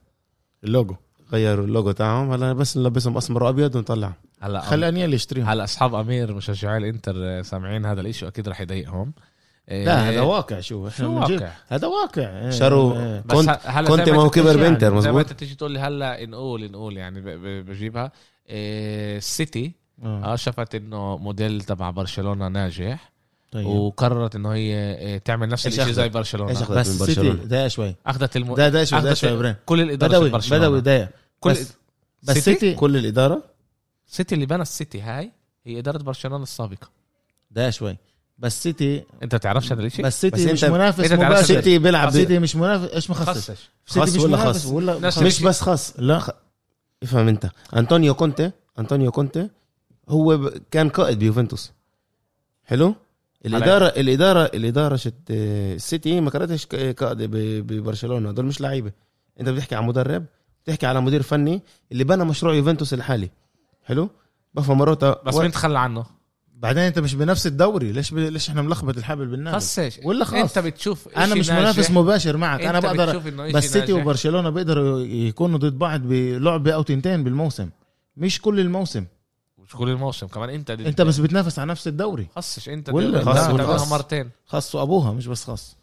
[SPEAKER 3] اللوجو
[SPEAKER 2] غيروا اللوجو تاعهم هلا بس نلبسهم اسمر وابيض ونطلع
[SPEAKER 1] هلا
[SPEAKER 3] خلي انيل يشتريهم
[SPEAKER 1] هلا اصحاب امير مشجعي الانتر سامعين هذا الاشي واكيد رح يضايقهم
[SPEAKER 3] لا
[SPEAKER 1] إيه،
[SPEAKER 3] هذا واقع شو احنا
[SPEAKER 1] شو
[SPEAKER 3] بنجيب-
[SPEAKER 1] واقع
[SPEAKER 3] هذا واقع إيه،
[SPEAKER 2] شروا
[SPEAKER 3] إيه.
[SPEAKER 1] بس
[SPEAKER 2] كنت-
[SPEAKER 1] ه- هلا
[SPEAKER 2] كنت
[SPEAKER 1] زي
[SPEAKER 2] ما هو
[SPEAKER 1] أنت
[SPEAKER 2] كبر
[SPEAKER 1] بتيجي
[SPEAKER 2] بإنتر،
[SPEAKER 1] يعني زي ما
[SPEAKER 2] مزبوط؟
[SPEAKER 1] انت تيجي تقول لي هلا نقول نقول يعني ب- ب- بجيبها إيه، السيتي
[SPEAKER 3] آه،
[SPEAKER 1] اه شافت انه موديل تبع برشلونه ناجح
[SPEAKER 3] طيب.
[SPEAKER 1] وقررت انه هي إيه، تعمل نفس
[SPEAKER 2] إيش
[SPEAKER 1] الشيء
[SPEAKER 2] أخذت؟
[SPEAKER 1] زي برشلونه
[SPEAKER 2] إيش أخذت؟
[SPEAKER 3] بس
[SPEAKER 2] من برشلونة.
[SPEAKER 3] سيتي دقيقة شوي
[SPEAKER 1] اخذت الم...
[SPEAKER 3] دقيقة شوي دقيقة
[SPEAKER 1] أخذت
[SPEAKER 3] شوي إبراهيم
[SPEAKER 1] كل الاداره
[SPEAKER 3] بدوي
[SPEAKER 1] في برشلونه
[SPEAKER 3] بدوي دقيقة
[SPEAKER 1] كل
[SPEAKER 3] بس- بس
[SPEAKER 1] سيتي؟
[SPEAKER 3] سيتي
[SPEAKER 2] كل الاداره
[SPEAKER 1] السيتي اللي بنى السيتي هاي هي اداره برشلونه السابقه
[SPEAKER 3] دقيقة شوي بس سيتي
[SPEAKER 1] انت تعرفش هذا الشيء
[SPEAKER 3] بس
[SPEAKER 2] بس
[SPEAKER 3] سيتي مش
[SPEAKER 2] أنت-
[SPEAKER 3] منافس
[SPEAKER 1] أنت تعرف
[SPEAKER 3] مباشر
[SPEAKER 1] سيتي
[SPEAKER 3] سيتي
[SPEAKER 2] سيتي بيلعب
[SPEAKER 3] سيتي مش منافس ايش مخصص
[SPEAKER 1] خصش
[SPEAKER 2] خص
[SPEAKER 3] سيتي مش
[SPEAKER 2] ولا
[SPEAKER 3] منافس
[SPEAKER 2] خص؟
[SPEAKER 3] ولا
[SPEAKER 1] نفس
[SPEAKER 3] مخصص.
[SPEAKER 2] مش بس خاص لا طيب. افهم انت انطونيو كونتي انطونيو كونتي هو ب- كان قائد بيوفنتوس حلو الاداره الاداره الاداره شت آه، السيتي ما كانتش ك- قائد ب- ببرشلونه دول مش لعيبه انت بتحكي على مدرب بتحكي على مدير فني اللي بنى مشروع يوفنتوس الحالي حلو بفا ماروتا
[SPEAKER 1] بس
[SPEAKER 2] و-
[SPEAKER 1] مين تخلى عنه
[SPEAKER 3] بعدين انت مش بنفس الدوري ليش ب... ليش احنا ملخبط الحبل بالناس
[SPEAKER 1] خسش
[SPEAKER 3] نعم. ولا خلاص
[SPEAKER 1] انت بتشوف
[SPEAKER 3] انا
[SPEAKER 1] إشي
[SPEAKER 3] مش
[SPEAKER 1] ناجح.
[SPEAKER 3] منافس مباشر معك انا
[SPEAKER 1] أنت
[SPEAKER 3] بقدر
[SPEAKER 1] بتشوف إنه إشي
[SPEAKER 3] بس سيتي
[SPEAKER 1] ناجح.
[SPEAKER 3] وبرشلونه بيقدروا يكونوا ضد بعض بلعبه او تنتين بالموسم مش كل الموسم
[SPEAKER 1] مش كل الموسم كمان انت دي
[SPEAKER 3] انت بس بتنافس على نفس الدوري
[SPEAKER 1] خصش انت
[SPEAKER 3] ولا
[SPEAKER 1] ولا
[SPEAKER 2] خص ولا
[SPEAKER 1] تعملها
[SPEAKER 2] خص.
[SPEAKER 1] مرتين
[SPEAKER 3] خاص وابوها مش بس خاص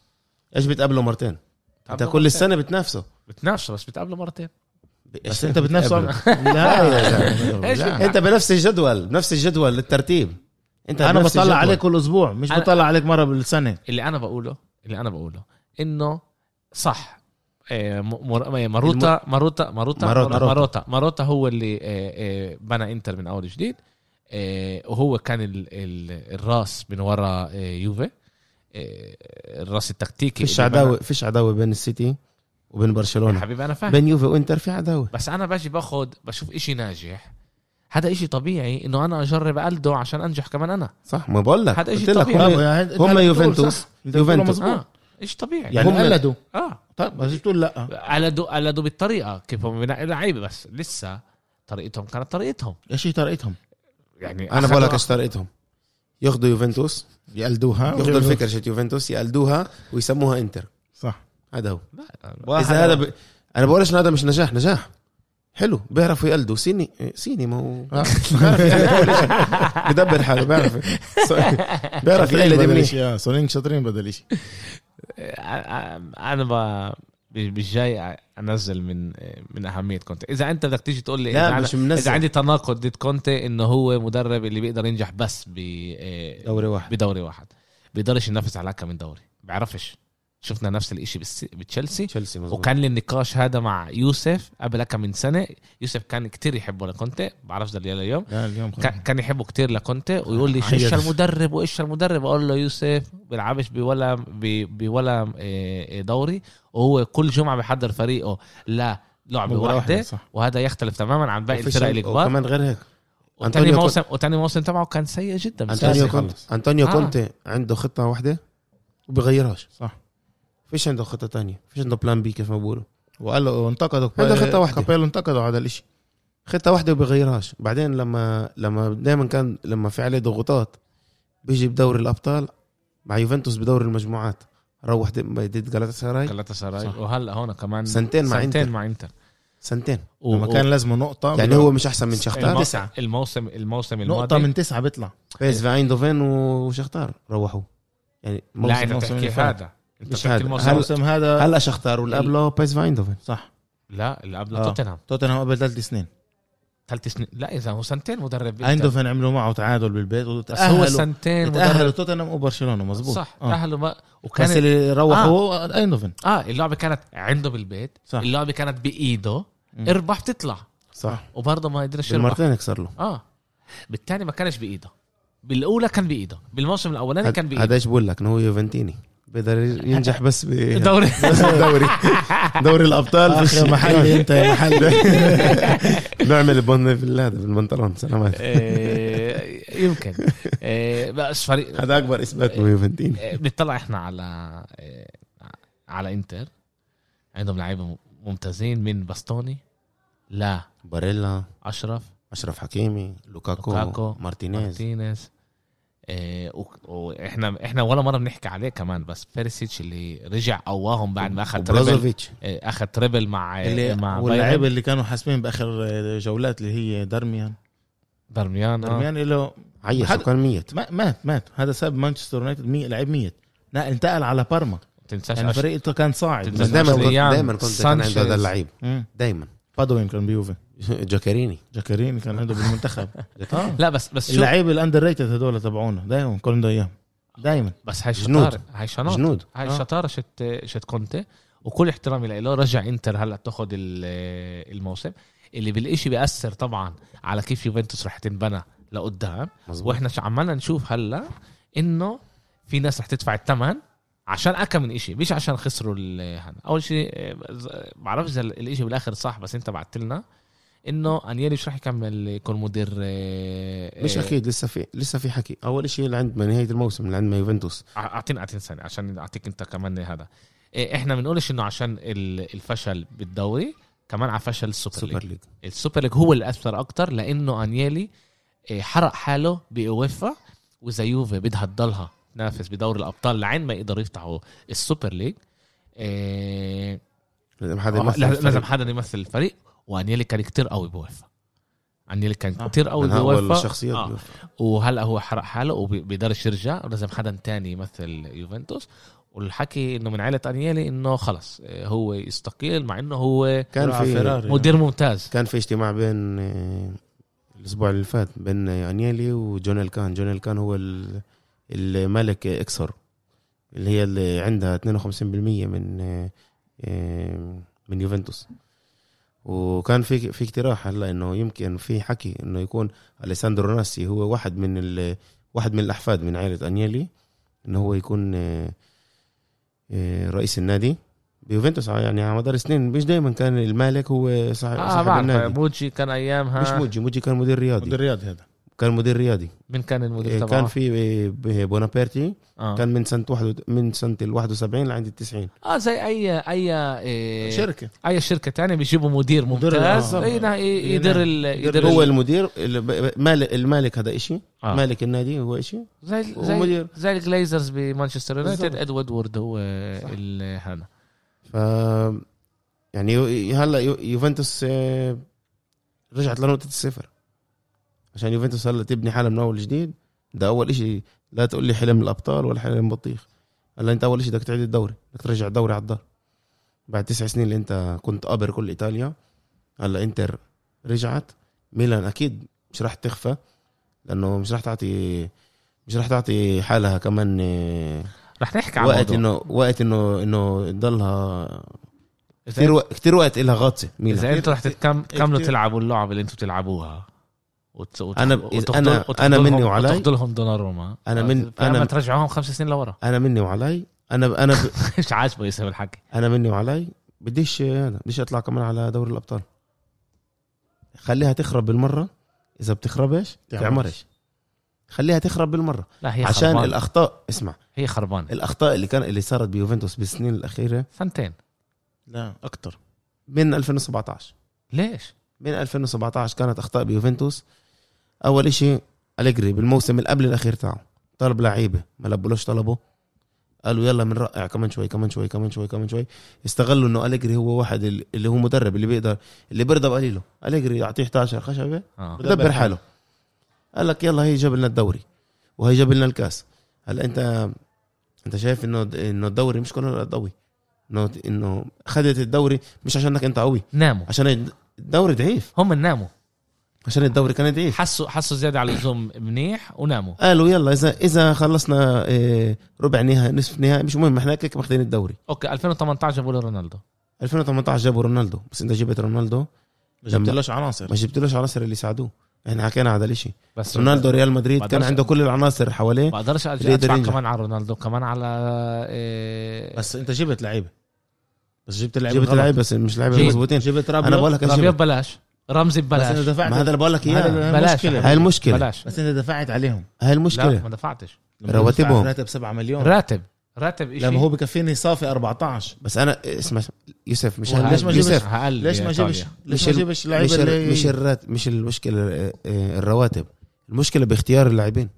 [SPEAKER 2] ايش بتقابله مرتين انت
[SPEAKER 1] تعملها
[SPEAKER 2] كل
[SPEAKER 1] مرتين.
[SPEAKER 2] السنه بتنافسه
[SPEAKER 1] بتنافسه بس بتقابله مرتين
[SPEAKER 3] بس انت بتنافسه
[SPEAKER 2] بتقابله؟
[SPEAKER 3] لا يا زلمه
[SPEAKER 1] إيش
[SPEAKER 3] لا.
[SPEAKER 2] انت بنفس الجدول بنفس الجدول الترتيب انت
[SPEAKER 3] انا
[SPEAKER 2] بنفس
[SPEAKER 3] بطلع
[SPEAKER 2] الجدول.
[SPEAKER 3] عليك كل اسبوع مش
[SPEAKER 1] أنا-
[SPEAKER 3] بطلع عليك مره بالسنه
[SPEAKER 1] اللي انا بقوله اللي انا بقوله انه صح آه، م- مر- آه، ماروتا ماروتا ماروتا
[SPEAKER 2] ماروتا.
[SPEAKER 1] ماروتا ماروتا هو اللي آه، آه، بنى انتر من اول جديد آه، وهو كان ال- ال- الراس من ورا آه، يوفي آه، الراس التكتيكي
[SPEAKER 2] فيش
[SPEAKER 1] اللي بنى-
[SPEAKER 2] عداوه فيش عداوه بين السيتي وبين
[SPEAKER 1] يا
[SPEAKER 2] برشلونه
[SPEAKER 1] حبيبي انا فاهم
[SPEAKER 2] بين يوفي وانتر في عداوه
[SPEAKER 1] بس انا باجي باخد بشوف اشي ناجح هذا اشي طبيعي انه انا اجرب الدو عشان انجح كمان انا
[SPEAKER 2] صح ما بقول لك
[SPEAKER 1] هذا إشي
[SPEAKER 2] قلت لك
[SPEAKER 1] طبيعي.
[SPEAKER 2] هم- هم يوفنتوس يوفنتوس
[SPEAKER 1] اه اشي طبيعي
[SPEAKER 3] يعني
[SPEAKER 2] هم-
[SPEAKER 3] قلدوا
[SPEAKER 1] اه
[SPEAKER 3] طيب بس بتقول لا
[SPEAKER 1] قلدوا قلدوا بالطريقه كيف هم بنقلوا لعيبه بس لسه طريقتهم كانت طريقتهم
[SPEAKER 3] ايش هي طريقتهم
[SPEAKER 1] يعني
[SPEAKER 2] انا بقول لك
[SPEAKER 1] أخذوا-
[SPEAKER 2] ايش طريقتهم ياخذوا يوفنتوس
[SPEAKER 3] يقلدوها
[SPEAKER 2] ياخذوا الفكره شت يوفنتوس يقلدوها ويسموها انتر
[SPEAKER 3] صح
[SPEAKER 2] هذا هو
[SPEAKER 1] لا،
[SPEAKER 2] واحد اذا هذا ب... انا بقولش انه هذا مش نجاح نجاح حلو بيعرفوا يقلدوا صيني صيني ما هو
[SPEAKER 3] آه.
[SPEAKER 2] بيعرف يقلد. بدبر حاله بيعرف بيعرف يقلد منيح
[SPEAKER 3] اه سونينج شاطرين بدل شيء
[SPEAKER 1] انا ب... مش جاي انزل من من اهميه كونتي اذا انت بدك تيجي تقول لي
[SPEAKER 2] لا،
[SPEAKER 1] إذا أنا-
[SPEAKER 2] مش منزل.
[SPEAKER 1] اذا عندي تناقض ضد كونتي انه هو مدرب اللي بيقدر ينجح بس ب آه،
[SPEAKER 2] دوري واحد
[SPEAKER 1] بدوري واحد بيقدرش ينافس على كم من دوري بعرفش شفنا نفس الاشي بالس- بتشيلسي
[SPEAKER 2] تشيلسي مظبوط
[SPEAKER 1] وكان لي النقاش هذا مع يوسف قبل كم من سنه يوسف كان كتير يحبه لكونتي بعرفش ده ليه اليوم
[SPEAKER 3] لا اليوم خلص.
[SPEAKER 1] كان كان يحبه كتير لكونتي ويقول لي
[SPEAKER 3] عيل.
[SPEAKER 1] ايش المدرب وايش المدرب اقول له يوسف بيلعبش بولا ب- بولا إيه، دوري وهو كل جمعه بيحضر فريقه لا لعبه
[SPEAKER 3] مباراة واحدة،
[SPEAKER 1] واحده
[SPEAKER 3] صح.
[SPEAKER 1] وهذا يختلف تماما عن باقي
[SPEAKER 2] وفيش-
[SPEAKER 1] الفرق الكبار
[SPEAKER 2] وكمان غير هيك
[SPEAKER 1] وتاني
[SPEAKER 2] أنطونيو
[SPEAKER 1] موسم وتاني موسم تبعه كان سيء جدا
[SPEAKER 2] انطونيو
[SPEAKER 1] بالسلاسل.
[SPEAKER 2] كونتي
[SPEAKER 3] خلص.
[SPEAKER 2] انطونيو
[SPEAKER 1] آه.
[SPEAKER 2] كونتي عنده خطه واحده وبغيرهاش
[SPEAKER 3] صح
[SPEAKER 2] فيش عنده خطه تانية فيش عنده بلان بي كيف ما بقولوا
[SPEAKER 3] وقال له انتقدوا
[SPEAKER 2] عنده خطة واحدة.
[SPEAKER 3] كابيلو انتقدوا على الشيء
[SPEAKER 2] خطه واحده وبغيرهاش بعدين لما لما دائما كان لما في عليه ضغوطات بيجي بدوري الابطال مع يوفنتوس بدوري المجموعات روح ضد- ضد جالاتا سراي
[SPEAKER 1] كلاتا سراي
[SPEAKER 2] صح.
[SPEAKER 1] وهلا هون كمان
[SPEAKER 2] سنتين مع
[SPEAKER 1] سنتين
[SPEAKER 2] انتر
[SPEAKER 1] مع انتر
[SPEAKER 2] سنتين
[SPEAKER 1] و-
[SPEAKER 3] لما كان لازمه نقطه
[SPEAKER 2] يعني
[SPEAKER 3] بيطلع.
[SPEAKER 2] هو مش احسن من شختار
[SPEAKER 1] المو-
[SPEAKER 2] بس
[SPEAKER 3] تسعة.
[SPEAKER 1] الموسم الموسم
[SPEAKER 3] نقطه
[SPEAKER 1] الماضي
[SPEAKER 3] من تسعه بيطلع
[SPEAKER 2] في ايندوفين وشختار روحوا يعني موسم-
[SPEAKER 1] لا انت
[SPEAKER 3] الموسم
[SPEAKER 1] بتحكي
[SPEAKER 3] اللي فات.
[SPEAKER 1] هذا انت
[SPEAKER 2] مش
[SPEAKER 1] بتحكي
[SPEAKER 2] هذا.
[SPEAKER 1] الموسم
[SPEAKER 3] الموسم هذا
[SPEAKER 2] هلا شختار واللي قبله بيس في ايندوفين
[SPEAKER 3] صح
[SPEAKER 1] لا اللي قبل
[SPEAKER 3] آه.
[SPEAKER 1] توتنهام
[SPEAKER 3] توتنهام قبل ثلاث سنين
[SPEAKER 1] ثلاث سنين لا اذا هو سنتين مدرب بإنتر.
[SPEAKER 3] ايندوفن عملوا معه تعادل بالبيت
[SPEAKER 1] بس هو
[SPEAKER 3] وتاهلوا
[SPEAKER 1] سنتين
[SPEAKER 3] تاهلوا
[SPEAKER 1] مدرب
[SPEAKER 3] توتنهام وبرشلونه مظبوط
[SPEAKER 1] صح
[SPEAKER 3] آه.
[SPEAKER 1] تاهلوا ما
[SPEAKER 3] بس
[SPEAKER 1] وكان
[SPEAKER 3] اللي روح
[SPEAKER 1] آه.
[SPEAKER 3] هو ايندوفن
[SPEAKER 1] اه اللعبه كانت عنده بالبيت
[SPEAKER 3] صح.
[SPEAKER 1] اللعبه كانت بايده
[SPEAKER 3] مم.
[SPEAKER 1] اربح تطلع
[SPEAKER 2] صح
[SPEAKER 1] وبرضه ما قدرش يربح
[SPEAKER 2] المرتين يكسر له
[SPEAKER 1] اه بالتاني ما كانش بايده بالاولى كان بايده بالموسم الاولاني كان
[SPEAKER 2] هذا
[SPEAKER 1] بايده
[SPEAKER 2] هذا ايش بقول لك انه هو يوفنتيني بيقدر ينجح بس ب
[SPEAKER 1] دوري
[SPEAKER 2] بس بدوري دوري الابطال
[SPEAKER 3] اخر محلي انت يا محلي
[SPEAKER 2] نعمل بن في هذا بالبنطلون سلامات
[SPEAKER 1] إيه. آه، يمكن آه، بس فريق
[SPEAKER 2] هذا اكبر اثبات انه يوفنتيني
[SPEAKER 1] آه، بنطلع احنا على آه، على انتر عندهم لعيبه ممتازين من باستوني لا
[SPEAKER 2] باريلا
[SPEAKER 1] اشرف
[SPEAKER 2] اشرف حكيمي لوكاكو,
[SPEAKER 1] لوكاكو،
[SPEAKER 2] مارتينيز
[SPEAKER 1] مارتينيز آه، و- واحنا احنا ولا مره بنحكي عليه كمان بس بيريسيتش اللي رجع قواهم بعد ما اخذ تريبل
[SPEAKER 2] وبروزوفيتش
[SPEAKER 1] آه، اخذ تريبل مع آه،
[SPEAKER 3] اللي
[SPEAKER 1] مع
[SPEAKER 3] واللعيبه
[SPEAKER 1] بايرن.
[SPEAKER 3] اللي كانوا حاسمين باخر جولات اللي هي درميان
[SPEAKER 1] درميان آه.
[SPEAKER 3] درميان له
[SPEAKER 2] عيش
[SPEAKER 3] حد-
[SPEAKER 2] وكان ميت
[SPEAKER 3] ما- مات مات هذا ساب مانشستر يونايتد مية لعيب 100 لا انتقل على بارما
[SPEAKER 1] تنساش
[SPEAKER 3] يعني
[SPEAKER 1] أش-
[SPEAKER 3] فريقه كان صاعد
[SPEAKER 1] تنساش
[SPEAKER 2] بس دائما كنت
[SPEAKER 1] مارتينيز،
[SPEAKER 2] دائما كنت كان
[SPEAKER 1] سانشيز.
[SPEAKER 2] عنده هذا اللعيب
[SPEAKER 3] مم.
[SPEAKER 2] دايما
[SPEAKER 3] بادوين كان بيوفي
[SPEAKER 2] جاكاريني
[SPEAKER 3] جاكارين كان عنده بالمنتخب آه.
[SPEAKER 1] لا بس بس شو
[SPEAKER 3] اللعيبه الاندر ريتد هذول تبعونا دائما كنا عنده اياهم دائما
[SPEAKER 1] بس هاي
[SPEAKER 2] جنود.
[SPEAKER 1] الشطاره هاي شناط
[SPEAKER 2] جنود
[SPEAKER 1] هاي
[SPEAKER 3] آه.
[SPEAKER 1] الشطاره شت شت كونتي وكل احترامي له رجع انتر هلا تاخذ الموسم اللي بالإشي بيأثر طبعا على كيف يوفنتوس رح تنبنى لقدام
[SPEAKER 2] مظبوط
[SPEAKER 1] واحنا ش- عمالنا نشوف هلا انه في ناس رح تدفع الثمن عشان اكم من إشي مش عشان خسروا ال- هذا اول شيء آه، ز- بعرفش اذا ال- الإشي بالاخر صح بس انت بعت لنا انه انيلي مش رح يكمل يكون مدير آه،
[SPEAKER 2] مش
[SPEAKER 1] آه،
[SPEAKER 2] اكيد لسه في لسه في حكي اول شيء لعند ما نهايه الموسم لعند ما يوفنتوس
[SPEAKER 1] ع- اعطيني اعطيني ثانيه عشان اعطيك انت كمان هذا إيه، احنا بنقولش انه عشان ال- الفشل بالدوري كمان على فشل السوبر
[SPEAKER 2] سوبر
[SPEAKER 1] ليج
[SPEAKER 2] ليج
[SPEAKER 1] السوبر ليج هو اللي اثر اكتر لانه انيلي إيه، حرق حاله باويفا واذا يوفي بدها تضلها تنافس بدور الابطال لعين ما يقدروا يفتحوا السوبر ليج إيه
[SPEAKER 2] لازم حدا
[SPEAKER 1] آه،
[SPEAKER 2] يمثل
[SPEAKER 1] لازم لازم
[SPEAKER 2] الفريق.
[SPEAKER 1] حدا يمثل الفريق وانيلي كان كتير قوي بوفا انيلي كان
[SPEAKER 3] آه،
[SPEAKER 1] كتير قوي
[SPEAKER 2] من أول
[SPEAKER 1] بوفا
[SPEAKER 2] الشخصيات
[SPEAKER 1] آه.
[SPEAKER 2] بيوفى.
[SPEAKER 1] وهلا هو حرق حاله وبيقدرش يرجع لازم حدا تاني يمثل يوفنتوس والحكي انه من عائله انيلي انه خلص آه، هو يستقيل مع انه هو
[SPEAKER 2] كان
[SPEAKER 3] راح على
[SPEAKER 2] في
[SPEAKER 3] فيراري.
[SPEAKER 1] مدير ممتاز
[SPEAKER 2] كان في اجتماع بين آه، الاسبوع اللي فات بين انيلي وجون الكان جون الكان هو ال- الملك اكسر اللي هي اللي عندها 52% من آه، آه، من يوفنتوس وكان في في اقتراح هلا انه يمكن في حكي انه يكون اليساندرو روناسي هو واحد من ال واحد من الاحفاد من عائله انيلي انه هو يكون آه، آه، رئيس النادي بيوفنتوس يعني على مدار سنين مش دائما كان المالك هو صاحب,
[SPEAKER 1] اه
[SPEAKER 2] صاحب
[SPEAKER 1] بعرف
[SPEAKER 2] النادي
[SPEAKER 1] موجي كان ايامها
[SPEAKER 2] مش موجي موجي كان مدير رياضي
[SPEAKER 3] مدير رياض هذا
[SPEAKER 2] كان مدير رياضي
[SPEAKER 1] من كان المدير
[SPEAKER 2] إيه،
[SPEAKER 1] تبعه
[SPEAKER 2] كان في ب- بونابرتي
[SPEAKER 1] آه.
[SPEAKER 2] كان من سنه واحد من سنه ال 71 لعند ال 90
[SPEAKER 1] اه زي اي اي إيه
[SPEAKER 3] شركه
[SPEAKER 1] اي شركه تانية بيجيبوا مدير ممتاز
[SPEAKER 3] آه.
[SPEAKER 1] إيه، نا- إيه، يدير ال- يدير
[SPEAKER 2] هو
[SPEAKER 1] ال-
[SPEAKER 2] المدير ال- ب- مالك المالك هذا إشي
[SPEAKER 1] آه.
[SPEAKER 2] مالك النادي هو إشي
[SPEAKER 1] زي زي
[SPEAKER 2] ومدير
[SPEAKER 1] زي الجليزرز بمانشستر يونايتد
[SPEAKER 2] بالظبط.
[SPEAKER 1] اد وودورد هو ال- هذا
[SPEAKER 2] ف يعني يو- هلا يو- يوفنتوس آه، رجعت لنقطه الصفر عشان يوفنتوس هلا تبني حالها من اول جديد ده اول إشي لا تقول لي حلم الابطال ولا حلم بطيخ هلا انت اول إشي بدك تعيد الدوري بدك ترجع الدوري على الدار بعد تسع سنين اللي انت كنت قابر كل ايطاليا هلا انتر رجعت ميلان اكيد مش راح تخفى لانه مش راح تعطي مش راح تعطي حالها كمان آه،
[SPEAKER 1] رح نحكي عن
[SPEAKER 2] وقت
[SPEAKER 1] الموضوع
[SPEAKER 2] انه وقت انه انه تضلها كثير وقت كثير وقت لها غطسه ميلان
[SPEAKER 1] اذا انتوا رح
[SPEAKER 3] كتير-
[SPEAKER 1] تتكم- تكملوا
[SPEAKER 3] كتير-
[SPEAKER 1] تلعبوا اللعبه اللي انتوا بتلعبوها وت... وت...
[SPEAKER 2] إيه، أنا-
[SPEAKER 1] وتفضل-
[SPEAKER 2] أنا-
[SPEAKER 1] وتفضلهم-
[SPEAKER 2] أنا مني وعلي.
[SPEAKER 1] وتفضلهم دوناروما
[SPEAKER 2] أنا من-
[SPEAKER 1] أنا
[SPEAKER 2] أنا-
[SPEAKER 1] ترجعوهم خمس سنين لورا
[SPEAKER 2] انا مني وعلي انا انا ب-
[SPEAKER 1] مش عاجبه يسوي الحكي
[SPEAKER 2] انا مني وعلي بديش هذا بديش اطلع كمان على دوري الابطال خليها تخرب بالمره اذا بتخربش
[SPEAKER 3] تعمرش.
[SPEAKER 2] تعمرش خليها تخرب بالمره
[SPEAKER 1] لا هي
[SPEAKER 2] عشان
[SPEAKER 1] خربانة
[SPEAKER 2] الاخطاء اسمع
[SPEAKER 1] هي خربانه
[SPEAKER 2] الاخطاء اللي كان اللي صارت بيوفنتوس بالسنين الاخيره
[SPEAKER 1] سنتين
[SPEAKER 3] لا اكثر
[SPEAKER 2] من 2017
[SPEAKER 1] ليش؟
[SPEAKER 2] من 2017 كانت اخطاء بيوفنتوس اول إشي أليجري بالموسم اللي قبل الاخير تاعه طلب لعيبه ما لبلوش طلبه قالوا يلا بنرقع كمان شوي كمان شوي كمان شوي كمان شوي استغلوا انه أليجري هو واحد ال- اللي هو مدرب اللي بيقدر اللي بيرضى بقليله أليجري يعطيه 11 خشبه
[SPEAKER 1] اه
[SPEAKER 2] بدبر حاله قال لك يلا هي جاب لنا الدوري وهي جاب لنا الكاس هلا انت انت شايف انه انه الدوري مش كله قوي انه انه خدت الدوري مش عشانك انت قوي
[SPEAKER 1] ناموا
[SPEAKER 2] عشان الدوري ضعيف
[SPEAKER 1] هم ناموا
[SPEAKER 2] عشان الدوري كان ضعيف
[SPEAKER 1] حسوا حسوا زياده على اللزوم منيح وناموا
[SPEAKER 2] قالوا يلا اذا اذا خلصنا إيه، ربع نهائي نصف نهائي مش مهم احنا كيك ماخذين الدوري
[SPEAKER 1] اوكي 2018 جابوا له رونالدو
[SPEAKER 2] 2018 جابوا رونالدو بس انت جبت رونالدو
[SPEAKER 3] ما
[SPEAKER 2] لما- إيه.
[SPEAKER 3] جبتلوش عناصر
[SPEAKER 2] ما جبتلوش عناصر اللي يساعدوه احنا حكينا على الاشي
[SPEAKER 1] بس
[SPEAKER 2] رونالدو ريال مدريد
[SPEAKER 1] ما
[SPEAKER 2] كان
[SPEAKER 1] قدرش-
[SPEAKER 2] عنده كل العناصر حواليه
[SPEAKER 1] ما اقدرش أرجع
[SPEAKER 2] اللي يقدر
[SPEAKER 1] ادفع
[SPEAKER 2] ينجح.
[SPEAKER 1] كمان على رونالدو كمان على إيه
[SPEAKER 3] بس انت جبت لعيبه بس جبت لعيبه
[SPEAKER 2] جبت
[SPEAKER 3] غلط.
[SPEAKER 2] لعيبه بس مش لعيبه
[SPEAKER 1] جيب.
[SPEAKER 2] مظبوطين
[SPEAKER 3] جبت رابيو
[SPEAKER 2] انا بقول لك أنا
[SPEAKER 1] رابيو
[SPEAKER 2] جبت.
[SPEAKER 1] ببلاش رمزي
[SPEAKER 3] بس انت
[SPEAKER 1] ببلاش
[SPEAKER 3] دفعت
[SPEAKER 2] ما هذا اللي بقول لك اياه
[SPEAKER 3] هذا
[SPEAKER 1] بلاش.
[SPEAKER 3] مشكلة.
[SPEAKER 2] هاي المشكله
[SPEAKER 1] بلاش
[SPEAKER 3] بس انت دفعت عليهم
[SPEAKER 2] هاي
[SPEAKER 1] لا
[SPEAKER 2] المشكله
[SPEAKER 1] ما دفعتش
[SPEAKER 3] لما
[SPEAKER 2] رواتبهم.
[SPEAKER 3] بدفع راتب 7 مليون
[SPEAKER 1] راتب راتب إشي
[SPEAKER 3] لما هو بكفيني صافي 14
[SPEAKER 2] بس انا اسمع يوسف مش
[SPEAKER 1] وهقل-
[SPEAKER 3] ليش ما جبش-
[SPEAKER 2] يوسف
[SPEAKER 1] هقل
[SPEAKER 3] ليش
[SPEAKER 1] يا
[SPEAKER 3] ما
[SPEAKER 1] طارق.
[SPEAKER 3] جبش
[SPEAKER 2] مش
[SPEAKER 3] ليش ما
[SPEAKER 2] ال-
[SPEAKER 3] جبش
[SPEAKER 2] مش
[SPEAKER 3] لعيبه
[SPEAKER 2] ال-
[SPEAKER 3] اللي
[SPEAKER 2] مش الرات مش المشكله آه، آه، الرواتب المشكله باختيار اللاعبين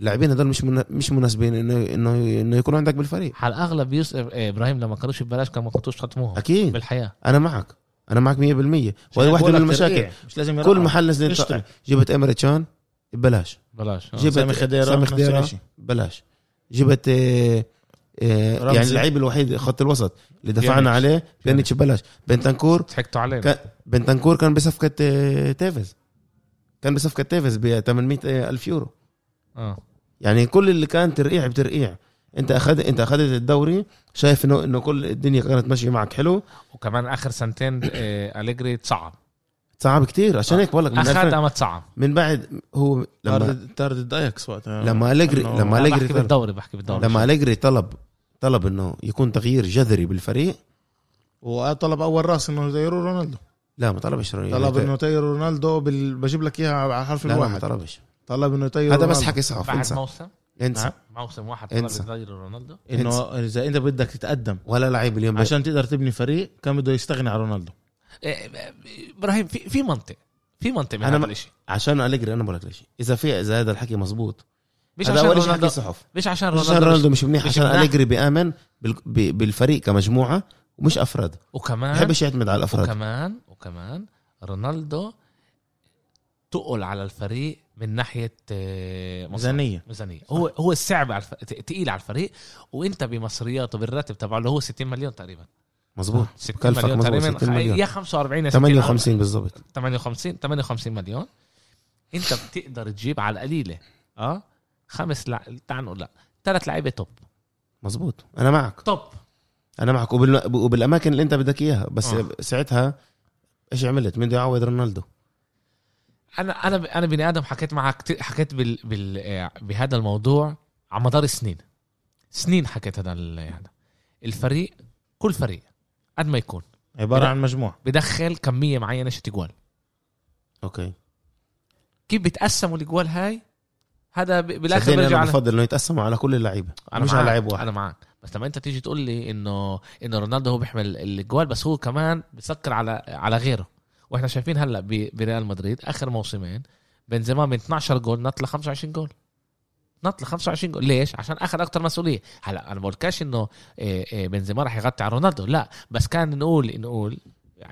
[SPEAKER 2] اللاعبين هذول مش منا- مش مناسبين انه انه انه يكونوا عندك بالفريق
[SPEAKER 1] على الاغلب يوسف إيه، ابراهيم لما كانوش ببلاش كان ما كنتوش ختموهم
[SPEAKER 2] اكيد
[SPEAKER 1] بالحياه
[SPEAKER 2] انا معك انا معك 100% وهي واحده من
[SPEAKER 3] بقولك
[SPEAKER 2] المشاكل
[SPEAKER 3] ترقيع. مش لازم
[SPEAKER 2] كل محل نزلت
[SPEAKER 3] قشطة.
[SPEAKER 2] جبت امري تشان ببلاش
[SPEAKER 1] بلاش آه.
[SPEAKER 2] جبت
[SPEAKER 3] سامي خضيرة،
[SPEAKER 2] سامي
[SPEAKER 3] نفس
[SPEAKER 2] خضيرة
[SPEAKER 3] الشيء.
[SPEAKER 2] ببلاش جبت آه، آه،
[SPEAKER 3] رمزي.
[SPEAKER 2] يعني اللعيب الوحيد خط الوسط اللي دفعنا
[SPEAKER 1] بيانيتش.
[SPEAKER 2] عليه بيانيتش ببلاش بنتنكور
[SPEAKER 1] ضحكتوا علينا
[SPEAKER 2] كان بنتنكور كان بصفقه آه، تيفز كان بصفقه تيفز ب 800 الف آه، يورو
[SPEAKER 1] اه
[SPEAKER 2] يعني كل اللي كان ترقيع بترقيع انت اخذ انت اخذت الدوري شايف انه انه كل الدنيا كانت ماشيه معك حلو
[SPEAKER 1] وكمان اخر سنتين إيه، اليجري تصعب
[SPEAKER 2] صعب كتير عشان هيك بقول لك من,
[SPEAKER 1] اخذ
[SPEAKER 2] 2000
[SPEAKER 1] اما تصعب
[SPEAKER 2] من بعد هو لما
[SPEAKER 3] طارد طارد دايكس وقتها
[SPEAKER 2] لما اليجري
[SPEAKER 3] إنه-
[SPEAKER 1] أنا
[SPEAKER 2] لما اليجري
[SPEAKER 1] بحكي
[SPEAKER 2] طلب
[SPEAKER 1] بالدوري بحكي بالدوري
[SPEAKER 2] لما اليجري طلب طلب انه يكون تغيير جذري بالفريق
[SPEAKER 3] وطلب اول راس انه يطيروا رونالدو
[SPEAKER 2] لا ما طلبش رأيي.
[SPEAKER 3] طلب
[SPEAKER 2] لا،
[SPEAKER 3] انه يطيروا رونالدو بال... بجيب لك اياها على حرف
[SPEAKER 2] إيه، لا ما
[SPEAKER 3] الواحد
[SPEAKER 2] طلبش
[SPEAKER 3] طلب انه يطيروا
[SPEAKER 2] هذا بس
[SPEAKER 3] رونالدو.
[SPEAKER 2] حكي صحف
[SPEAKER 1] بعد
[SPEAKER 2] انسى
[SPEAKER 1] موسم نعم.
[SPEAKER 2] انسى
[SPEAKER 1] موسم واحد طلع
[SPEAKER 2] انسى.
[SPEAKER 1] يغير رونالدو
[SPEAKER 3] انه اذا انت بدك تتقدم
[SPEAKER 2] ولا لعيب اليوم عشان
[SPEAKER 3] عشان تقدر تبني فريق كان بده يستغني عن رونالدو
[SPEAKER 1] ابراهيم إيه، في في منطق في منطق من
[SPEAKER 2] أنا
[SPEAKER 1] هذا
[SPEAKER 2] ما-
[SPEAKER 1] الشيء
[SPEAKER 2] عشان اليجري انا بقول لك ليش اذا في اذا هذا الحكي مزبوط
[SPEAKER 1] مش
[SPEAKER 2] هذا
[SPEAKER 1] عشان
[SPEAKER 2] اول شيء
[SPEAKER 1] رونالدو
[SPEAKER 2] حكي صحف
[SPEAKER 1] مش عشان
[SPEAKER 2] مش عشان رونالدو
[SPEAKER 1] رونالدو
[SPEAKER 2] مش منيح
[SPEAKER 1] مش
[SPEAKER 2] عشان
[SPEAKER 1] منيح.
[SPEAKER 2] أليجري بيآمن بال- ب- بالفريق كمجموعة ومش أفراد
[SPEAKER 1] وكمان
[SPEAKER 2] بحبش يعتمد على الأفراد
[SPEAKER 1] أه. وكمان وكمان رونالدو تقل على الفريق من ناحيه آه، مصاري.
[SPEAKER 3] ميزانيه
[SPEAKER 1] ميزانيه هو هو الصعب على الف... تقيل على الفريق وانت بمصرياته بالراتب تبعه اللي هو 60 مليون تقريبا
[SPEAKER 2] مزبوط
[SPEAKER 1] 60
[SPEAKER 2] كلفك
[SPEAKER 1] مليون
[SPEAKER 2] مظبوط،
[SPEAKER 1] تقريبا
[SPEAKER 2] 60 مليون.
[SPEAKER 1] يا 45 آه. يا آه. 60
[SPEAKER 2] 58 بالضبط
[SPEAKER 1] 58 58 مليون انت بتقدر تجيب على القليله اه خمس لع... تعال نقول لا ثلاث لعيبه توب
[SPEAKER 2] مزبوط أنا معك
[SPEAKER 1] توب
[SPEAKER 2] أنا معك وبال... وبالأماكن اللي أنت بدك إياها بس
[SPEAKER 1] آه.
[SPEAKER 2] ساعتها إيش عملت مين بده يعوض رونالدو
[SPEAKER 1] انا انا انا بني ادم حكيت معك كتير- حكيت بال, بال آه، بهذا الموضوع على مدار سنين سنين حكيت هذا ال- هذا الفريق كل فريق قد ما يكون
[SPEAKER 3] عباره
[SPEAKER 1] لا.
[SPEAKER 3] عن مجموعه
[SPEAKER 1] بدخل كميه معينه شت جوال
[SPEAKER 2] أوكي
[SPEAKER 1] كيف بتقسموا الاجوال هاي هذا ب- بالاخر
[SPEAKER 2] صدقني
[SPEAKER 1] برجع
[SPEAKER 2] أنا
[SPEAKER 1] على
[SPEAKER 2] بفضل إنه يتقسموا على كل اللعيبة
[SPEAKER 1] أنا
[SPEAKER 2] مش
[SPEAKER 1] معاك.
[SPEAKER 2] على لعيب واحد
[SPEAKER 1] انا معك بس لما انت تيجي تقول لي انه انه رونالدو هو بيحمل الجوال بس هو كمان بيسكر على على غيره واحنا شايفين هلا ب- بريال مدريد اخر موسمين بنزيما من 12 جول نط ل 25 جول نط ل 25 جول ليش؟ عشان اخذ اكثر مسؤوليه هلا انا ما بقولكش انه إيه، إيه، بنزيما راح يغطي على رونالدو لا بس كان نقول نقول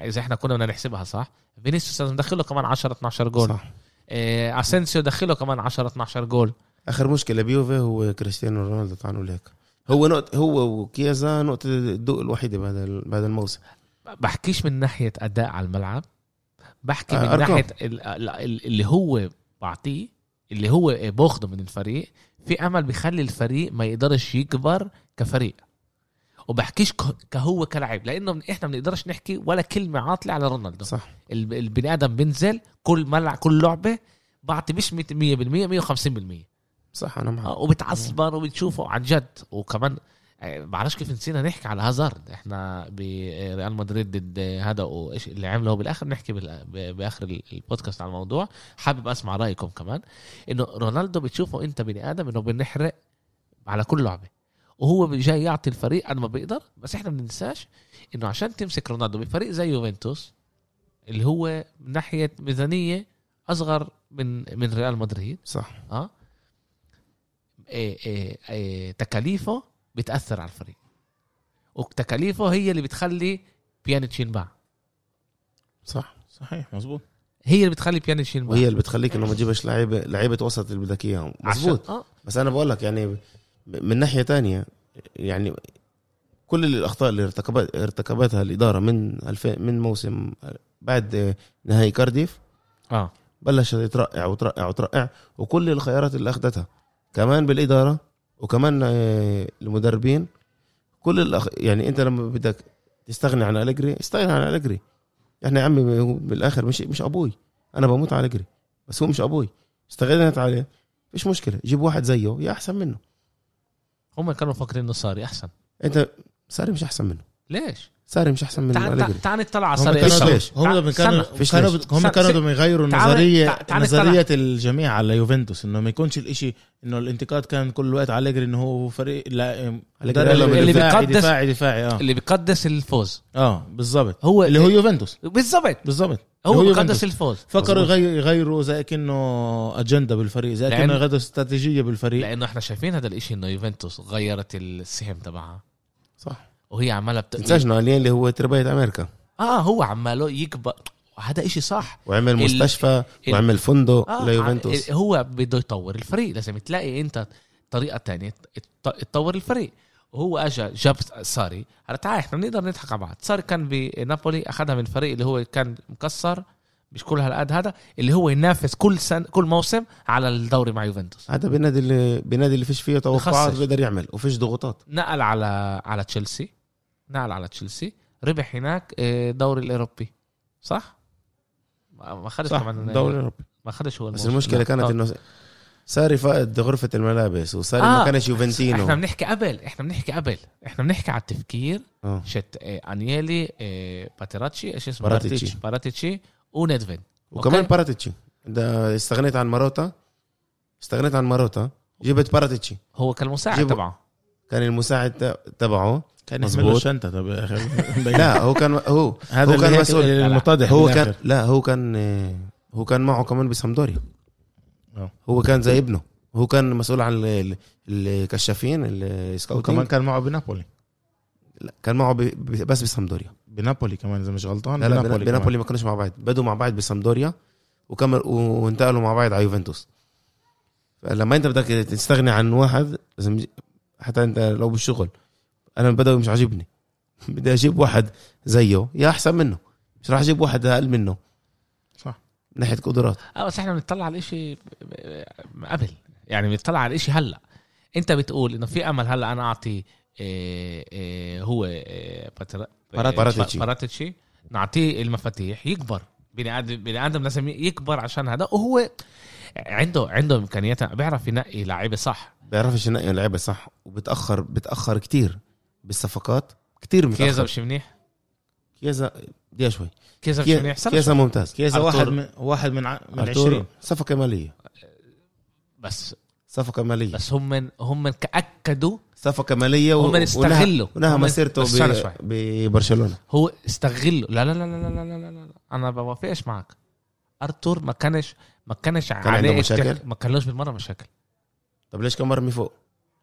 [SPEAKER 1] اذا احنا كنا بدنا نحسبها صح فينيسيوس لازم ندخله كمان 10 12 جول
[SPEAKER 2] صح.
[SPEAKER 1] إيه، اسينسيو دخله كمان 10 12 جول
[SPEAKER 2] اخر مشكله بيوفي هو كريستيانو رونالدو تعالوا نقول هيك هو نقطة هو وكيازا نقطة الضوء الوحيدة بهذا ال- بهذا الموسم
[SPEAKER 1] بحكيش من ناحيه اداء على الملعب بحكي من
[SPEAKER 2] آه، أرقام.
[SPEAKER 1] ناحيه ال- ال- اللي هو بعطيه اللي هو باخده من الفريق في امل بيخلي الفريق ما يقدرش يكبر كفريق وبحكيش ك- كهو كلاعب لانه من احنا ما بنقدرش نحكي ولا كلمه عاطله على رونالدو
[SPEAKER 2] صح
[SPEAKER 1] ال- البني ادم بينزل كل ملعب كل لعبه بعطي مش 100% 150%
[SPEAKER 2] صح انا معك
[SPEAKER 1] آه، وبتعصبر وبتشوفه عن جد وكمان آه، بعرفش كيف نسينا نحكي على هازارد احنا بريال مدريد ضد هذا وايش اللي عمله بالاخر نحكي بال- ب- باخر ال- البودكاست على الموضوع حابب اسمع رايكم كمان انه رونالدو بتشوفه انت بني ادم انه بنحرق على كل لعبه وهو جاي يعطي الفريق قد ما بيقدر بس احنا ما بننساش انه عشان تمسك رونالدو بفريق زي يوفنتوس اللي هو من ناحيه ميزانيه اصغر من من ريال مدريد
[SPEAKER 2] صح
[SPEAKER 1] اه إيه إيه إيه تكاليفه بتاثر على الفريق وتكاليفه هي اللي بتخلي بيانيتش ينباع
[SPEAKER 2] صح
[SPEAKER 3] صحيح مزبوط
[SPEAKER 1] هي اللي بتخلي بيانيتش ينباع
[SPEAKER 2] وهي اللي بتخليك انه ما تجيبش لعيبة لعيبة وسط اللي بدك اياهم مزبوط
[SPEAKER 1] عشان- اه
[SPEAKER 2] بس انا بقول لك يعني ب- من ناحية تانية يعني كل الاخطاء اللي ارتكبت ارتكبتها الادارة من الف... من موسم بعد نهائي كارديف
[SPEAKER 1] اه
[SPEAKER 2] بلشت ترقع وترقع وترقع وكل الخيارات اللي اخذتها كمان بالاداره وكمان آه، المدربين كل الأخ... يعني انت لما بدك تستغني عن اليجري استغني عن اليجري احنا يا عمي هو بالاخر مش مش ابوي انا بموت على اليجري بس هو مش ابوي استغنيت عليه مش مشكله جيب واحد زيه يا احسن منه
[SPEAKER 1] هم كانوا مفكرين انه صاري احسن
[SPEAKER 2] انت ساري مش احسن منه
[SPEAKER 1] ليش؟
[SPEAKER 2] ساري مش احسن من
[SPEAKER 1] تعال
[SPEAKER 2] اليجري
[SPEAKER 1] تعال- تعال نطلع على
[SPEAKER 3] هم
[SPEAKER 1] صاري
[SPEAKER 2] كانوا-
[SPEAKER 1] إيش.
[SPEAKER 2] ليش؟
[SPEAKER 3] كانوا هم بدهم كانوا
[SPEAKER 1] استنى،
[SPEAKER 2] فيش
[SPEAKER 3] كانوا
[SPEAKER 2] ليش.
[SPEAKER 3] بدهم- هم كانوا
[SPEAKER 1] استنى،
[SPEAKER 3] بدهم يغيروا
[SPEAKER 1] تعال-
[SPEAKER 3] النظريه
[SPEAKER 1] تعال- تعال
[SPEAKER 3] نظريه الجميع على يوفنتوس انه ما يكونش الاشي انه الانتقاد كان كل الوقت على اليجري انه هو فريق لا إيه،
[SPEAKER 2] أليجري
[SPEAKER 3] مدرب
[SPEAKER 1] اللي
[SPEAKER 3] دفاعي
[SPEAKER 1] بيقدس-
[SPEAKER 3] دفاعي دفاعي اه
[SPEAKER 1] اللي بيقدس الفوز
[SPEAKER 3] اه بالضبط
[SPEAKER 1] هو
[SPEAKER 3] اللي هو يوفنتوس
[SPEAKER 1] بالضبط
[SPEAKER 3] بالضبط
[SPEAKER 1] هو
[SPEAKER 3] هو
[SPEAKER 1] بيقدس
[SPEAKER 3] يوفنتوس.
[SPEAKER 1] الفوز
[SPEAKER 3] فكروا
[SPEAKER 2] مظبوط.
[SPEAKER 3] يغي- يغيروا زي كأنه اجنده بالفريق زي
[SPEAKER 1] لأن-
[SPEAKER 3] كأنه يغيروا استراتيجيه بالفريق
[SPEAKER 1] لانه احنا شايفين هذا الاشي انه يوفنتوس غيرت السهم تبعها
[SPEAKER 2] صح
[SPEAKER 1] وهي عماله بت...
[SPEAKER 2] تنساش انه الين اللي هو تربيه امريكا
[SPEAKER 1] اه هو عماله يكبر هذا اشي صح
[SPEAKER 2] وعمل
[SPEAKER 1] ال-
[SPEAKER 2] مستشفى
[SPEAKER 1] ال-
[SPEAKER 2] وعمل فندق
[SPEAKER 1] آه،
[SPEAKER 2] ليوفنتوس
[SPEAKER 1] ع- هو بده يطور الفريق لازم تلاقي انت طريقه تانية تط- تطور الفريق وهو اجى جاب ساري هلا تعال احنا بنقدر نضحك على بعض ساري كان بنابولي اخذها من فريق اللي هو كان مكسر مش كل هالقد هذا اللي هو ينافس كل سن كل موسم على الدوري مع يوفنتوس
[SPEAKER 2] هذا بنادي اللي بنادي اللي فيش فيه توقعات
[SPEAKER 1] بخسر.
[SPEAKER 2] بيقدر يعمل وفيش ضغوطات
[SPEAKER 1] نقل على على تشيلسي نقل على تشيلسي ربح هناك آه، دوري الاوروبي صح؟ ما ما خدش
[SPEAKER 2] صح
[SPEAKER 1] طبعا
[SPEAKER 2] دوري الاوروبي
[SPEAKER 1] ما خدش هو
[SPEAKER 2] بس
[SPEAKER 1] الموسم.
[SPEAKER 2] المشكله
[SPEAKER 1] يعني لا.
[SPEAKER 2] كانت
[SPEAKER 1] آه.
[SPEAKER 2] انه ساري فقد غرفه الملابس وساري
[SPEAKER 1] آه،
[SPEAKER 2] ما كانش
[SPEAKER 1] احنا
[SPEAKER 2] يوفنتينو
[SPEAKER 1] بنحكي قبل احنا بنحكي قبل احنا بنحكي على التفكير
[SPEAKER 2] آه.
[SPEAKER 1] شت آه، انيلي آه، باتيراتشي ايش اسمه
[SPEAKER 2] باراتيتشي.
[SPEAKER 1] باراتيتشي وندفن
[SPEAKER 2] وكمان
[SPEAKER 1] أوكي.
[SPEAKER 2] باراتيتشي ده استغنيت عن ماروتا استغنيت عن ماروتا جبت باراتيتشي
[SPEAKER 1] هو كان المساعد
[SPEAKER 2] جيبوا-
[SPEAKER 1] تبعه
[SPEAKER 2] كان المساعد ت- تبعه
[SPEAKER 3] كان
[SPEAKER 2] مظبوط.
[SPEAKER 3] يعمل شنطه طب يا اخي
[SPEAKER 2] لا هو كان هو
[SPEAKER 3] هذا
[SPEAKER 2] هو
[SPEAKER 3] اللي
[SPEAKER 2] كان
[SPEAKER 3] هيك
[SPEAKER 2] مسؤول.
[SPEAKER 3] المتضح
[SPEAKER 2] هو
[SPEAKER 3] بالآخر.
[SPEAKER 2] كان لا هو كان آه، هو كان معه كمان بسامدوريا
[SPEAKER 3] آه.
[SPEAKER 2] هو كان زي ابنه هو كان مسؤول عن ال- ال- الكشافين السكاوتينج
[SPEAKER 3] وكمان كان معه بنابولي
[SPEAKER 2] لا كان معه ب... ب... بس بسامدوريا
[SPEAKER 3] بنابولي كمان اذا مش غلطان
[SPEAKER 2] لا لا
[SPEAKER 3] بنابولي
[SPEAKER 2] بنا-
[SPEAKER 3] كمان.
[SPEAKER 2] بنابولي ما كانوش مع بعض بدوا مع بعض بسامدوريا وكمل و- وانتقلوا مع بعض على يوفنتوس فلما انت بدك تستغني عن واحد لازم يجي- حتى انت لو بالشغل انا البدوي مش عاجبني بدي اجيب واحد زيه يا احسن منه مش راح اجيب واحد اقل منه
[SPEAKER 3] صح.
[SPEAKER 2] من ناحيه قدرات
[SPEAKER 1] اه بس احنا بنطلع على الاشي ب- ب- قبل يعني بنطلع على الاشي هلا انت بتقول انه في امل هلا انا اعطي إيه إيه هو إيه باتر-
[SPEAKER 2] بارات- باراتيتشي.
[SPEAKER 1] باراتيتشي نعطيه المفاتيح يكبر بني ادم بني ادم لازم يكبر عشان هذا وهو عنده عنده امكانيات بيعرف ينقي لعيبه صح
[SPEAKER 2] بيعرفش ينقي اللعيبه صح وبتاخر بتاخر كتير بالصفقات كتير
[SPEAKER 1] كيزا طيب،
[SPEAKER 2] متاخر
[SPEAKER 1] مش منيح
[SPEAKER 2] كيزا دقيقه شوي
[SPEAKER 1] كيزا مش منيح
[SPEAKER 2] كي-
[SPEAKER 1] سنة
[SPEAKER 2] كيزا ممتاز
[SPEAKER 3] كيزا
[SPEAKER 1] أرتور.
[SPEAKER 3] واحد من واحد من ع- من
[SPEAKER 2] أرتور
[SPEAKER 3] 20
[SPEAKER 2] صفقه ماليه
[SPEAKER 1] بس
[SPEAKER 2] صفقه ماليه
[SPEAKER 1] بس هم من هم من كاكدوا
[SPEAKER 2] صفقه ماليه
[SPEAKER 1] هم استغلوا.
[SPEAKER 2] ونهى
[SPEAKER 1] هم
[SPEAKER 2] مسيرته
[SPEAKER 1] بس استنى
[SPEAKER 2] ب-
[SPEAKER 1] شوي.
[SPEAKER 2] ببرشلونه
[SPEAKER 1] هو استغله لا لا لا لا لا لا لا, لا. انا بوافقش معك ارتور ما كانش ما كانش
[SPEAKER 2] عنده
[SPEAKER 1] عليه
[SPEAKER 2] مشاكل؟
[SPEAKER 1] التح- ما كانلوش بالمره مشاكل
[SPEAKER 2] طب ليش كان مرمي فوق؟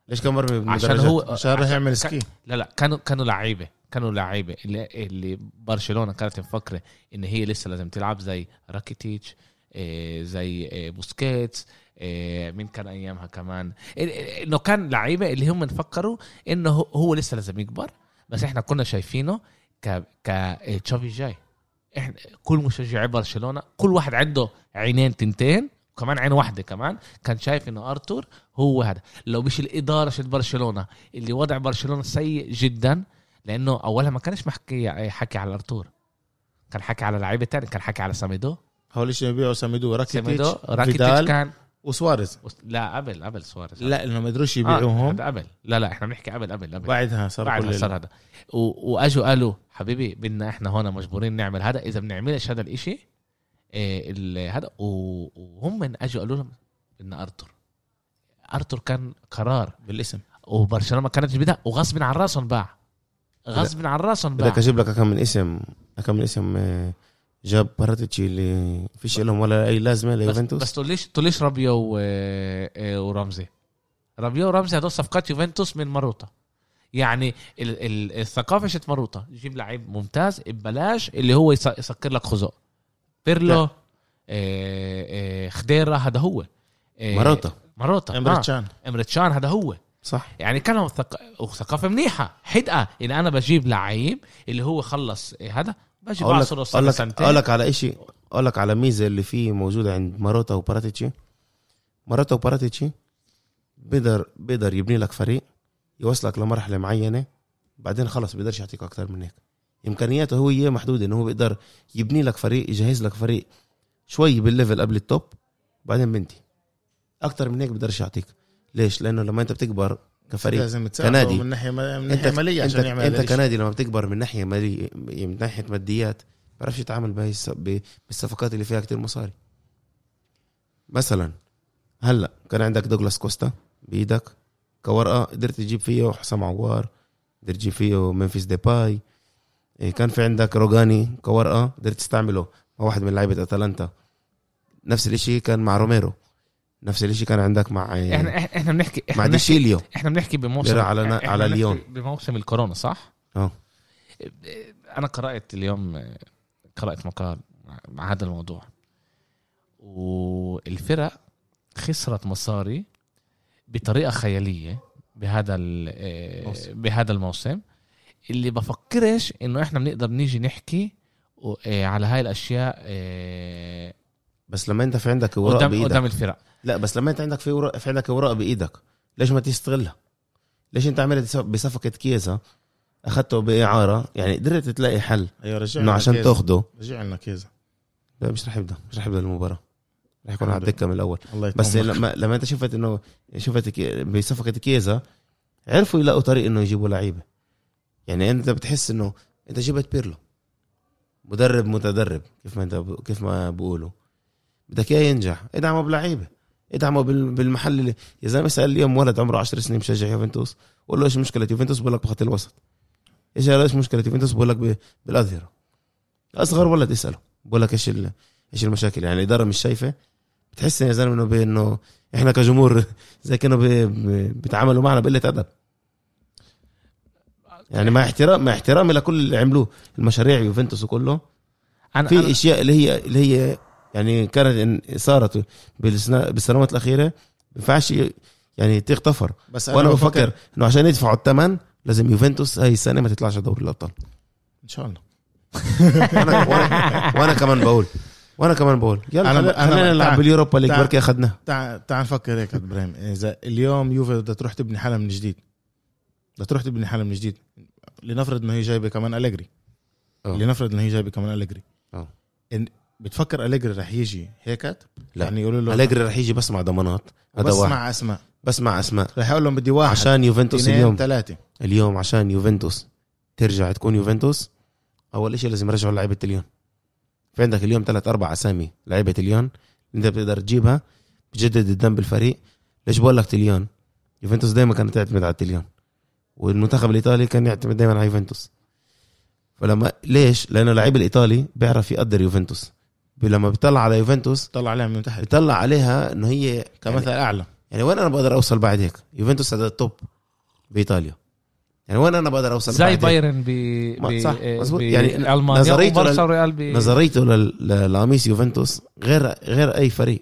[SPEAKER 2] ليش كان مرمي من
[SPEAKER 1] عشان
[SPEAKER 2] درجات؟
[SPEAKER 1] هو
[SPEAKER 3] عشان راح يعمل سكي
[SPEAKER 1] لا لا كانوا كانوا لعيبه كانوا لعيبه اللي, اللي برشلونه كانت مفكره ان هي لسه لازم تلعب زي راكيتيتش إيه، زي إيه، بوسكيتس إيه، مين كان ايامها كمان إيه، إيه، انه كان لعيبه اللي هم فكروا انه هو- هو لسه لازم يكبر بس احنا كنا شايفينه ك ك إيه، تشافي جاي احنا كل مشجعي برشلونه كل واحد عنده عينين تنتين وكمان عين واحده كمان كان شايف انه ارتور هو هذا لو مش الاداره של برشلونه اللي وضع برشلونه سيء جدا لانه اولها ما كانش محكي حكي على ارتور كان حكي على لعيبه تاني كان حكي على ساميدو
[SPEAKER 3] هول ايش يبيعوا ساميدو
[SPEAKER 1] ساميدو
[SPEAKER 3] راكيتيتش
[SPEAKER 1] راكيتيتش
[SPEAKER 3] فيدال
[SPEAKER 1] كان
[SPEAKER 3] وسواريز
[SPEAKER 1] لا قبل قبل سواريز
[SPEAKER 3] لا انه ما قدروش
[SPEAKER 1] آه،
[SPEAKER 3] يبيعوهم
[SPEAKER 1] هذا قبل لا لا احنا بنحكي قبل قبل قبل
[SPEAKER 3] بعدها صار
[SPEAKER 1] بعد ما
[SPEAKER 3] كل ال-
[SPEAKER 1] صار هذا و- واجوا قالوا حبيبي بدنا احنا هون مجبورين نعمل هذا اذا بنعملش هذا الاشي إيه، ال- هذا و- وهم من اجوا قالوا لهم بدنا ارتور ارتور كان قرار
[SPEAKER 3] بالاسم
[SPEAKER 1] وبرشلونه ما كانتش بدها وغصب عن راسه انباع غصب عن راسه انباع
[SPEAKER 2] بدك اجيب لك كم من اسم كم من اسم آه، جاب باراتيتشي اللي فيش لهم ولا اي لازمه
[SPEAKER 1] بس,
[SPEAKER 2] ليوفنتوس
[SPEAKER 1] بس تقوليش تقوليش رابيو و... آه، ورمزي رابيو ورمزي هدول صفقات يوفنتوس من ماروتا يعني ال... ال... الثقافه شت ماروتا جيب لعيب ممتاز ببلاش اللي هو يس... يسكر لك خزق بيرلو آه، آه، خديرة هذا هو آه،
[SPEAKER 2] مراتا
[SPEAKER 1] ماروتا امرتشان
[SPEAKER 3] امرتشان
[SPEAKER 1] آه. إمرتشان هذا هو
[SPEAKER 2] صح
[SPEAKER 1] يعني كانوا ثق... وثقافه منيحه حدقه ان انا بجيب لعيب اللي هو خلص إيه هذا بجي
[SPEAKER 2] اقول لك
[SPEAKER 1] بعصره
[SPEAKER 2] اقول
[SPEAKER 1] سنه
[SPEAKER 2] لك اقول
[SPEAKER 1] سنتين
[SPEAKER 2] لك على شيء اقول لك على ميزه اللي فيه موجوده عند ماروتا وباراتيتشي ماروتا وباراتيتشي بيقدر بيقدر يبني لك فريق يوصلك لمرحله معينه بعدين خلص بيقدرش يعطيك اكثر من هيك امكانياته هو هي محدوده انه هو بيقدر يبني لك فريق يجهز لك فريق شوي بالليفل قبل التوب بعدين بنتي اكثر من هيك بيقدرش يعطيك ليش لانه لما انت بتكبر كفريق
[SPEAKER 3] لازم تساعده
[SPEAKER 2] كنادي.
[SPEAKER 3] من ناحيه من
[SPEAKER 2] انت
[SPEAKER 3] ناحيه ماليه
[SPEAKER 2] انت,
[SPEAKER 3] عشان يعمل هذا
[SPEAKER 2] انت
[SPEAKER 3] الإشي.
[SPEAKER 2] كنادي لما بتكبر من ناحيه ماليه من ناحيه ماديات ما بعرفش يتعامل بهي الس- ب- بالصفقات اللي فيها كتير مصاري مثلا هلا كان عندك دوغلاس كوستا بايدك كورقه قدرت تجيب فيه حسام عوار قدرت تجيب فيه منفيس ديباي إيه، كان في عندك روجاني كورقه قدرت تستعمله هو واحد من لعيبه اتلانتا نفس الاشي كان مع روميرو نفس الاشي كان عندك مع إيه،
[SPEAKER 1] احنا إح- احنا بنحكي
[SPEAKER 2] مع
[SPEAKER 1] احنا بنحكي,
[SPEAKER 2] ديشيليو
[SPEAKER 1] احنا بنحكي بموسم
[SPEAKER 2] بيرا على نا-
[SPEAKER 1] إحنا
[SPEAKER 2] على
[SPEAKER 1] بنحكي
[SPEAKER 2] ليون.
[SPEAKER 1] بموسم الكورونا صح؟
[SPEAKER 2] اه
[SPEAKER 1] انا قرات اليوم قرات مقال مع هذا الموضوع والفرق خسرت مصاري بطريقه خياليه بهذا ال-
[SPEAKER 3] موسم.
[SPEAKER 1] بهذا الموسم اللي بفكرش انه احنا بنقدر نيجي نحكي و- إيه، على هاي الاشياء آه،
[SPEAKER 2] بس لما انت في عندك اوراق
[SPEAKER 1] قدام
[SPEAKER 2] بايدك
[SPEAKER 1] قدام الفرق
[SPEAKER 2] لا بس لما انت عندك في اوراق في عندك اوراق بايدك ليش ما تستغلها؟ ليش انت عملت صف- بصفقه كيزا اخذته باعاره يعني قدرت تلاقي حل
[SPEAKER 3] ايوه رجع
[SPEAKER 2] انه
[SPEAKER 3] لنا
[SPEAKER 2] عشان
[SPEAKER 3] كيزا.
[SPEAKER 2] تاخده
[SPEAKER 3] رجع لنا كيزا
[SPEAKER 2] لا مش رح يبدا مش رح يبدا المباراه رح يكون
[SPEAKER 3] الحمد
[SPEAKER 2] على الدكه من الاول
[SPEAKER 3] الله
[SPEAKER 2] بس
[SPEAKER 3] يطمنك.
[SPEAKER 2] لما لما انت شفت انه شفت كي- بصفقه كيزا عرفوا يلاقوا طريق انه يجيبوا لعيبه يعني انت بتحس انه انت جبت بيرلو مدرب متدرب كيف ما انت كيف ما بقولوا بدك اياه ينجح ادعمه بلعيبه ادعمه بال- بالمحل اللي يا زلمه اسال اليوم ولد عمره 10 سنين مشجع يوفنتوس قول له ايش مشكله يوفنتوس بقول لك بخط الوسط ايش ايش مشكله يوفنتوس بقول لك ب- بالاظهره اصغر ولد اساله بقول لك ايش ال- ايش المشاكل يعني الاداره مش شايفه بتحس يا زلمه انه ب- انه احنا كجمهور زي كانوا ب- ب- بيتعاملوا معنا بقله ادب يعني مع احترام مع احترامي لكل اللي عملوه المشاريع يوفنتوس وكله
[SPEAKER 1] انا
[SPEAKER 2] في
[SPEAKER 1] أنا-
[SPEAKER 2] اشياء اللي هي اللي هي يعني كانت إن- صارت بالسنا- بالسنوات الاخيره ما ينفعش ي- يعني تغتفر
[SPEAKER 3] بس
[SPEAKER 2] وانا بفكر انه عشان يدفعوا الثمن لازم يوفنتوس هاي السنه ما تطلعش دوري الابطال
[SPEAKER 4] ان شاء الله
[SPEAKER 2] وانا وانا, وأنا كمان بقول وانا كمان بقول يلا
[SPEAKER 3] أنا-
[SPEAKER 2] خلينا-
[SPEAKER 3] أنا-
[SPEAKER 2] خلينا نلعب
[SPEAKER 3] تعال-
[SPEAKER 2] باليوروبا ليج
[SPEAKER 3] تعال.
[SPEAKER 2] بركي اخذناها
[SPEAKER 3] تعال تعال نفكر هيك يا ابراهيم اذا اليوم يوفي بدها تروح تبني حالها من جديد بدها تروح تبني حالها من جديد لنفرض انه هي جايبه كمان اليجري
[SPEAKER 2] آه.
[SPEAKER 3] لنفرض انه هي جايبه كمان اليجري
[SPEAKER 2] آه.
[SPEAKER 3] إن بتفكر اليجري رح يجي هيك
[SPEAKER 2] لا.
[SPEAKER 3] يعني يقولوا له
[SPEAKER 2] أليجري رح يجي بس مع ضمانات هذا
[SPEAKER 3] بس
[SPEAKER 2] واحد
[SPEAKER 3] مع اسماء
[SPEAKER 2] بس مع اسماء
[SPEAKER 3] رح اقول لهم بدي واحد
[SPEAKER 2] عشان يوفنتوس
[SPEAKER 3] اثنين
[SPEAKER 2] اليوم
[SPEAKER 3] ثلاثه
[SPEAKER 2] اليوم عشان يوفنتوس ترجع تكون يوفنتوس اول شيء لازم يرجعوا لعيبه اليون في عندك اليوم ثلاث اربع اسامي لعيبه اليون انت بتقدر تجيبها بتجدد الدم بالفريق ليش بقول لك تليون يوفنتوس دائما كانت تعتمد على التليون والمنتخب الايطالي كان يعتمد دائما على يوفنتوس فلما ليش لانه اللعيب الايطالي بيعرف يقدر يوفنتوس لما بيطلع على يوفنتوس
[SPEAKER 3] طلع عليها من تحت
[SPEAKER 2] بيطلع عليها انه هي
[SPEAKER 3] كمثل اعلى
[SPEAKER 2] يعني وين انا بقدر اوصل بعد هيك؟ يوفنتوس هذا التوب بايطاليا يعني وين انا بقدر اوصل
[SPEAKER 1] زي
[SPEAKER 2] بعد هيك؟
[SPEAKER 1] بايرن ب ب-
[SPEAKER 2] صح،
[SPEAKER 1] آه،
[SPEAKER 2] مظبوط.
[SPEAKER 1] ب-
[SPEAKER 2] يعني
[SPEAKER 1] المانيا
[SPEAKER 2] نظريته
[SPEAKER 1] وبارسا
[SPEAKER 2] لل-
[SPEAKER 1] وريال ب
[SPEAKER 2] نظريته لل- لل- لقميص يوفنتوس غير غير اي فريق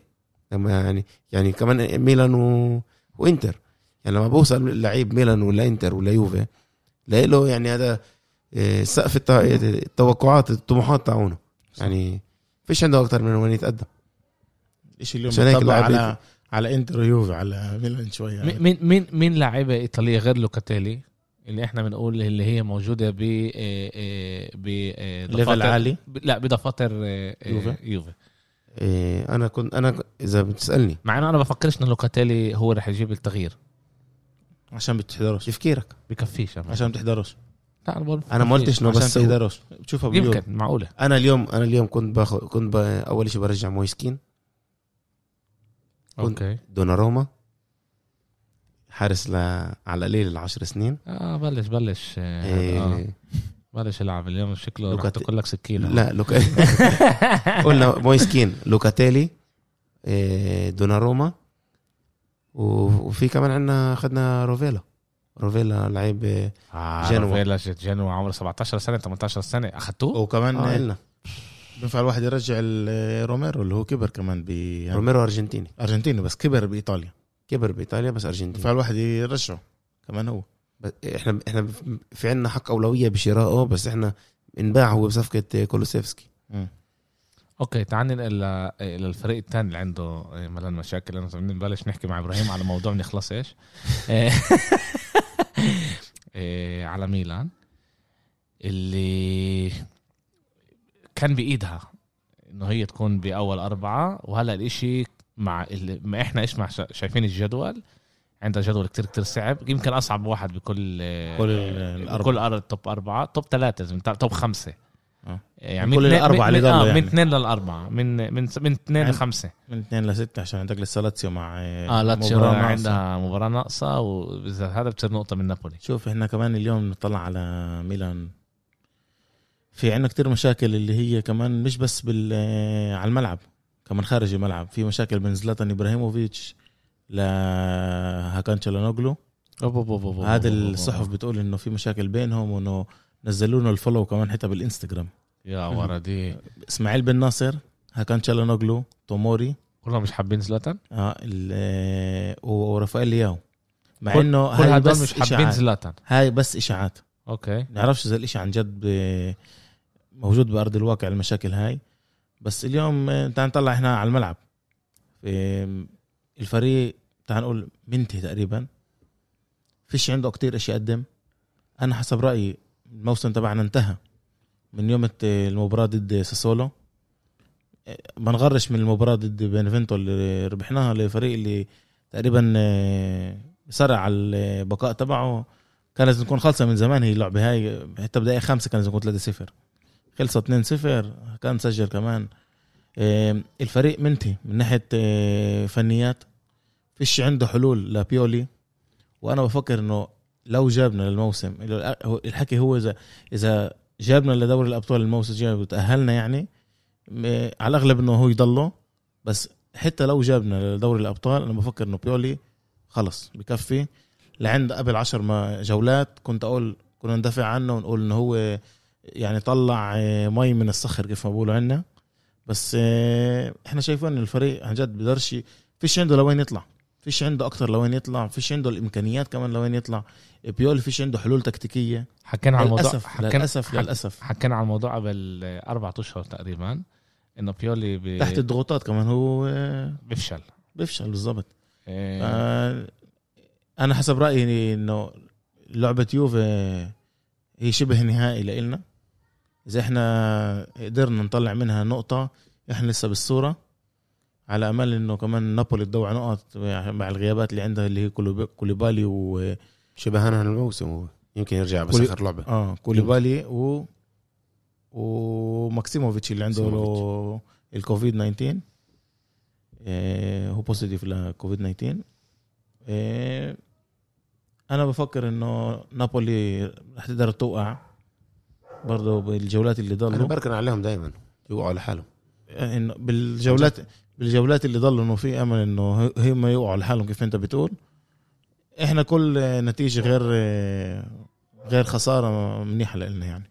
[SPEAKER 2] لما يعني يعني كمان ميلان و... وانتر يعني لما بوصل لعيب ميلان ولا انتر ولا يوفي لاقي له يعني هذا آه، سقف الت- التوقعات الطموحات تاعونه يعني فيش عنده اكتر من وين يتقدم
[SPEAKER 3] الشيء اليوم
[SPEAKER 2] عشان هيك
[SPEAKER 3] بتطلع
[SPEAKER 2] اللاعب
[SPEAKER 3] على على انتر ويوفي على ميلان يعني. شويه
[SPEAKER 1] مين- مين مين مين لعيبه ايطاليه غير لوكاتيلي اللي احنا بنقول اللي هي موجوده ب آه، آه، ب آه،
[SPEAKER 4] ليفل
[SPEAKER 1] دفاتر-
[SPEAKER 4] عالي
[SPEAKER 1] ب- لا بدفاتر آه، آه،
[SPEAKER 4] يوفي.
[SPEAKER 1] يوفي
[SPEAKER 2] آه، انا كنت انا ك- اذا بتسالني
[SPEAKER 1] مع انه انا بفكرش انه لوكاتيلي هو رح يجيب التغيير
[SPEAKER 3] عشان بتحضروش
[SPEAKER 2] تفكيرك
[SPEAKER 1] بكفيش أنا.
[SPEAKER 3] عشان بتحضروش
[SPEAKER 1] لا انا بقول
[SPEAKER 2] انا ما قلتش انه
[SPEAKER 3] عشان
[SPEAKER 2] بس هو-
[SPEAKER 3] تحضروش بتشوفها باليوم
[SPEAKER 1] يمكن معقوله
[SPEAKER 2] انا اليوم انا اليوم كنت باخذ كنت ب... اول شيء برجع مويسكين كنت-
[SPEAKER 1] اوكي
[SPEAKER 2] دوناروما حارس ل... على قليل العشر سنين
[SPEAKER 1] اه بلش بلش آه، آه.
[SPEAKER 2] إيه...
[SPEAKER 1] بلش العب اليوم شكله رح
[SPEAKER 2] لوكاتي-
[SPEAKER 1] تاكل لك سكينه
[SPEAKER 2] لا لوكا... قلنا مويسكين لوكاتيلي إيه... دوناروما و... وفي كمان عندنا اخذنا روفيلا روفيلا لعيب
[SPEAKER 1] آه،
[SPEAKER 2] جنوا.
[SPEAKER 1] رافيلا جت جنوا عمره 17 سنه 18 سنه اخذتوه
[SPEAKER 3] وكمان
[SPEAKER 2] آه، إلنا.
[SPEAKER 3] بينفع الواحد يرجع ال- روميرو اللي هو كبر كمان ب
[SPEAKER 2] روميرو ارجنتيني
[SPEAKER 3] ارجنتيني بس كبر بايطاليا
[SPEAKER 2] كبر بايطاليا بس ارجنتيني
[SPEAKER 3] بينفع الواحد يرجعه كمان هو
[SPEAKER 2] بس احنا احنا في عندنا حق اولويه بشرائه بس احنا انباع هو بصفقه كولوسيفسكي
[SPEAKER 1] اوكي تعال ننقل ل- للفريق الثاني اللي عنده إيه، ملان مشاكل لازم نبلش نحكي مع ابراهيم على موضوع نخلص ايش إيه، إيه، على ميلان اللي كان بايدها انه هي تكون باول اربعه وهلا الاشي مع اللي ما احنا ايش مع شا- شايفين الجدول عندها جدول كتير كتير صعب يمكن اصعب واحد بكل آه،
[SPEAKER 3] كل ال- الأربعة.
[SPEAKER 1] كل أر- توب اربعه توب ثلاثه لازم تع- توب خمسه
[SPEAKER 3] آه.
[SPEAKER 1] يعني
[SPEAKER 3] من
[SPEAKER 1] من
[SPEAKER 3] كل
[SPEAKER 1] اتنين-
[SPEAKER 3] الأربعة
[SPEAKER 1] من-
[SPEAKER 3] اللي
[SPEAKER 1] آه،
[SPEAKER 3] ضلوا يعني.
[SPEAKER 1] من اثنين للاربعه من من من اثنين
[SPEAKER 3] يعني-
[SPEAKER 1] لخمسه
[SPEAKER 3] من اثنين لستة عشان عندك لسه لاتسيو مع
[SPEAKER 1] اه لاتسيو
[SPEAKER 3] مباراة ناقصة.
[SPEAKER 1] عندها مباراه ناقصه وإذا هذا بتصير نقطه من نابولي
[SPEAKER 3] شوف احنا كمان اليوم نطلع على ميلان في عندنا كتير مشاكل اللي هي كمان مش بس بال آه، على الملعب كمان خارج الملعب في مشاكل بين زلاتان ابراهيموفيتش لهاكان تشالانوغلو
[SPEAKER 1] أوب أوب أوب أوب
[SPEAKER 3] هذا
[SPEAKER 1] أوب أوب أوب.
[SPEAKER 3] الصحف بتقول انه في مشاكل بينهم وانه نزلوا له الفولو كمان حتى بالانستغرام
[SPEAKER 1] يا وردي
[SPEAKER 3] اسماعيل بن ناصر هاكان تشالانوغلو توموري
[SPEAKER 1] كلهم مش حابين زلاتان
[SPEAKER 3] اه ال- آه، ورافائيل لياو مع
[SPEAKER 1] كل-
[SPEAKER 3] انه
[SPEAKER 1] كل
[SPEAKER 3] هاي
[SPEAKER 1] هدول
[SPEAKER 3] آه، بس
[SPEAKER 1] مش حابين
[SPEAKER 3] اشاعات
[SPEAKER 1] زلاتان
[SPEAKER 3] هاي بس اشاعات
[SPEAKER 1] اوكي
[SPEAKER 3] نعرفش اذا الاشي عن جد ب- موجود بارض الواقع المشاكل هاي بس اليوم آه، تعال نطلع احنا على الملعب آم، الفريق تعال نقول منتهي تقريبا فيش عنده كتير اشي يقدم انا حسب رايي الموسم تبعنا انتهى من يوم الت- المباراه ضد ساسولو آه، ما نغرش من المباراه ضد بينفنتو اللي ربحناها لفريق اللي تقريبا آه، سرع على البقاء تبعه كان لازم تكون خالصه من زمان هي اللعبه هاي حتى بدايه خمسه كان لازم تكون 3-0 خلصت 2-0 كان سجل كمان آم، الفريق منتهي من ناحيه آه، فنيات فيش عنده حلول لبيولي وانا بفكر انه لو جابنا للموسم إنه هو- الحكي هو اذا اذا جابنا لدوري الابطال الموسم الجاي وتاهلنا يعني م- على الاغلب انه هو يضله بس حتى لو جابنا لدوري الابطال انا بفكر انه بيولي خلص بكفي لعند قبل عشر ما جولات كنت اقول كنا ندافع عنه ونقول انه هو يعني طلع آه، مي من الصخر كيف ما بقولوا عنا بس آه، احنا شايفين ان الفريق عن جد بقدرش فيش عنده لوين يطلع فيش عنده اكتر لوين يطلع فيش عنده الامكانيات كمان لوين يطلع بيولي فيش عنده حلول تكتيكيه
[SPEAKER 1] حكينا على الموضوع
[SPEAKER 3] للاسف
[SPEAKER 1] نعم، حكينا
[SPEAKER 3] للاسف
[SPEAKER 1] حك-
[SPEAKER 3] للاسف
[SPEAKER 1] حكينا على الموضوع قبل اربع اشهر تقريبا انه بيولي بي-
[SPEAKER 3] تحت الضغوطات كمان هو آه،
[SPEAKER 1] بيفشل
[SPEAKER 3] بيفشل بالضبط
[SPEAKER 1] إيه،
[SPEAKER 3] آه، انا حسب رايي انه لعبه يوفي هي شبه نهائي لإلنا اذا احنا قدرنا نطلع منها نقطه احنا لسه بالصوره على امل انه كمان نابولي تدوع نقط مع الغيابات اللي عندها اللي هي كولوب- كوليبالي و
[SPEAKER 2] شبهنا الموسم هو يمكن يرجع بس
[SPEAKER 3] كل-
[SPEAKER 2] اخر لعبه
[SPEAKER 3] اه كوليبالي و وماكسيموفيتش اللي عنده له الكوفيد 19 آه، هو بوزيتيف لكوفيد 19 آه، انا بفكر انه نابولي رح تقدر توقع برضه بالجولات اللي
[SPEAKER 2] انا
[SPEAKER 3] ضلوا
[SPEAKER 2] بركن عليهم دائما يوقعوا لحالهم
[SPEAKER 3] آه، إنه بالجولات بالجولات اللي ضلوا انه في امل انه ه- هم يوقعوا لحالهم كيف انت بتقول احنا كل آه، نتيجه غير آه، غير خساره منيحه لنا يعني